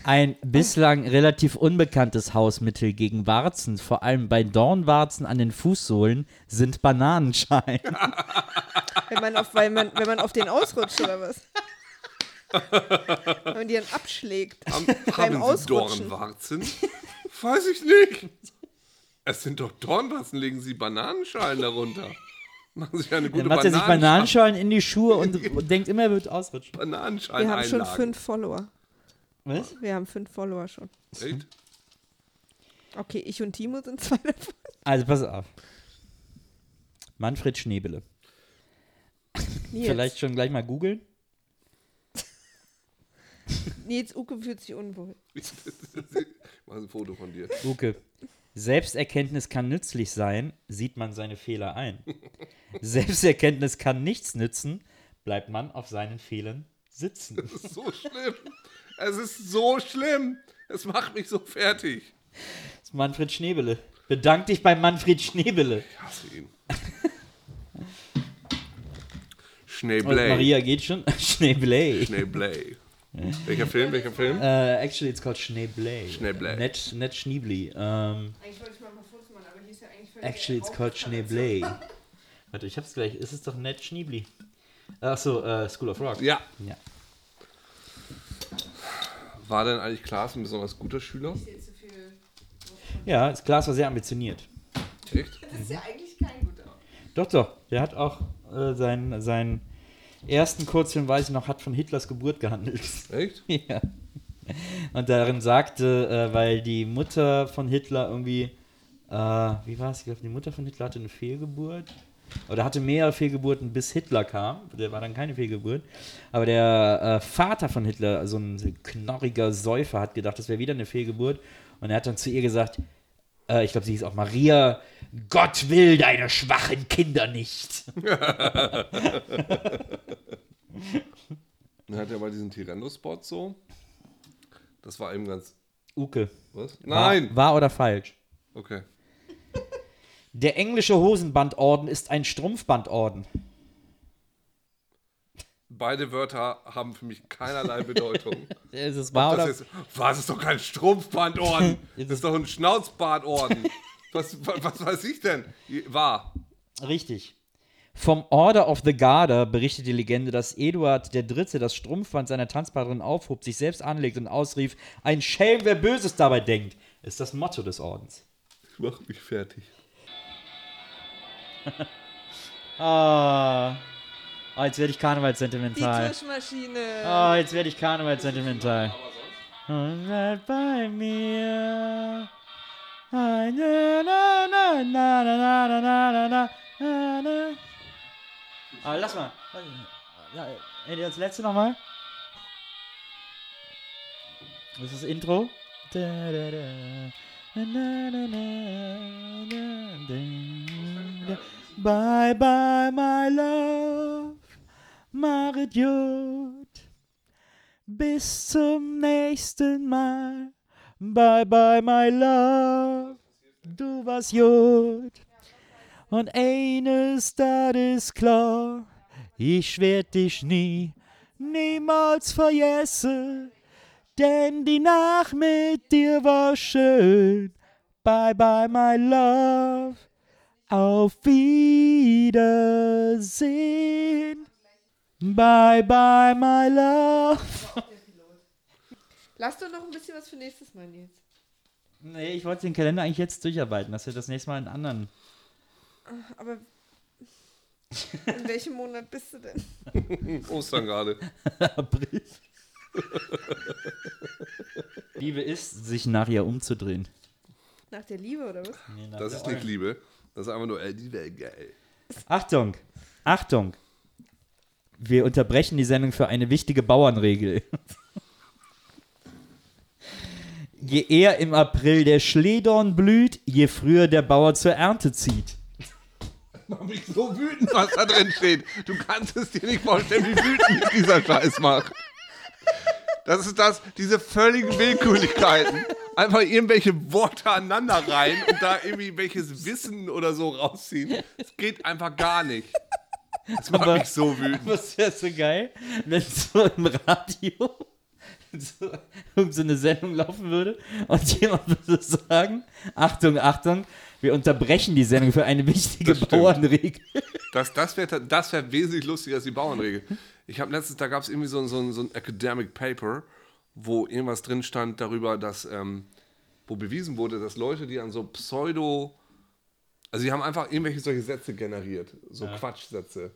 Ein bislang relativ unbekanntes Hausmittel gegen Warzen, vor allem bei Dornwarzen an den Fußsohlen, sind Bananenschalen. Wenn man auf, weil man, wenn man auf den ausrutscht oder was? Wenn man die dann abschlägt. Haben, Beim haben Sie Ausrutschen. Dornwarzen? Weiß ich nicht. Es sind doch Dornwarzen, legen Sie Bananenschalen darunter. Machen Sie eine gute Dann macht er sich Bananenschalen. Bananenschalen in die Schuhe und und denkt immer, er wird ausrutschen. Wir Bananenschalen haben schon einlagen. fünf Follower. Was? Wir haben fünf Follower schon. Echt? Okay, ich und Timo sind zwei davon. Also pass auf. Manfred Schneebele. Nils, Vielleicht schon gleich mal googeln. Nils Uke fühlt sich unwohl. Mach ein Foto von dir. Uke. Selbsterkenntnis kann nützlich sein, sieht man seine Fehler ein. Selbsterkenntnis kann nichts nützen, bleibt man auf seinen Fehlern sitzen. Das ist so schlimm. Es ist so schlimm. Es macht mich so fertig. Das ist Manfred Schneebele. Bedank dich bei Manfred Schneebele. Ich hasse ihn. Und Schneeblay. Maria geht schon. Schneeblay. Schneeblay. Welcher Film? Welcher Film? Äh, actually, it's called Schneeblay. Schneeblay. Net, net Schniebli. Ähm, Eigentlich wollte ich mal ein paar Fotos machen, aber hier ist ja eigentlich völlig. actually, it's called Schneeblay. Warte, ich hab's gleich. Es ist doch Net Schniebli. Achso, äh, School of Rock. Ja. Ja. War denn eigentlich Klaas ein besonders guter Schüler? Ja, das Glas war sehr ambitioniert. Echt? Doch, doch. Der hat auch äh, seinen, seinen ersten Kurzfilm, weiß ich noch, hat von Hitlers Geburt gehandelt. Echt? Ja. Und darin sagte, äh, weil die Mutter von Hitler irgendwie, äh, wie war es? Ich glaube, die Mutter von Hitler hatte eine Fehlgeburt. Oder hatte mehrere Fehlgeburten, bis Hitler kam. Der war dann keine Fehlgeburt. Aber der äh, Vater von Hitler, so ein knorriger Säufer, hat gedacht, das wäre wieder eine Fehlgeburt. Und er hat dann zu ihr gesagt, äh, ich glaube, sie hieß auch Maria, Gott will deine schwachen Kinder nicht. Dann hat er bei diesen Tyrannospot so. Das war eben ganz. Uke. Was? War- Nein! War oder falsch? Okay. Der englische Hosenbandorden ist ein Strumpfbandorden. Beide Wörter haben für mich keinerlei Bedeutung. Ist es wahr Das oder? ist, was ist doch kein Strumpfbandorden? Das ist doch ein Schnauzbartorden. Was, wa- was weiß ich denn? War. Richtig. Vom Order of the Garter berichtet die Legende, dass Eduard III. das Strumpfband seiner Tanzpartnerin aufhob, sich selbst anlegt und ausrief: Ein Schelm, wer Böses dabei denkt, ist das Motto des Ordens. Ich mach mich fertig. Ah, ah jetzt werde ich Die karnevalssentimental. Tischmaschine. Ah, jetzt werde ich karnevalssentimental. Und bleib bei mir. Eine, na, na, na, na, na, na, na, na, na, na, na. Aber lass mal. Hätte ihr das letzte nochmal? Das ist das Intro. Da, da, da. Na, na, na, na, na, da, da. Bye bye my love, machet gut. Bis zum nächsten Mal. Bye bye my love, du warst gut. Und eines, das ist klar, ich werd dich nie, niemals vergessen, denn die Nacht mit dir war schön. Bye bye my love, auf Wiedersehen. Bye bye my love. Lass doch noch ein bisschen was für nächstes Mal, Nils. Nee, ich wollte den Kalender eigentlich jetzt durcharbeiten, dass wir das nächste Mal einen anderen. Aber in welchem Monat bist du denn? Ostern gerade. April. Liebe ist, sich nach ihr umzudrehen. Nach der Liebe oder was? Das ist nicht Liebe. Das ist einfach nur, ey, die wäre geil. Achtung! Achtung! Wir unterbrechen die Sendung für eine wichtige Bauernregel. Je eher im April der Schlehdorn blüht, je früher der Bauer zur Ernte zieht. Mach mich so wütend, was da drin steht. Du kannst es dir nicht vorstellen, wie wütend mich dieser Scheiß macht. Das ist das, diese völligen Willkürlichkeiten. Einfach irgendwelche Worte aneinander rein und da irgendwie welches Wissen oder so rausziehen. Es geht einfach gar nicht. Das macht Aber- mich so wütend. Das wäre so geil, wenn so im Radio so, irgend so eine Sendung laufen würde und jemand würde sagen: Achtung, Achtung, wir unterbrechen die Sendung für eine wichtige Das stimmt. Bauernregel. Das, das wäre das wär wesentlich lustiger als die Bauernregel. Ich habe letztens, da gab es irgendwie so, ein- so, ein- so ein Academic Paper, wo irgendwas drin stand darüber, dass, ähm, wo bewiesen wurde, dass Leute, die an so Pseudo, also die haben einfach irgendwelche solche Sätze generiert, so Quatschsätze.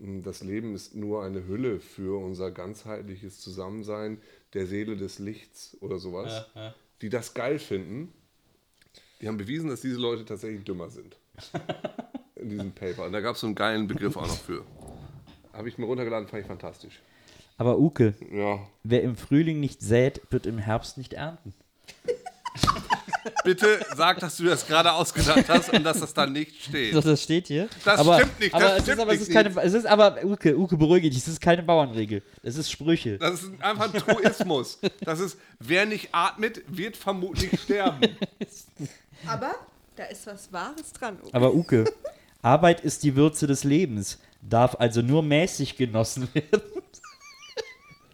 Hm, Das Leben ist nur eine Hülle für unser ganzheitliches Zusammensein der Seele des Lichts oder sowas, die das geil finden. Die haben bewiesen, dass diese Leute tatsächlich dümmer sind in diesem Paper. Und da gab es so einen geilen Begriff auch noch für. Habe ich mir runtergeladen, fand ich fantastisch. Aber Uke, Ja. wer im Frühling nicht sät, wird im Herbst nicht ernten. Bitte sag, dass du das gerade ausgedacht hast und dass das da nicht Doch, steht. das steht hier. Das aber, stimmt nicht, das aber es stimmt ist, aber es nicht, ist keine, es ist aber, Uke, Uke, beruhige dich, es ist keine Bauernregel. Es ist Sprüche. Das ist einfach ein Truismus. Das ist, wer nicht atmet, wird vermutlich sterben. Aber da ist was Wahres dran. Uwe. Aber Uke, Arbeit ist die Würze des Lebens, darf also nur mäßig genossen werden.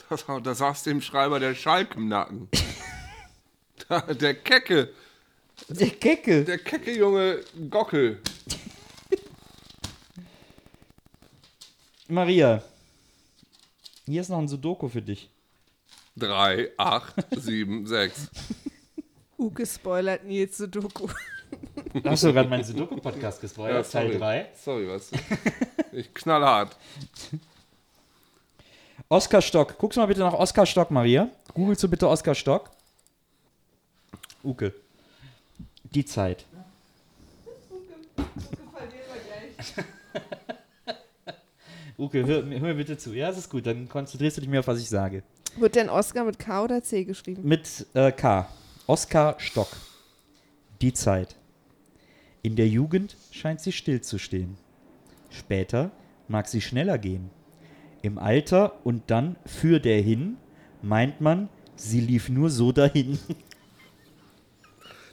Das, das saß dem Schreiber der Schalk im Nacken. Da, Der Kecke, Der Kecke. der Kecke junge Gockel. Maria, hier ist noch ein Sudoku für dich. 3, 8, 7, 6. Uke spoilert Nils zu Doku. Hast du gerade meinen Sudoku-Podcast gespoilert? Teil 3. Sorry, was? Ich knallhart. Oskar Stock. Guckst du mal bitte nach Oskar Stock, Maria. Googelst du bitte Oskar Stock? Uke. Die Zeit. Uke, hör, hör mir bitte zu. Ja, es ist gut. Dann konzentrierst du dich mehr auf, was ich sage. Wird denn Oscar mit K oder C geschrieben? mit äh, K. Oskar Stock. Die Zeit. In der Jugend scheint sie stillzustehen. Später mag sie schneller gehen. Im Alter und dann für der hin meint man, sie lief nur so dahin.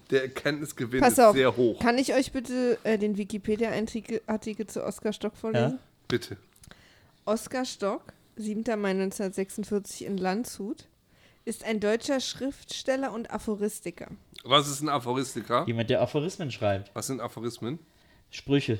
Der Erkenntnisgewinn Pass ist auf, sehr hoch. kann ich euch bitte äh, den Wikipedia-Artikel zu Oscar Stock vorlesen? Bitte. Oskar Stock, 7. Mai 1946 in Landshut, ist ein deutscher Schriftsteller und Aphoristiker. Was ist ein Aphoristiker? Jemand, der Aphorismen schreibt. Was sind Aphorismen? Sprüche.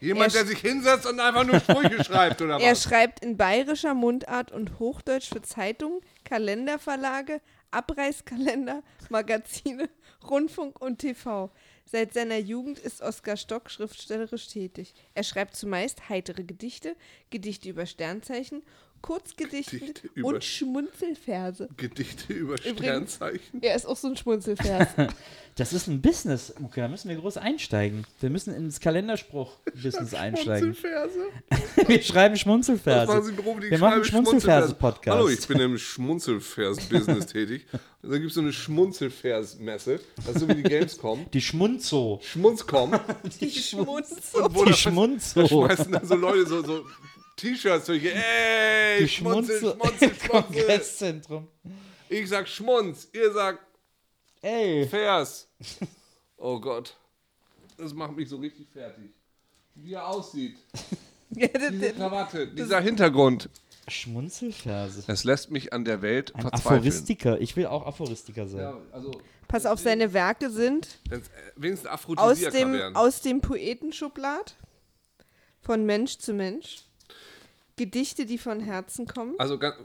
Jemand, Er der sich hinsetzt und einfach nur Sprüche schreibt, oder Er was? schreibt in bayerischer Mundart und Hochdeutsch für Zeitungen, Kalenderverlage, Abreißkalender, Magazine, Rundfunk und TV. Seit seiner Jugend ist Oskar Stock schriftstellerisch tätig. Er schreibt zumeist heitere Gedichte, Gedichte über Sternzeichen, Kurzgedichte Gedichte über- und Schmunzelverse. Gedichte über Übrigens- Sternzeichen. Er ist auch so ein Schmunzelvers. Das ist ein Business, Uke. Da müssen wir groß einsteigen. Wir müssen ins Kalenderspruch-Business einsteigen. Schmunzelverse? Wir schreiben Was machen Sie Schmunzelverse. im Beruf? Ich also Wir machen schreibe einen Schmunzelverse-Podcast. Hallo, ich bin im Schmunzelvers-Business tätig. Und dann gibt es so eine Schmunzelvers-Messe. Das ist so wie die Gamescom. Die Schmunzo. Schmunzcom. Die Schmunz. Wo Die das- Schmunzo. schmeißen dann so Leute so, so T-Shirts durch. Ey, Die Schmunzel, Schmunzel Schmunzel, Schmunzel. Kongresszentrum. Ich sag Schmunz, ihr sagt Ey. Vers. Oh Gott. Das macht mich so richtig fertig. Wie er aussieht. Diese Krawatte, dieser Hintergrund. Schmunzelverse. Es lässt mich an der Welt Ein verzweifeln. Aphoristiker. Ich will auch Aphoristiker sein. Ja, also, Pass auf, seine Werke sind wenn's, äh, wenigstens aus Aphrodisiaka dem, wären. aus dem Poetenschublat von Mensch Ah, zu Mensch. Gedichte, die von Herzen kommen. also, ganz,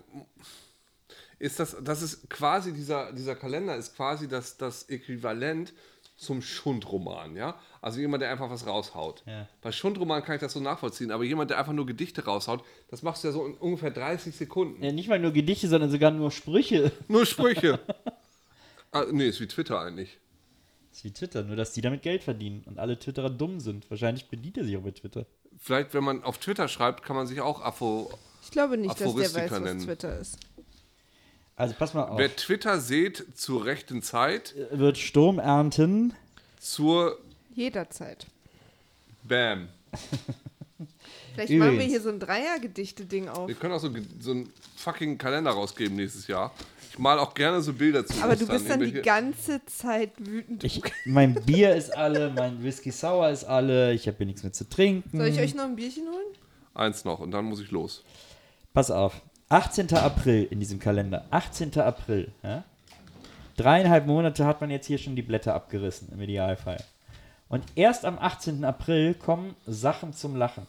ist das, das ist quasi dieser, dieser Kalender ist quasi das, das Äquivalent zum Schundroman, ja? Also jemand, der einfach was raushaut. Ja. Bei Schundroman kann ich das so nachvollziehen, aber jemand, der einfach nur Gedichte raushaut, das machst du ja so in ungefähr 30 Sekunden. Ja, Äh, nicht mal nur Gedichte, sondern sogar nur Sprüche. Nur Sprüche. ah, nee, ist wie Twitter eigentlich. Das ist wie Twitter, nur dass die damit Geld verdienen und alle Twitterer dumm sind. Wahrscheinlich bedient er sich auch bei Twitter. Vielleicht, wenn man auf Twitter schreibt, kann man sich auch Afro. Ich glaube nicht, dass der Aphoristiker weiß, nennen. was Twitter ist. Also pass mal auf. Wer Twitter seht zur rechten Zeit, Wird Sturm ernten. zur Jederzeit. Bam. Vielleicht machen wir Übrigens. hier so ein Dreier-Gedichte-Ding auf. Wir können auch so, ge- so einen fucking Kalender rausgeben nächstes Jahr. Ich mal auch gerne so Bilder zu. Aber du Ostern, bist dann die irgendwelche- ganze Zeit wütend. Ich, mein Bier ist alle, mein Whisky Sour ist alle, ich habe hier nichts mehr zu trinken. Soll ich euch noch ein Bierchen holen? Eins noch und dann muss ich los. Pass auf. 18. April in diesem Kalender. 18. April. Ja? Dreieinhalb Monate hat man jetzt hier schon die Blätter abgerissen, im Idealfall. Und erst am 18. April kommen Sachen zum Lachen.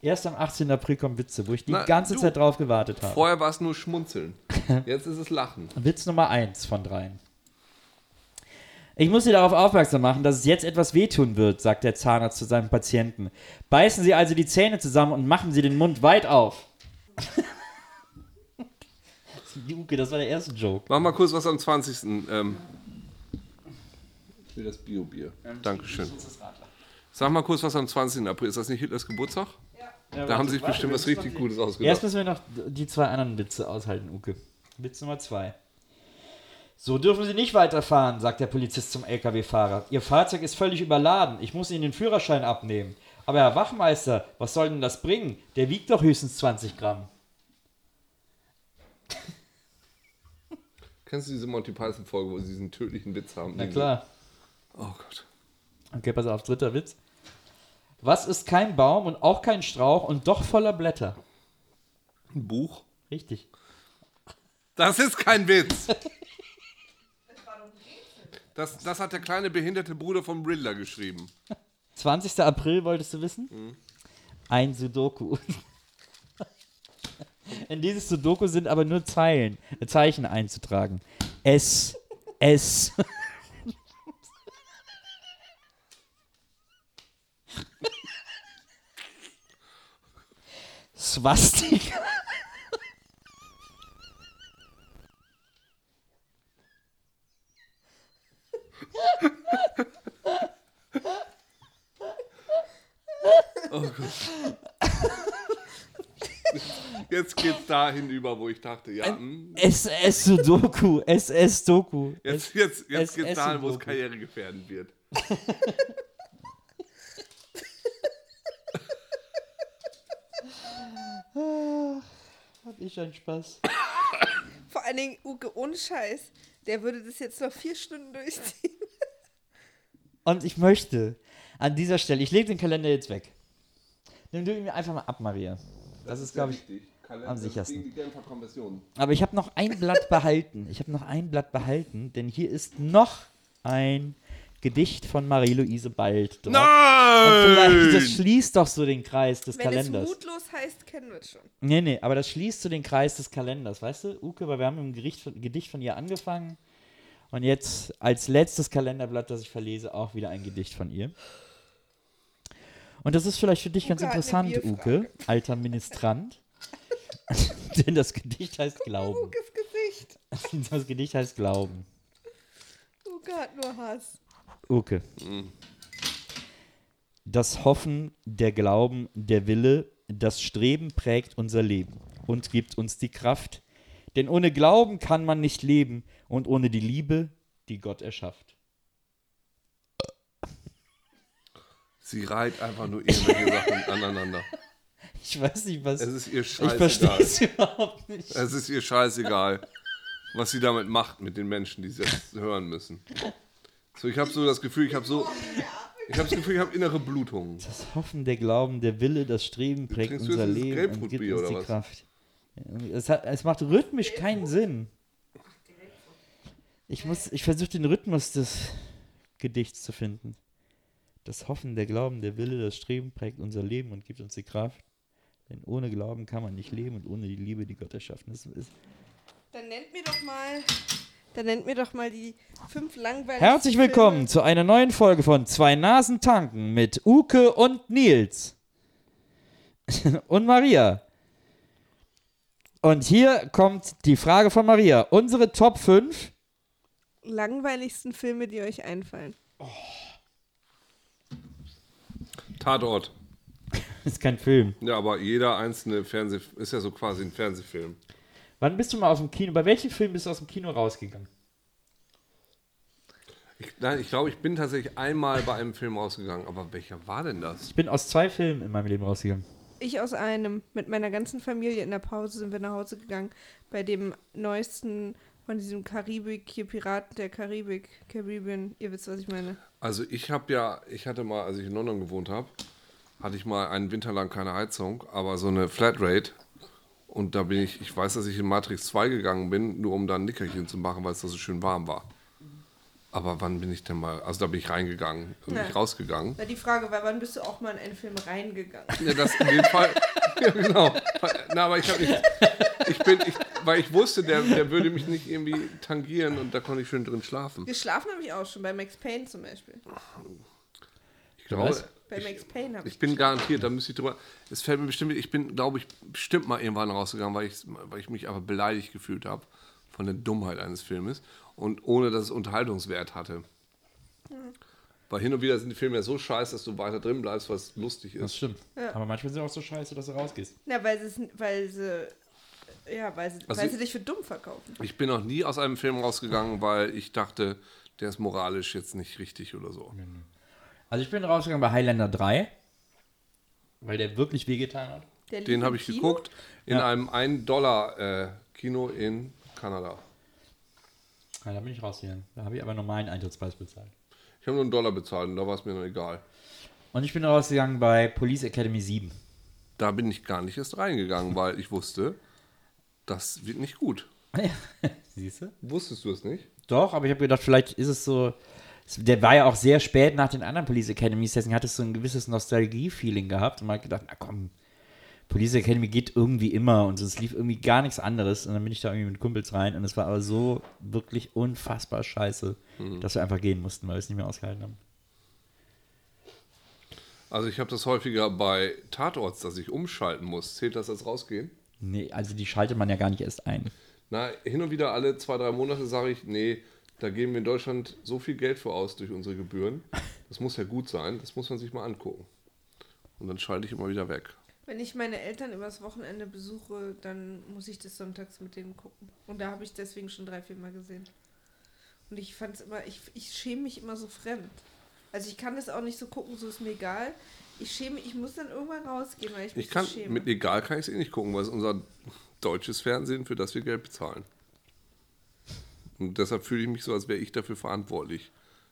Erst am 18. April kommen Witze, wo ich die Na, ganze du- Zeit drauf gewartet habe. Vorher war es nur Schmunzeln. Jetzt ist es Lachen. Witz Nummer 1 von dreien. Ich muss Sie darauf aufmerksam machen, dass es jetzt etwas wehtun wird, sagt der Zahnarzt zu seinem Patienten. Beißen Sie also die Zähne zusammen und machen Sie den Mund weit auf. Juke, das war der erste Joke. Mach mal kurz was am 20. Ähm, ich will das Bio-Bier. Dankeschön. Sag mal kurz was am 20. April. Ist das nicht Hitlers Geburtstag? Da haben sie sich bestimmt was richtig Gutes Erst ausgedacht. müssen wir noch die zwei anderen Witze aushalten, Uke. Witz Nummer zwei. So dürfen Sie nicht weiterfahren, sagt der Polizist zum LKW-Fahrer. Ihr Fahrzeug ist völlig überladen. Ich muss Ihnen den Führerschein abnehmen. Aber Herr Wachmeister, was soll denn das bringen? Der wiegt doch höchstens 20 Gramm. Kennst du diese Monty Python-Folge, wo sie diesen tödlichen Witz haben? Na Den- klar. Oh Gott. Okay, pass auf, dritter Witz. Was ist kein Baum und auch kein Strauch und doch voller Blätter? Ein Buch? Richtig. Das ist kein Witz. Das, das hat der kleine behinderte Bruder vom Riddler geschrieben. 20. April wolltest du wissen? Ein Sudoku. In dieses Sudoku sind aber nur Zeilen, äh, Zeichen einzutragen. S, S. Swastika. Jetzt geht's dahin über, wo ich dachte, ja, hm, SS Sudoku. SS Doku. jetzt, jetzt, jetzt es- geht's Essen dahin, wo es Doku. karrieregefährdend wird. Hab ich einen eh Spaß. Vor allen Dingen, Uke, ohne Scheiß, der würde das jetzt noch vier Stunden durchziehen. Und ich möchte an dieser Stelle, ich lege den Kalender jetzt weg. Nimm du ihn mir einfach mal ab, Maria. Das ist, glaube ich. am das ist sichersten. gegen Aber ich habe noch ein Blatt behalten. Ich habe noch ein Blatt behalten, denn hier ist noch ein Gedicht von Marie-Louise Bald drauf. Und vielleicht, das Nein! schließt doch so den Kreis des Wenn es Kalenders. mutlos heißt, kennen wir es schon. Nee, nee, aber das schließt so den Kreis des Kalenders, weißt du, Uke, weil wir haben im Gericht von, Gedicht von ihr angefangen und jetzt als letztes Kalenderblatt, das ich verlese, auch wieder ein Gedicht von ihr. Und das ist vielleicht für dich ganz hat eine interessant, Bierfrage. Uke, alter Ministrant, denn das Gedicht heißt Glauben. Ukes Gesicht. Das Gedicht heißt Glauben. Uke hat nur Hass. Uke. Mm. Das Hoffen, der Glauben, der Wille, das Streben prägt unser Leben und gibt uns die Kraft. Denn ohne Glauben kann man nicht leben und ohne die Liebe, die Gott erschafft. Sie reiht einfach nur irgendwelche Sachen aneinander. Ich weiß nicht, was. Es ist ihr ich verstehe scheißegal. es überhaupt nicht. Es ist ihr scheißegal, was sie damit macht mit den Menschen, die sie jetzt hören müssen. So, ich habe so das Gefühl, ich habe so. Ich habe das Gefühl, ich habe innere Blutungen. Das Hoffen, der Glauben, der Wille, das Streben prägt Trinkst du jetzt unser dieses Leben und gibt Grapefruit-Bier uns oder die was? Kraft. Es, hat, es macht rhythmisch keinen Sinn. Ich, muss- ich versuche den Rhythmus des Gedichts zu finden. Das Hoffen, der Glauben, der Wille, das Streben prägt unser Leben und gibt uns die Kraft. Denn ohne Glauben kann man nicht leben und ohne die Liebe, die Gott erschaffen ist. ist Dann nennt mir doch mal, dann nennt mir doch mal die fünf langweiligsten. Herzlich willkommen zu einer neuen Folge von Zwei Nasen tanken mit Uke und Nils. und Maria. Und hier kommt die Frage von Maria. Unsere Top 5. Filme, langweiligsten Filme, die euch einfallen. Tatort. Ist kein Film. Ja, aber jeder einzelne Fernseh ist ja so quasi ein Fernsehfilm. Wann bist du mal aus dem Kino? Bei welchem Film bist du aus dem Kino rausgegangen? Ich, nein, ich glaube, ich bin tatsächlich einmal bei einem Film rausgegangen. Aber welcher war denn das? Ich bin aus zwei Filmen in meinem Leben rausgegangen. Ich aus einem. Mit meiner ganzen Familie in der Pause sind wir nach Hause gegangen. Bei dem neuesten von diesem Karibik, hier Piraten der Karibik, Caribbean. Ihr wisst, was ich meine. Also ich habe ja, ich hatte mal, als ich in London gewohnt habe, hatte ich mal einen Winter lang keine Heizung, aber so eine Flatrate. Und da bin ich, ich weiß, dass ich in Matrix 2 gegangen bin, nur um da ein Nickerchen zu machen, weil es da so schön warm war. Aber wann bin ich denn mal, also da bin ich reingegangen und Ja. nicht rausgegangen. Na, die Frage war, wann bist du auch mal in einen Film reingegangen? Ja, das in dem Fall. Ja, genau. Na, aber ich habe nicht. Ich bin, ich, weil ich wusste, der, der würde mich nicht irgendwie tangieren und da konnte ich schön drin schlafen. Geschlafen habe ich auch schon, bei Max Payne zum Beispiel. Ich glaube, Was? Bei Max Payne habe ich. ich bin garantiert, da müsste ich drüber. Es fällt mir bestimmt, ich bin, glaube ich, bestimmt mal irgendwann rausgegangen, weil ich, weil ich mich einfach beleidigt gefühlt habe von der Dummheit eines Filmes und ohne, dass es Unterhaltungswert hatte. Weil hin und wieder sind die Filme ja so scheiße, dass du weiter drin bleibst, was lustig ist. stimmt. Aber manchmal sind sie auch so scheiße, dass du rausgehst. Na, weil sie, es- weil sie, ja, weil sie, Also weil ich- sie dich für dumm verkaufen. Ich bin noch nie aus einem Film rausgegangen, weil ich dachte, der ist moralisch jetzt nicht richtig oder so. Also ich bin rausgegangen bei Highlander 3. Weil der wirklich wehgetan hat. Der lief Den im habe ich Kino. geguckt in einem 1-Dollar-Kino in Kanada. Ja, da bin ich rausgegangen. Da habe ich aber normalen Eintrittspreis bezahlt. Ich habe nur einen Dollar bezahlt und da war es mir noch egal. Und ich bin rausgegangen bei Police Academy 7. Da bin ich gar nicht erst reingegangen, weil ich wusste, das wird nicht gut. Siehst du? Wusstest du es nicht? Doch, aber ich habe gedacht, vielleicht ist es so. es- Der war ja auch sehr spät nach den anderen Police Academies, deswegen hattest du ein gewisses Nostalgie-Feeling gehabt und mal gedacht, na komm, Police Academy geht irgendwie immer und es lief irgendwie gar nichts anderes. Und dann bin ich da irgendwie mit Kumpels rein und es war aber so wirklich unfassbar scheiße, dass wir einfach gehen mussten, weil wir es nicht mehr ausgehalten haben. Also ich habe das häufiger bei Tatorts, dass ich umschalten muss. Zählt das als rausgehen? Nee, also die schaltet man ja gar nicht erst ein. Na, hin und wieder alle zwei, drei Monate sage ich, nee, da geben wir in Deutschland so viel Geld für aus durch unsere Gebühren. Das muss ja gut sein, das muss man sich mal angucken. Und dann schalte ich immer wieder weg. Wenn ich meine Eltern übers Wochenende besuche, dann muss ich das sonntags mit denen gucken. Und da habe ich deswegen schon drei, vier Mal gesehen. Und ich fand's immer, ich, ich schäme mich immer so fremd. Also ich kann das auch nicht so gucken, so ist mir egal. Ich schäme, ich muss dann irgendwann rausgehen, weil ich mich Ich kann, so schäme. mit egal kann ich es eh nicht gucken, weil es unser deutsches Fernsehen, für das wir Geld bezahlen. Und deshalb fühle ich mich so, als wäre ich dafür verantwortlich,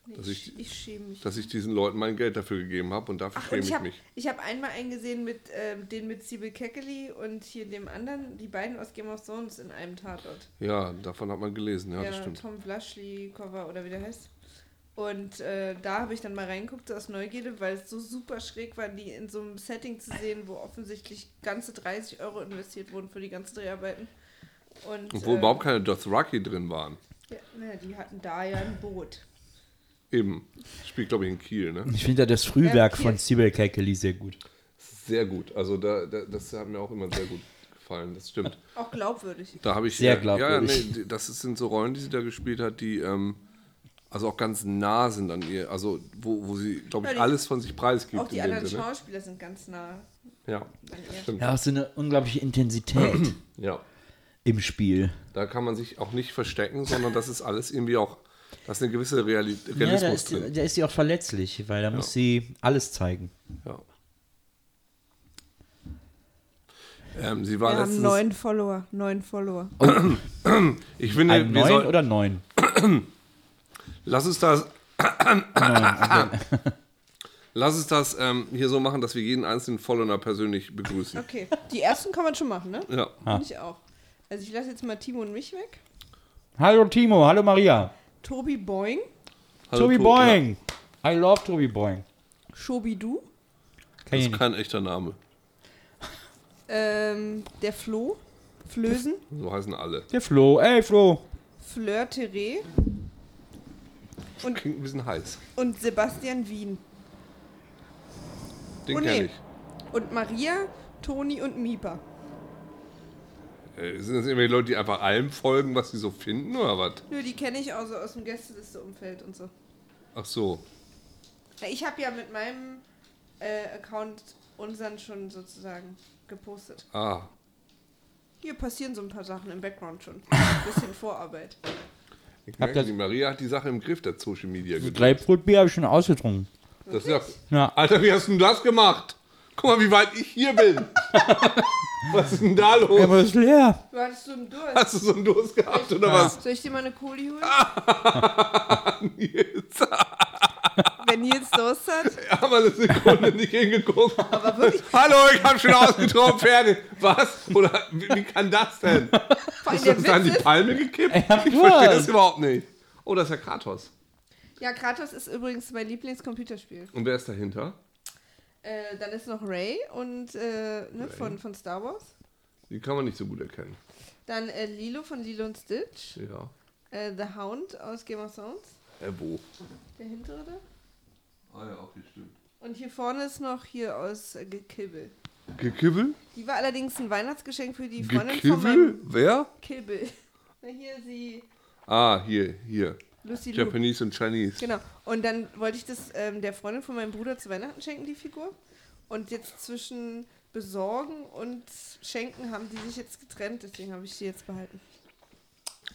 Nee, dass ich, ich, ich schäme mich. dass ich diesen Leuten mein Geld dafür gegeben habe und dafür Ach, schäme und ich ich, habe mich. ich hab einmal einen gesehen mit ähm, den mit Sibyl Kekeli und hier dem anderen, die beiden aus Game of Thrones in einem Tatort. Ja, davon hat man gelesen, ja, ja, das stimmt. Tom Vlaschli Cover oder wie der heißt. Und äh, da habe ich dann mal reingeguckt so aus Neugierde, weil es so super schräg war, die in so einem Setting zu sehen, wo offensichtlich ganze 30 Euro investiert wurden für die ganzen Dreharbeiten. Und, Obwohl äh, überhaupt keine Dothraki drin waren. Ja, na, die hatten da ja ein Boot. Eben. Spielt, glaube ich, in Kiel, ne? Ich finde ja das Frühwerk Ja, okay. von Sibyl Kekeli sehr gut. Sehr gut. Also da, da, das hat mir auch immer sehr gut gefallen. Das stimmt. Auch glaubwürdig. Da habe ich äh, Sehr ja, ja, glaubwürdig. nee, die- das sind so Rollen, die sie da gespielt hat, die ähm, also auch ganz nah sind an ihr. Also wo, wo sie, glaube Ja, ich, die- alles von sich preisgibt Auch die in anderen dem Sinne. Schauspieler sind ganz nah Ja, an ihr. stimmt. Ja. Ja, auch so eine unglaubliche Intensität im Spiel. da kann man sich auch nicht verstecken, sondern das ist alles irgendwie auch, das ist eine gewisse Reali Ja, da Realismus ist, drin. da ist sie auch verletzlich, weil da muss sie alles zeigen. Ja. Ähm, sie war letztens, Follower, neun Follower. ich finde, Ein wir neun sollten, oder neun? Lass uns das. Lass uns das ähm, hier so machen, dass wir jeden einzelnen Follower persönlich begrüßen. Okay, die ersten kann man schon machen, ne? Ja. Finde Ich auch. Also ich lasse jetzt mal Timo und mich weg. Hallo Timo, hallo Maria. Tobi Boing, Hallo, Tobi To- Boing. I love Tobi Boing. Shobi Du, Kenn Ja, ich das ist nicht. kein echter Name. ähm, der Flo, Flösen, So heißen alle. Der Flo, ey Flo. Fleur-Theré Klingt ein bisschen heiß. und Sebastian Wien. Den Oh, kenn nee. ich. Und Maria, Toni und Mipa. Äh, sind das irgendwelche Leute, die einfach allem folgen, was sie so finden oder was? Nö, die kenne ich auch so aus dem Gästeliste-Umfeld und so. Ach so. Na, Ich habe ja mit meinem äh, Account unseren schon sozusagen gepostet. Ah. Hier passieren so ein paar Sachen im Background schon. Ein bisschen Vorarbeit. Ich merke, die Maria hat die Sache im Griff, der Social Media. gedreht. Grapefruitbier habe ich schon ausgetrunken. Das ist ja, Ja. Alter, wie hast du denn das gemacht? Guck mal, wie weit ich hier bin. was ist denn da los? Aber das ist leer. Du hattest so einen Durst. Hast du so einen Durst gehabt oder was? Ah. Soll ich dir mal eine Kohle holen? Nils, Wenn Nils Durst hat. haben wir eine Sekunde nicht hingeguckt. Aber wirklich, Hallo, ich hab schon ausgetrunken, fertig. Was? Oder wie, wie kann das denn? vor allem Ist das der an die Witz ist, Palme gekippt? Ich Durst. verstehe das überhaupt nicht. Oh, das ist ja Kratos. ja, Kratos ist übrigens mein Lieblingscomputerspiel. Und wer ist dahinter? Äh, dann ist noch Ray und äh, ne, Von, von Star Wars. Die kann man nicht so gut erkennen. Dann äh, Lilo von Lilo und Stitch. Ja. Äh, The Hound aus Game of Thrones. Äh, wo? Der hintere da. Ah ja, okay, stimmt. Und hier vorne ist noch hier aus äh, Gekibbel. Gekibbel? Die war allerdings ein Weihnachtsgeschenk für die Freundin von Gekibbel? meinem Wer? Kibbel. Na, hier sie, Ah, hier, hier. Lucy Lou. Japanese und Chinese. Genau. Und dann wollte ich das ähm, der Freundin von meinem Bruder zu Weihnachten schenken, die Figur. Und jetzt zwischen besorgen und schenken haben die sich jetzt getrennt, deswegen habe ich die jetzt behalten.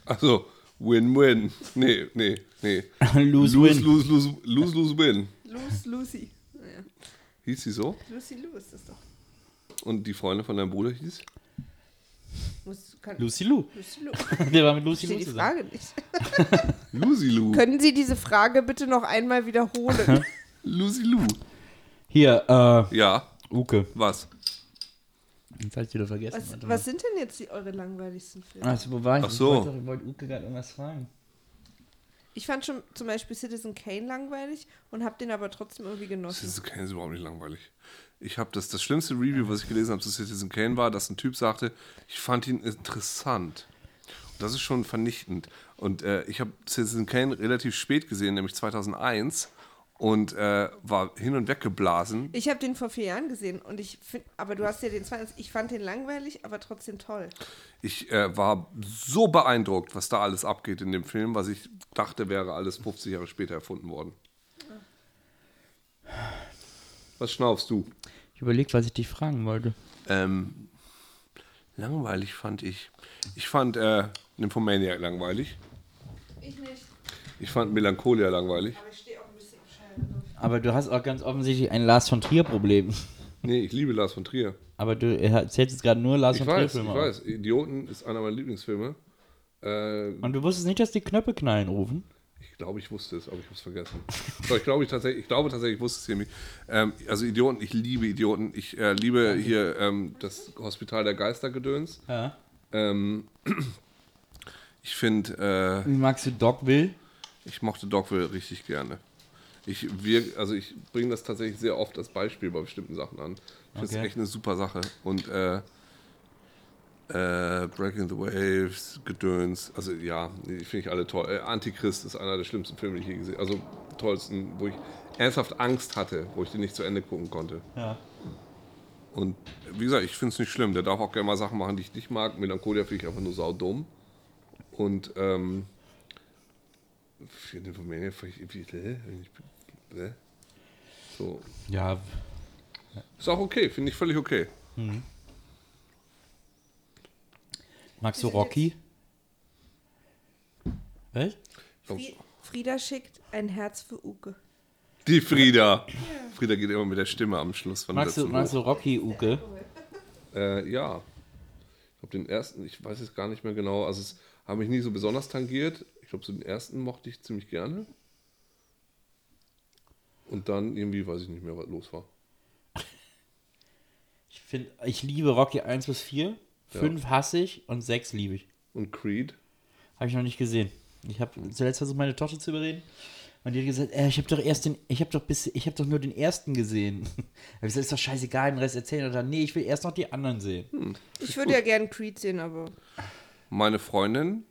Achso, Win-Win. Also, Nee, nee, nee. Lose, Lose, win. lose, lose, lose, lose, win. Luz, Lucy. Naja. Hieß sie so? Lucy Lou ist das doch. Und die Freundin von deinem Bruder hieß? Muss, kann, Lucy Lou. Lucy Lou. Der war mit Lucy Ich Lou verstehe die zusammen. Frage nicht. Lucy Lou. Können Sie diese Frage bitte noch einmal wiederholen? Lucy Lou. Hier, äh, Ja, Uke. was? Jetzt hab ich wieder vergessen. Was, was sind denn jetzt die, eure langweiligsten Ah. Filme? Also, wo war ich? Ach so. Ich wollte, doch- wollte Uke gerade irgendwas fragen. Ich fand schon zum Beispiel Citizen Kane langweilig und habe den aber trotzdem irgendwie genossen. Citizen Kane ist überhaupt nicht langweilig. Ich habe das, das schlimmste Review, was ich gelesen habe zu Citizen Kane, war, dass ein Typ sagte, ich fand ihn interessant. Und Das ist schon vernichtend. Und äh, ich habe Citizen Kane relativ spät gesehen, nämlich 2001, und äh, war hin und weg geblasen. Ich habe den vor vier Jahren gesehen und ich finde, aber du hast ja den zweiten. Ich fand den langweilig, aber trotzdem toll. Ich äh, war so beeindruckt, was da alles abgeht in dem Film, was ich dachte, wäre alles 50 Jahre später erfunden worden. Was schnaufst du? Ich überlege, was ich dich fragen wollte. Ähm, langweilig fand ich. Ich fand äh, Nymphomaniac langweilig. Ich nicht, Ich fand Melancholia langweilig. aber ich stehe auch ein bisschen bescheiden. Aber du hast auch ganz offensichtlich ein Lars von Trier-Problem. Nee, ich liebe Lars von Trier. Aber du erzählst jetzt gerade nur Lars Ich von weiß, ich Trier-Filme. auf. weiß. Idioten ist einer meiner Lieblingsfilme. Äh, Und du wusstest nicht, dass die Knöpfe knallen rufen? Ich glaube, ich wusste es, aber ich habe es vergessen. Doch, ich glaube, ich, tatsächlich, ich glaube tatsächlich, ich wusste es nämlich. Ähm, also Idioten, ich liebe Idioten. Ich äh, liebe hier ähm, das Hospital der Geistergedöns. Ja. Ähm, ich äh, finde, Wie magst du Dogville? äh, ich mochte Dogville richtig gerne. Ich, wir, also ich bringe das tatsächlich sehr oft als Beispiel bei bestimmten Sachen an. Ich finde es Okay. echt eine super Sache. Und äh, äh, Breaking the Waves, Gedöns, also ja, die finde ich alle toll. Äh, Antichrist ist einer der schlimmsten Filme, die ich je gesehen habe. Also tollsten, wo ich ernsthaft Angst hatte, wo ich den nicht zu Ende gucken konnte. Ja. Und wie gesagt, ich finde es nicht schlimm. Der darf auch gerne mal Sachen machen, die ich nicht mag. Melancholia finde ich einfach nur saudumm. Und ähm, für den Rumänen finde ich irgendwie. äh, ich- äh. So. Ja, Ist auch okay, finde ich völlig okay. magst du Rocky? Was? Oh. Frieda schickt ein Herz für Uke. Die Frieda. Frieda geht immer mit der Stimme am Schluss von Magst du, Sätzen magst du hoch. Rocky, Uke? Äh, ja. Ich glaube, den ersten, ich weiß es gar nicht mehr genau. Also, es haben mich nie so besonders tangiert. Ich glaube, so den ersten mochte ich ziemlich gerne. Und dann irgendwie weiß ich nicht mehr, was los war. Ich, find, ich liebe Rocky 1 bis 4, 5 hasse ich und 6 liebe ich. Und Creed? Habe ich noch nicht gesehen. Ich habe zuletzt versucht, meine Tochter zu überreden. Und die hat gesagt, äh, ich habe doch erst den, ich habe doch bis, ich habe doch nur den ersten gesehen. Hab ich gesagt, ist doch scheißegal, den Rest erzählen. Und dann, nee, ich will erst noch die anderen sehen. Ich würde ja gerne Creed sehen, aber Meine Freundin.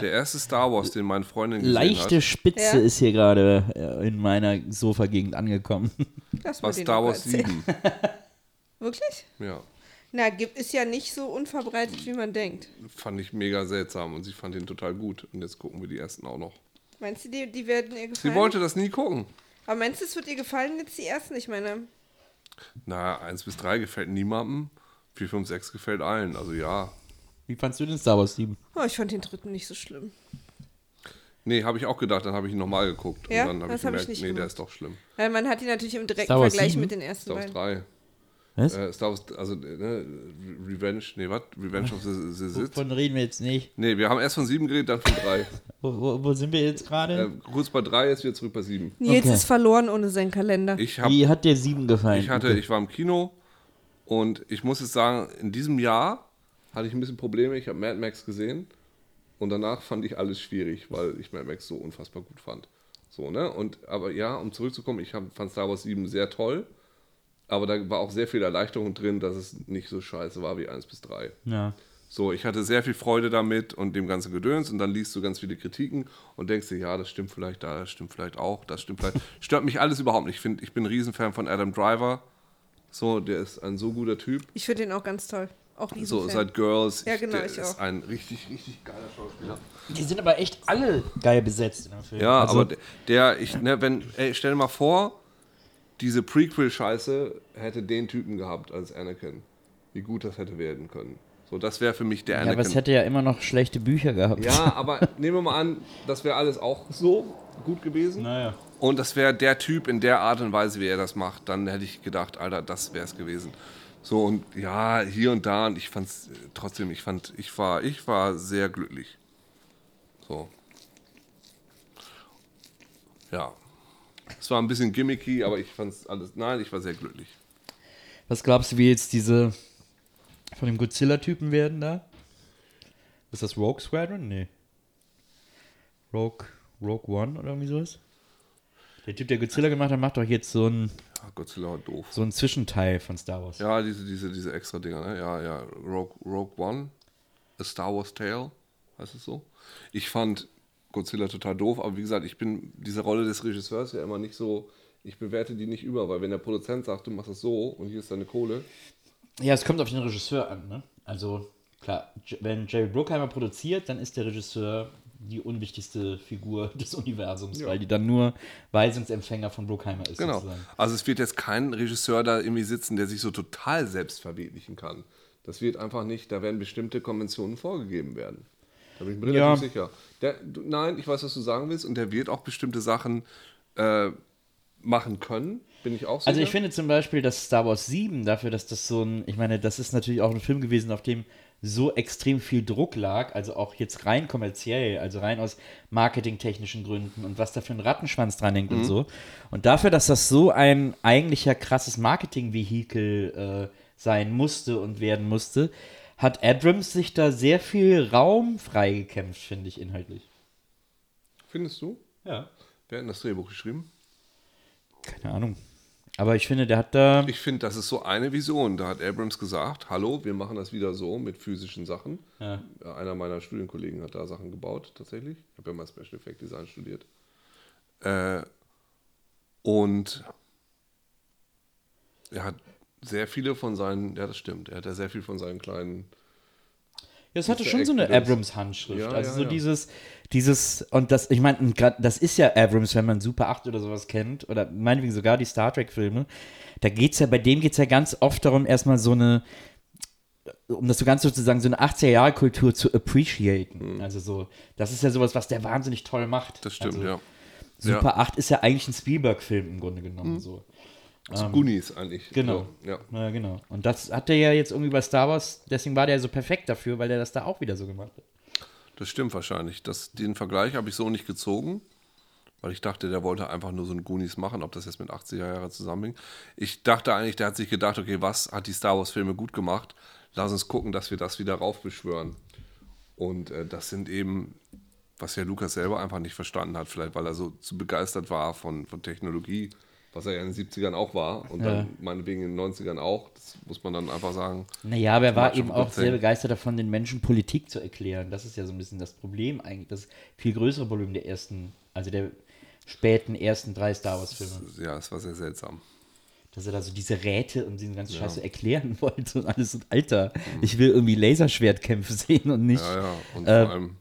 Der erste Star Wars, den meine Freundin gesehen Leichte hat, Spitze Ja. ist hier gerade äh, in meiner Sofagegend angekommen. lass mal war den Star noch Wars erzählen. 7. Wirklich? Ja, Na, gibt, ist ja nicht so unverbreitet, wie man denkt. fand ich mega seltsam und sie fand den total gut. Und jetzt gucken wir die ersten auch noch. Meinst du, die, die werden ihr Sie gefallen? wollte das nie gucken. Aber meinst du, es wird ihr gefallen jetzt die ersten? Ich meine, Na, 1 bis 3 gefällt niemandem. 4, 5, 6 gefällt allen. Also ja. Wie fandst du den Star Wars 7? oh, ich fand den dritten nicht so schlimm. Nee, habe ich auch gedacht, dann habe ich ihn nochmal geguckt. Ja, und dann habe ich das hab ich gemerkt, nicht nee, der gemacht. ist doch schlimm. Weil man hat die natürlich im direkten Star Wars Vergleich 7? mit den ersten Star Wars beiden. 3. Was? Äh, Star Wars, also äh, ne, Re- Revenge, nee, was? Revenge of the, the Sith? Von reden wir jetzt nicht. Nee, wir haben erst von 7 geredet, dann von 3. Wo, wo, wo sind wir jetzt äh, gerade? kurz bei 3, jetzt wieder zurück bei 7. Nils Okay. ist verloren ohne seinen Kalender. Ich habe Wie hat dir 7 gefallen? Ich hatte, ich war im Kino und ich muss jetzt sagen, in diesem Jahr hatte ich ein bisschen Probleme. Ich habe Mad Max gesehen und danach fand ich alles schwierig, weil ich Mad Max so unfassbar gut fand. So, ne? Und aber ja, um zurückzukommen, ich hab, fand Star Wars 7 sehr toll, aber da war auch sehr viel Erleichterung drin, dass es nicht so scheiße war wie 1 bis 3. ja. So, ich hatte sehr viel Freude damit und dem ganzen Gedöns und dann liest du ganz viele Kritiken und denkst dir, ja, das stimmt vielleicht, da das stimmt vielleicht auch, das stimmt vielleicht. Stört mich alles überhaupt nicht. Ich, find, ich bin ein Riesenfan von Adam Driver. So, der ist ein so guter Typ. Ich finde den auch ganz toll. Auch So, Riesenfan. seit Girls. Ja, genau, der ich ist auch. ein richtig, richtig geiler Schauspieler. Die sind aber echt alle geil besetzt in dem Film. Ja, aber der- Also, der, ich, ne, wenn, ey, stell dir mal vor, diese Prequel-Scheiße hätte den Typen gehabt als Anakin. Wie gut das hätte werden können. So, das wäre für mich der Ja, Anakin. aber es hätte ja immer noch schlechte Bücher gehabt. Ja, aber nehmen wir mal an, das wäre alles auch so gut gewesen. Naja. Und das wäre der Typ in der Art und Weise, wie er das macht. Dann hätte ich gedacht, Alter, das wäre es gewesen. So und ja, hier und da. Und ich fand's äh, trotzdem, ich fand, ich war, ich war sehr glücklich. So. Ja. Es war ein bisschen gimmicky, aber ich fand's alles. Nein, ich war sehr glücklich. Was glaubst du, wie jetzt diese von dem Godzilla-Typen werden da? Ist das Rogue Squadron? Nee. Rogue, Rogue One oder irgendwie sowas? Der Typ, der Godzilla gemacht hat, macht doch jetzt so einen, Ah, Godzilla war doof. so einen Zwischenteil von Star Wars. Ja, diese, diese, diese extra Dinger, ne? Ja, ja. Rogue, Rogue One, A Star Wars Tale, heißt es so. Ich fand Godzilla total doof, aber wie gesagt, ich bin diese Rolle des Regisseurs ja immer nicht so, ich bewerte die nicht über, weil wenn der Produzent sagt, du machst es so und hier ist deine Kohle, Ja, es kommt auf den Regisseur an, ne? Also, klar, J- wenn Jerry Bruckheimer produziert, dann ist der Regisseur die unwichtigste Figur des Universums, weil die dann nur Weisungsempfänger von Bruckheimer ist. genau. sozusagen. Also es wird jetzt kein Regisseur da irgendwie sitzen, der sich so total selbst verwirklichen kann. Das wird einfach nicht, da werden bestimmte Konventionen vorgegeben werden. Da bin ich mir relativ Ja. sicher. Der, du, nein, ich weiß, was du sagen willst und der wird auch bestimmte Sachen äh, machen können, bin ich auch sicher. Also ich finde zum Beispiel, dass Star Wars 7 dafür, dass das so ein, ich meine, das ist natürlich auch ein Film gewesen, auf dem so extrem viel Druck lag, also auch jetzt rein kommerziell, also rein aus marketingtechnischen Gründen und was da für ein Rattenschwanz dran hängt und so. Und dafür, dass das so ein eigentlicher krasses Marketing-Vehikel äh, sein musste und werden musste, hat Abrams sich da sehr viel Raum freigekämpft, finde ich inhaltlich. Findest du? Ja. Wer hat denn das Drehbuch geschrieben? Keine Ahnung. Aber ich finde, der hat da. Ich finde, das ist so eine Vision. Da hat Abrams gesagt, hallo, wir machen das wieder so mit physischen Sachen. Ja. Einer meiner Studienkollegen hat da Sachen gebaut, tatsächlich. Ich habe ja mal Special Effect Design studiert. Äh, und er hat sehr viele von seinen, ja das stimmt, er hat ja sehr viel von seinen kleinen, Ja, es hatte Mr. schon so eine Eckfeld ist- Abrams-Handschrift. Ja, also ja, so ja. dieses, dieses, und das, ich meine, und grad- das ist ja Abrams, wenn man Super 8 oder sowas kennt, oder meinetwegen sogar die Star Trek-Filme. Da geht's ja, bei dem geht's ja ganz oft darum, erstmal so eine, um das so ganz sozusagen, so eine 80er-Jahre-Kultur zu appreciaten. Also so, das ist ja sowas, was der wahnsinnig toll macht. Mhm. das stimmt, also, ja. Super 8 ist ja eigentlich ein Spielberg-Film im Grunde genommen. So. So Goonies eigentlich. Genau. So, ja. Ja, genau. Und das hat er ja jetzt irgendwie bei Star Wars, deswegen war der ja so perfekt dafür, weil er das da auch wieder so gemacht hat. Das stimmt wahrscheinlich. Das, den Vergleich habe ich so nicht gezogen, weil ich dachte, der wollte einfach nur so einen Goonies machen, ob das jetzt mit 80er Jahren zusammenhängt. Ich dachte eigentlich, der hat sich gedacht, okay, was hat die Star Wars-Filme gut gemacht? Lass uns gucken, dass wir das wieder raufbeschwören. Und äh, das sind eben was ja Lukas selber einfach nicht verstanden hat, vielleicht weil er so zu begeistert war von, von Technologie, was er ja in den 70ern auch war und dann meinetwegen in den 90ern auch, das muss man dann einfach sagen. Naja, aber er war Schon eben auch Blödsinn. sehr begeistert davon, den Menschen Politik zu erklären. Das ist ja so ein bisschen das Problem eigentlich, das viel größere Problem der ersten, also der späten ersten drei Star Wars-Filme. Ja, es war sehr seltsam. Dass er da so diese Räte und diesen ganzen Scheiß so erklären wollte und alles. Und Alter, ich will irgendwie Laserschwertkämpfe sehen und nicht Mhm. Ja, ja, und äh, vor allem-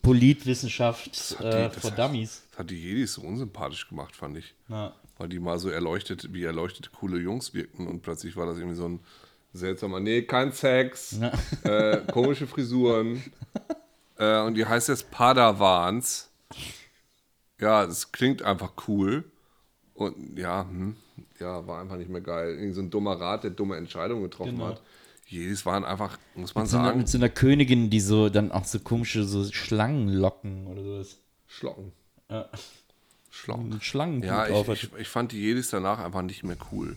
Politwissenschaft hat die- äh, das for hat- Dummies. Das hat die Jedis so unsympathisch gemacht, fand ich. Ja. Weil die mal so erleuchtet, wie erleuchtete coole Jungs wirkten und plötzlich war das irgendwie so ein seltsamer, nee, kein Sex, äh, komische Frisuren. äh, und die heißt jetzt Padawans. Ja, das klingt einfach cool. Und ja, hm, ja, war einfach nicht mehr geil. Irgendwie so ein dummer Rat, der dumme Entscheidungen getroffen Genau. hat. Jedis waren einfach, muss man So einer- sagen, Mit so einer Königin, die so dann auch so komische so Schlangenlocken oder sowas. äh, Schlocken. Ja. Schlocken. Ein Schlangenhut Ja, drauf ich, hatte. ich, ich fand die Jedis danach einfach nicht mehr cool.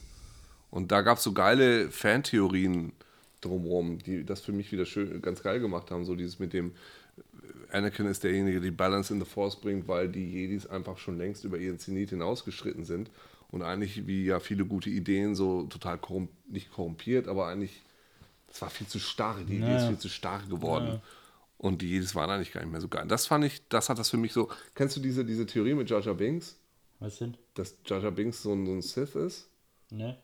Und da gab es so geile Fantheorien drumherum, die das für mich wieder schön, ganz geil gemacht haben. So dieses mit dem äh, Anakin ist derjenige, der Balance in the Force bringt, weil die Jedis einfach schon längst über ihren Zenit hinausgeschritten sind. Und eigentlich, wie ja viele gute Ideen, so total korrum nicht korrumpiert, aber eigentlich, es war viel zu starr. Die Idee ist viel zu starr geworden. Und die Jedis waren eigentlich gar nicht mehr so geil. Das fand ich, das hat das für mich so. Kennst du diese, diese Theorie mit Jar Jar Binks? Was denn? dass Jar Jar Binks so ein, so ein Sith ist, Ne?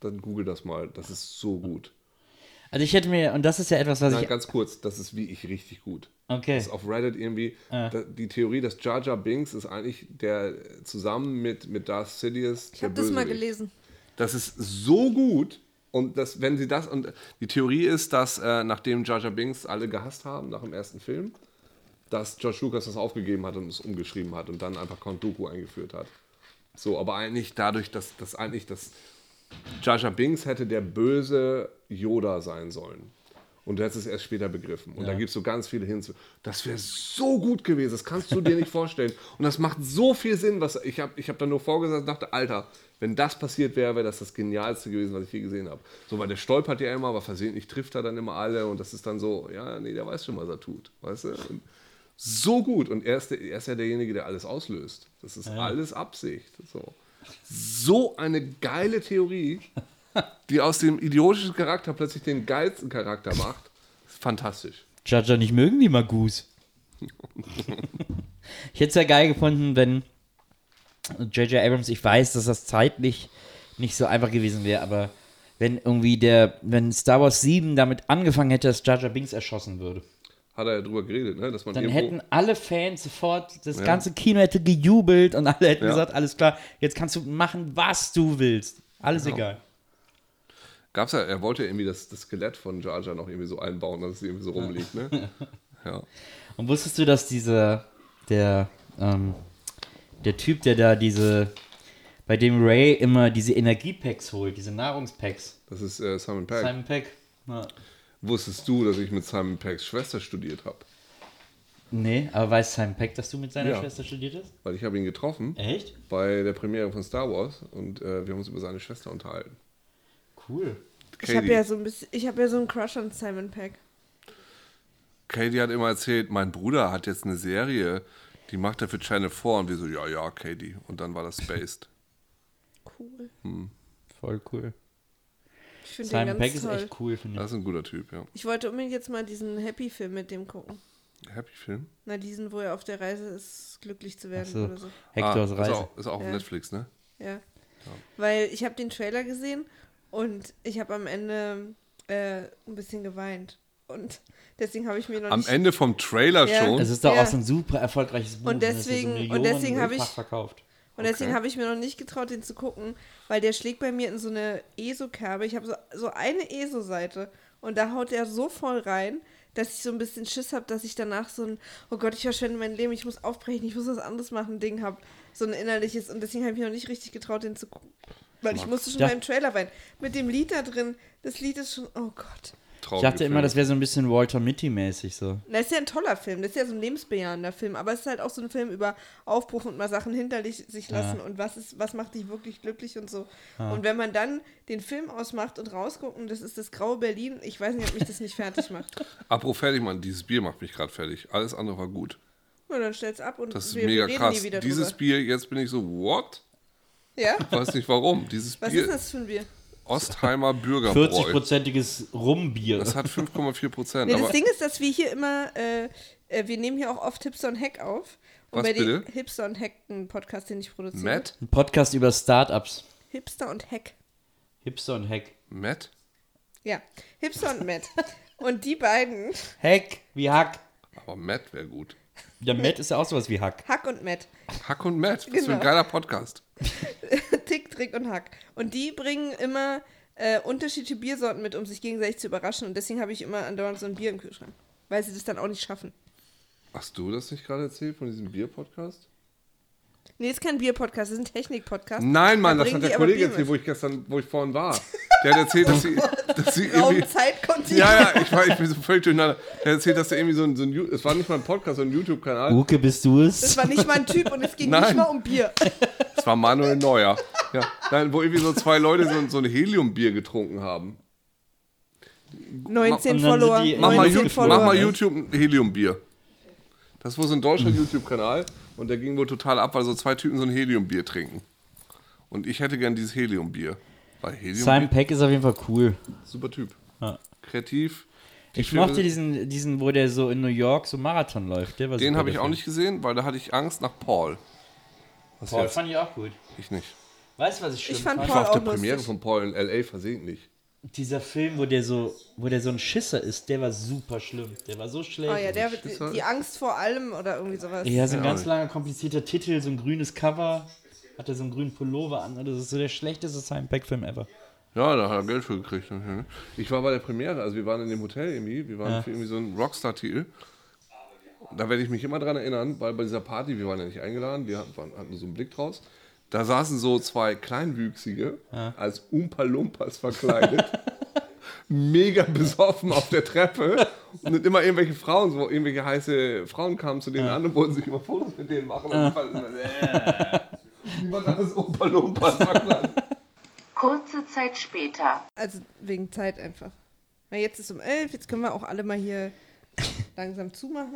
dann google das mal. Das ist so gut. Also ich hätte mir, und das ist ja etwas, was Nein, ich. ganz kurz, das ist wie ich richtig gut. Okay. Das ist auf Reddit irgendwie da, die Theorie, dass Jar Jar Binks ist eigentlich der zusammen mit, mit Darth Sidious. Ich habe das mal gelesen. Das ist so gut. Und das, wenn sie das, und die Theorie ist, dass äh, nachdem Jar Jar Binks alle gehasst haben, nach dem ersten Film, dass George Lucas das aufgegeben hat und es umgeschrieben hat und dann einfach Count Dooku eingeführt hat. So, aber eigentlich dadurch, dass, dass eigentlich das Jar Jar Binks hätte der böse Yoda sein sollen. Und du hättest es erst später begriffen. Und da gibt es so ganz viele hinzu. Das wäre so gut gewesen, das kannst du dir nicht vorstellen. Und das macht so viel Sinn, was ich habe ich hab da nur vorgesagt und dachte, Alter, wenn das passiert wäre, wäre das das Genialste gewesen, was ich je gesehen habe. So, weil der stolpert ja immer, aber versehentlich trifft er dann immer alle. Und das ist dann so, ja, nee, der weiß schon, was er tut. Weißt du? Und so gut. Und er ist, der, er ist ja derjenige, der alles auslöst. Das ist alles Absicht. So. so eine geile Theorie, die aus dem idiotischen Charakter plötzlich den geilsten Charakter macht. Fantastisch. Jaja nicht mögen die Magus. ich hätte es ja geil gefunden, wenn J.J. Abrams, ich weiß, dass das zeitlich nicht so einfach gewesen wäre, aber wenn irgendwie der, wenn Star Wars 7 damit angefangen hätte, dass Jaja Binks erschossen würde, Hat er ja drüber geredet, ne? dass man dann irgendwo- hätten alle Fans sofort, das ganze Kino hätte gejubelt und alle hätten Ja. gesagt, alles klar, jetzt kannst du machen, was du willst. Alles egal. Gab's ja, er wollte irgendwie das, das Skelett von Jar Jar noch irgendwie so einbauen, dass es irgendwie so rumliegt. Ne? Ja. Und wusstest du, dass dieser, der, ähm, der Typ, der da diese, bei dem Ray immer diese Energiepacks holt, diese Nahrungspacks, Das ist äh, Simon Pegg. Simon Peck. Ja. Wusstest du, dass ich mit Simon Peggs Schwester studiert habe? Nee, aber weiß Simon Peck, dass du mit seiner Ja. Schwester studiert hast? Weil ich habe ihn getroffen Echt? bei der Premiere von Star Wars und äh, wir haben uns über seine Schwester unterhalten. Cool. Ich habe ja so ein bisschen, ich habe ja so einen Crush an Simon Peck. Katie hat immer erzählt, mein Bruder hat jetzt eine Serie, die macht er für Channel 4 und wir so, ja, ja, Katie. Und dann war das Spaced. Cool. Voll cool. Ich finde den Simon ganz Peck ist toll. echt cool, finde ich. Das ist ein guter Typ, ja. Ich wollte unbedingt jetzt mal diesen Happy-Film mit dem gucken. Happy Film. Na, diesen, wo er auf der Reise ist, glücklich zu werden Also, So, oder so. Hectors Ah, ist Reise. auch, ist auch auf Ja. Netflix, ne? Ja. Weil ich habe den Trailer gesehen und ich habe am Ende äh, ein bisschen geweint. Und deswegen habe ich mir noch Am nicht... Ende vom Trailer Ja. schon. Es ist doch Ja. auch so ein super erfolgreiches Buch. ne? Und das ist deswegen- und Millionen- deswegen habe ich- Fach verkauft. Und deswegen Okay. habe ich mir noch nicht getraut, den zu gucken, weil der schlägt bei mir in so eine ESO-Kerbe. Ich habe so, so eine ESO-Seite und da haut er so voll rein, dass ich so ein bisschen Schiss habe, dass ich danach so ein, oh Gott, ich verschwende mein Leben, ich muss aufbrechen, ich muss was anderes machen, Ding habe. So ein innerliches. Und deswegen habe ich mir noch nicht richtig getraut, den zu gucken. Weil ich musste schon Ja. beim Trailer weinen. Mit dem Lied da drin, das Lied ist schon, oh Gott. Ich Traurige dachte immer, Filme. das wäre so ein bisschen Walter Mitty-mäßig so. Das ist ja ein toller Film, das ist ja so ein lebensbejahender Film, aber es ist halt auch so ein Film über Aufbruch und mal Sachen hinter dich- sich lassen und was ist, was macht dich wirklich glücklich und so. Und wenn man dann den Film ausmacht und rausguckt und das ist das graue Berlin, ich weiß nicht, ob mich das nicht fertig macht. Apropos fertig, Mann, dieses Bier macht mich gerade fertig. Alles andere war gut. Na, dann stell's ab und Das ist wir mega reden krass. nie wieder Dieses drüber. Bier, jetzt bin ich so, what? Ja? Weiß nicht warum. Dieses Was Bier, ist das für ein Bier? Ostheimer Bürgerbräu. 40-prozentiges Rumbier. Das hat 5,4 Prozent. Nee, aber das Ding ist, dass wir hier immer, äh, äh, wir nehmen hier auch oft Hipster und Hack auf. Und Was bei den bitte? Hipster und Hack, ein Podcast, den ich produziere. Matt? Ein Podcast über Startups. Hipster und Hack. Hipster und Hack. Matt? Ja, Hipster und Matt. Und die beiden, Hack, wie Hack. Aber Matt wäre gut. Ja, Matt ist ja auch sowas wie Hack. Hack und Matt, Hack und Matt, was für ein Genau. geiler Podcast. Tick, Trick und Hack. Und die bringen immer äh, unterschiedliche Biersorten mit, um sich gegenseitig zu überraschen. Und deswegen habe ich immer andauernd so ein Bier im Kühlschrank. Weil sie das dann auch nicht schaffen. Hast du das nicht gerade erzählt von diesem Bier-Podcast? Nee, ist kein Bier-Podcast, das ist ein Technik-Podcast. Nein, Mann, Da das hat bringen die der aber Kollege Bier erzählt, mit. wo ich gestern, wo ich vorhin war. Der hat erzählt, dass sie, dass sie irgendwie. Raum, Zeit, kommt Ja, ja, ich, war, ich bin so völlig durcheinander. Der erzählt, dass er irgendwie so ein, so ein Ju- es war nicht mal ein Podcast, sondern ein YouTube-Kanal. Uke, bist du Das es? war nicht mal ein Typ und es ging Nein. nicht mal um Bier. Es war Manuel Neuer. Ja, nein, wo irgendwie so zwei Leute so, ein- so ein Heliumbier getrunken haben. 19 Und dann sind Follower. die- Mach mal, 19 YouTube, ne? Follower. mach mal YouTube ein Heliumbier. Das war so ein deutscher YouTube-Kanal und der ging wohl total ab, weil so zwei Typen so ein Heliumbier trinken. Und ich hätte gern dieses Heliumbier. Weil Simon Heliumbier, Peck ist auf jeden Fall cool. super Typ. Ja. Kreativ. Ich Filme- mochte diesen, diesen, wo der so in New York so Marathon läuft. Der war Den super, habe der ich auch Film. nicht gesehen, weil da hatte ich Angst nach Paul. Was Paul jetzt? fand ich auch gut. Ich nicht. Weißt du, was ich schön Ich fand Ich Paul war auf auch der Premiere lustig. von Paul in L.A. versehentlich. Dieser Film, wo der so, wo der so ein Schisser ist, der war super schlimm. Der war so schlecht. Oh ja, der, die, die Angst vor allem oder irgendwie sowas. Ja, so ein ganz langer, komplizierter Titel, so ein grünes Cover. Hat er so einen grünen Pullover an. Also, Das ist so der schlechteste Simon Peck-Film ever. Ja, da hat er Geld für gekriegt. Ich war bei der Premiere, also wir waren in dem Hotel irgendwie, wir waren für irgendwie so einen Rockstar-Titel. Da werde ich mich immer dran erinnern, weil bei dieser Party, wir waren ja nicht eingeladen, wir hatten, waren- hatten so einen Blick draus. Da saßen so zwei Kleinwüchsige, als Umpa Lumpas verkleidet, mega besoffen auf der Treppe. Und immer irgendwelche Frauen, so irgendwelche heiße Frauen kamen zu denen an und wollten sich immer Fotos mit denen machen. Und die fanden immer, äh. Die waren alles Umpa Lumpas verkleidet. Kurze Zeit später. Also wegen Zeit einfach. Na, jetzt ist um elf, jetzt können wir auch alle mal hier langsam zumachen.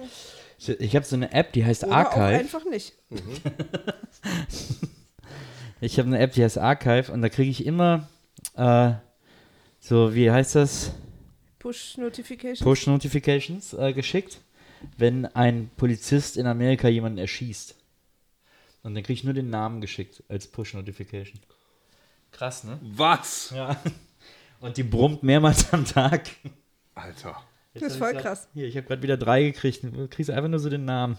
Ich, ich habe so eine App, die heißt Oder auch Archive. einfach nicht. Ich habe eine App, die heißt Archive und da kriege ich immer äh, so, wie heißt das? Push-Notification. Push-Notifications äh, geschickt, wenn ein Polizist in Amerika jemanden erschießt. Und dann kriege ich nur den Namen geschickt als Push-Notification. Krass, ne? Was? Ja. Und die brummt mehrmals am Tag. Alter. Das ist voll krass. Hier, ich habe gerade wieder drei gekriegt. Du kriegst einfach nur so den Namen.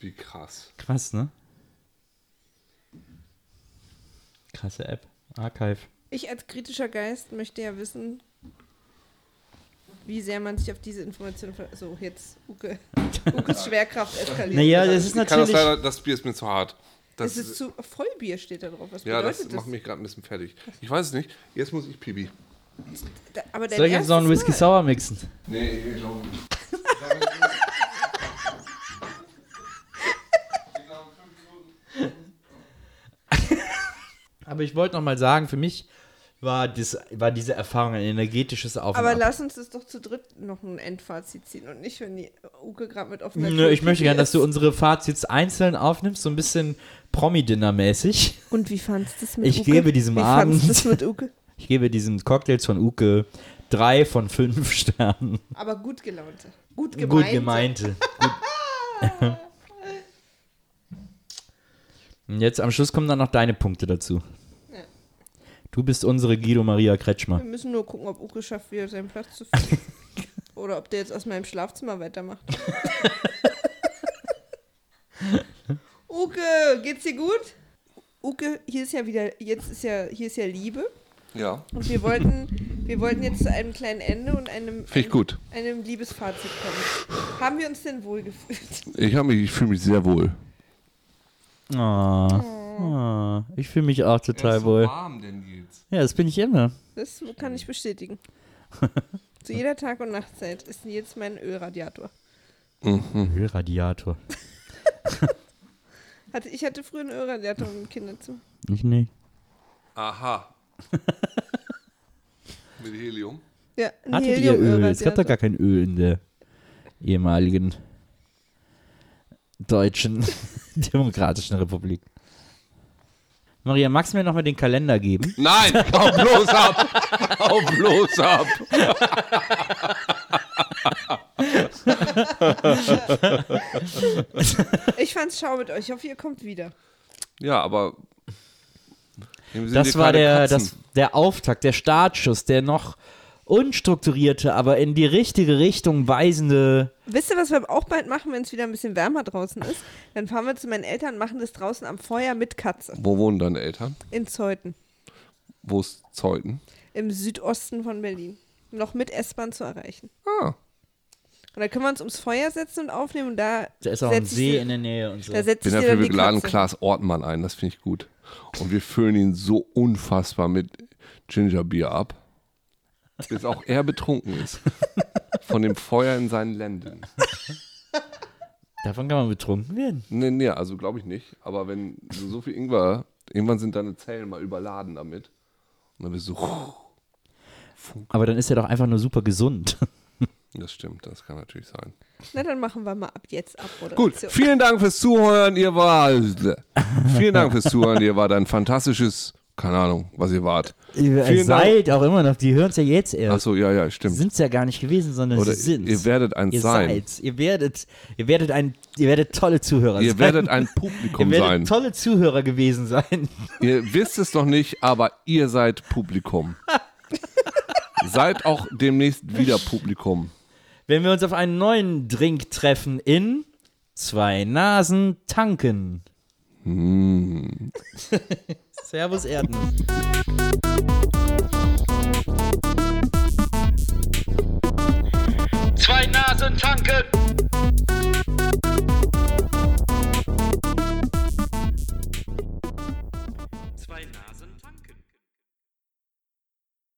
Wie krass. Krass, ne? Krasse App. Archive. Ich als kritischer Geist möchte ja wissen, wie sehr man sich auf diese Information ver So, jetzt Uke. Ukes Schwerkraft eskaliert. Naja, das ist Ich kann das natürlich. leider, das Bier ist mir zu hart. Das, es ist zu Vollbier steht da drauf. Was ja, das bedeutet das? macht mich gerade ein bisschen fertig. Ich weiß es nicht. Jetzt muss ich Pibi. Da, aber dein Soll ich jetzt noch einen erstes Whisky Mal. Sour mixen? Nee, ich glaube Aber ich wollte noch mal sagen, für mich war, das, war diese Erfahrung ein energetisches Auf und Aber Ab. lass uns das doch zu dritt noch ein Endfazit ziehen und nicht, wenn die Uke gerade mit offener Nö, Tür ich möchte gerne, dass du ist. unsere Fazits einzeln aufnimmst, so ein bisschen Promi-Dinner-mäßig. Und wie fandst du es mit Ich Uke? gebe diesem wie Abend- Wie fandst du mit Uke? Ich gebe diesen Cocktails von Uke drei von fünf Sternen. Aber gut gelaunte. Gut gemeint. Gut gemeinte. Gut. Und jetzt am Schluss kommen dann noch deine Punkte dazu. Du bist unsere Guido Maria Kretschmer. Wir müssen nur gucken, ob Uke schafft, wieder seinen Platz zu finden. Oder ob der jetzt aus meinem Schlafzimmer weitermacht. Uke, geht's dir gut? Uke, hier ist ja wieder, jetzt ist ja, hier ist ja Liebe. Ja. Und wir wollten, wir wollten jetzt zu einem kleinen Ende und einem, Finde ich gut. einem Liebesfazit kommen. Haben wir uns denn wohlgefühlt? Ich, hab mich- ich fühle mich sehr wohl. Ah, ah, ich fühle mich auch total wohl. warm, denn geht's. Ja, das bin ich immer. Das kann ich bestätigen. zu jeder Tag- und Nachtzeit ist jetzt mein Ölradiator. Ölradiator. Hatte, ich hatte früher einen Ölradiator im Kinderzimmer. Ich nicht. Aha. Mit Helium. Ja, ein Hattet ihr Öl? Es gab Helium-Ölradiator. doch gar kein Öl in der ehemaligen deutschen demokratischen Republik. Maria, magst du mir nochmal den Kalender geben? Nein, hau bloß ab! Hau bloß ab! Ich fand's schau mit euch. Ich hoffe, ihr kommt wieder. Ja, aber. nehmen Sie Das dir war keine der, Katzen. das, der Auftakt, der Startschuss, der noch unstrukturierte, aber in die richtige Richtung weisende Wisst ihr, was wir auch bald machen, wenn es wieder ein bisschen wärmer draußen ist? Dann fahren wir zu meinen Eltern, machen das draußen am Feuer mit Katze. Wo wohnen deine Eltern? In Zeuthen. Wo ist Zeuthen? Im Südosten von Berlin. um Noch mit S-Bahn zu erreichen. Ah, Und dann können wir uns ums Feuer setzen und aufnehmen und da. Da ist auch setz ein ich See dir- in der Nähe und so. Da setze bin ich dir dafür, dann die wir laden Katze. Klaas Ortmann ein, das finde ich gut. Und wir füllen ihn so unfassbar mit Gingerbier ab, bis auch er betrunken ist. Von dem Feuer in seinen Lenden. Davon kann man betrunken werden. Nee, nee, also glaube ich nicht. Aber wenn du so viel Ingwer, irgendwann sind deine Zellen mal überladen damit. Und dann bist du so, Aber dann ist er doch einfach nur super gesund. das stimmt, das kann natürlich sein. Na, dann machen wir mal ab jetzt ab, oder? Gut, vielen Dank fürs Zuhören, ihr war. Vielen Dank fürs Zuhören, ihr wart ein fantastisches, keine Ahnung, was ihr wart. Ihr Vielen Dank. seid auch immer noch, die hören es ja jetzt erst. Achso, ja, ja, stimmt. Sind es ja gar nicht gewesen, sondern Oder sie sind ihr werdet eins ihr sein. Seid's. Ihr werdet, ihr werdet ein, ihr werdet tolle Zuhörer sein. Ihr werdet ein Also Publikum ihr werdet sein. tolle Zuhörer gewesen sein. Ihr wisst es noch nicht, aber ihr seid Publikum. seid auch demnächst wieder Publikum. Wenn wir uns auf einen neuen Drink treffen in Zwei Nasen tanken. Hm. Servus Erden. Zwei Nasen tanken.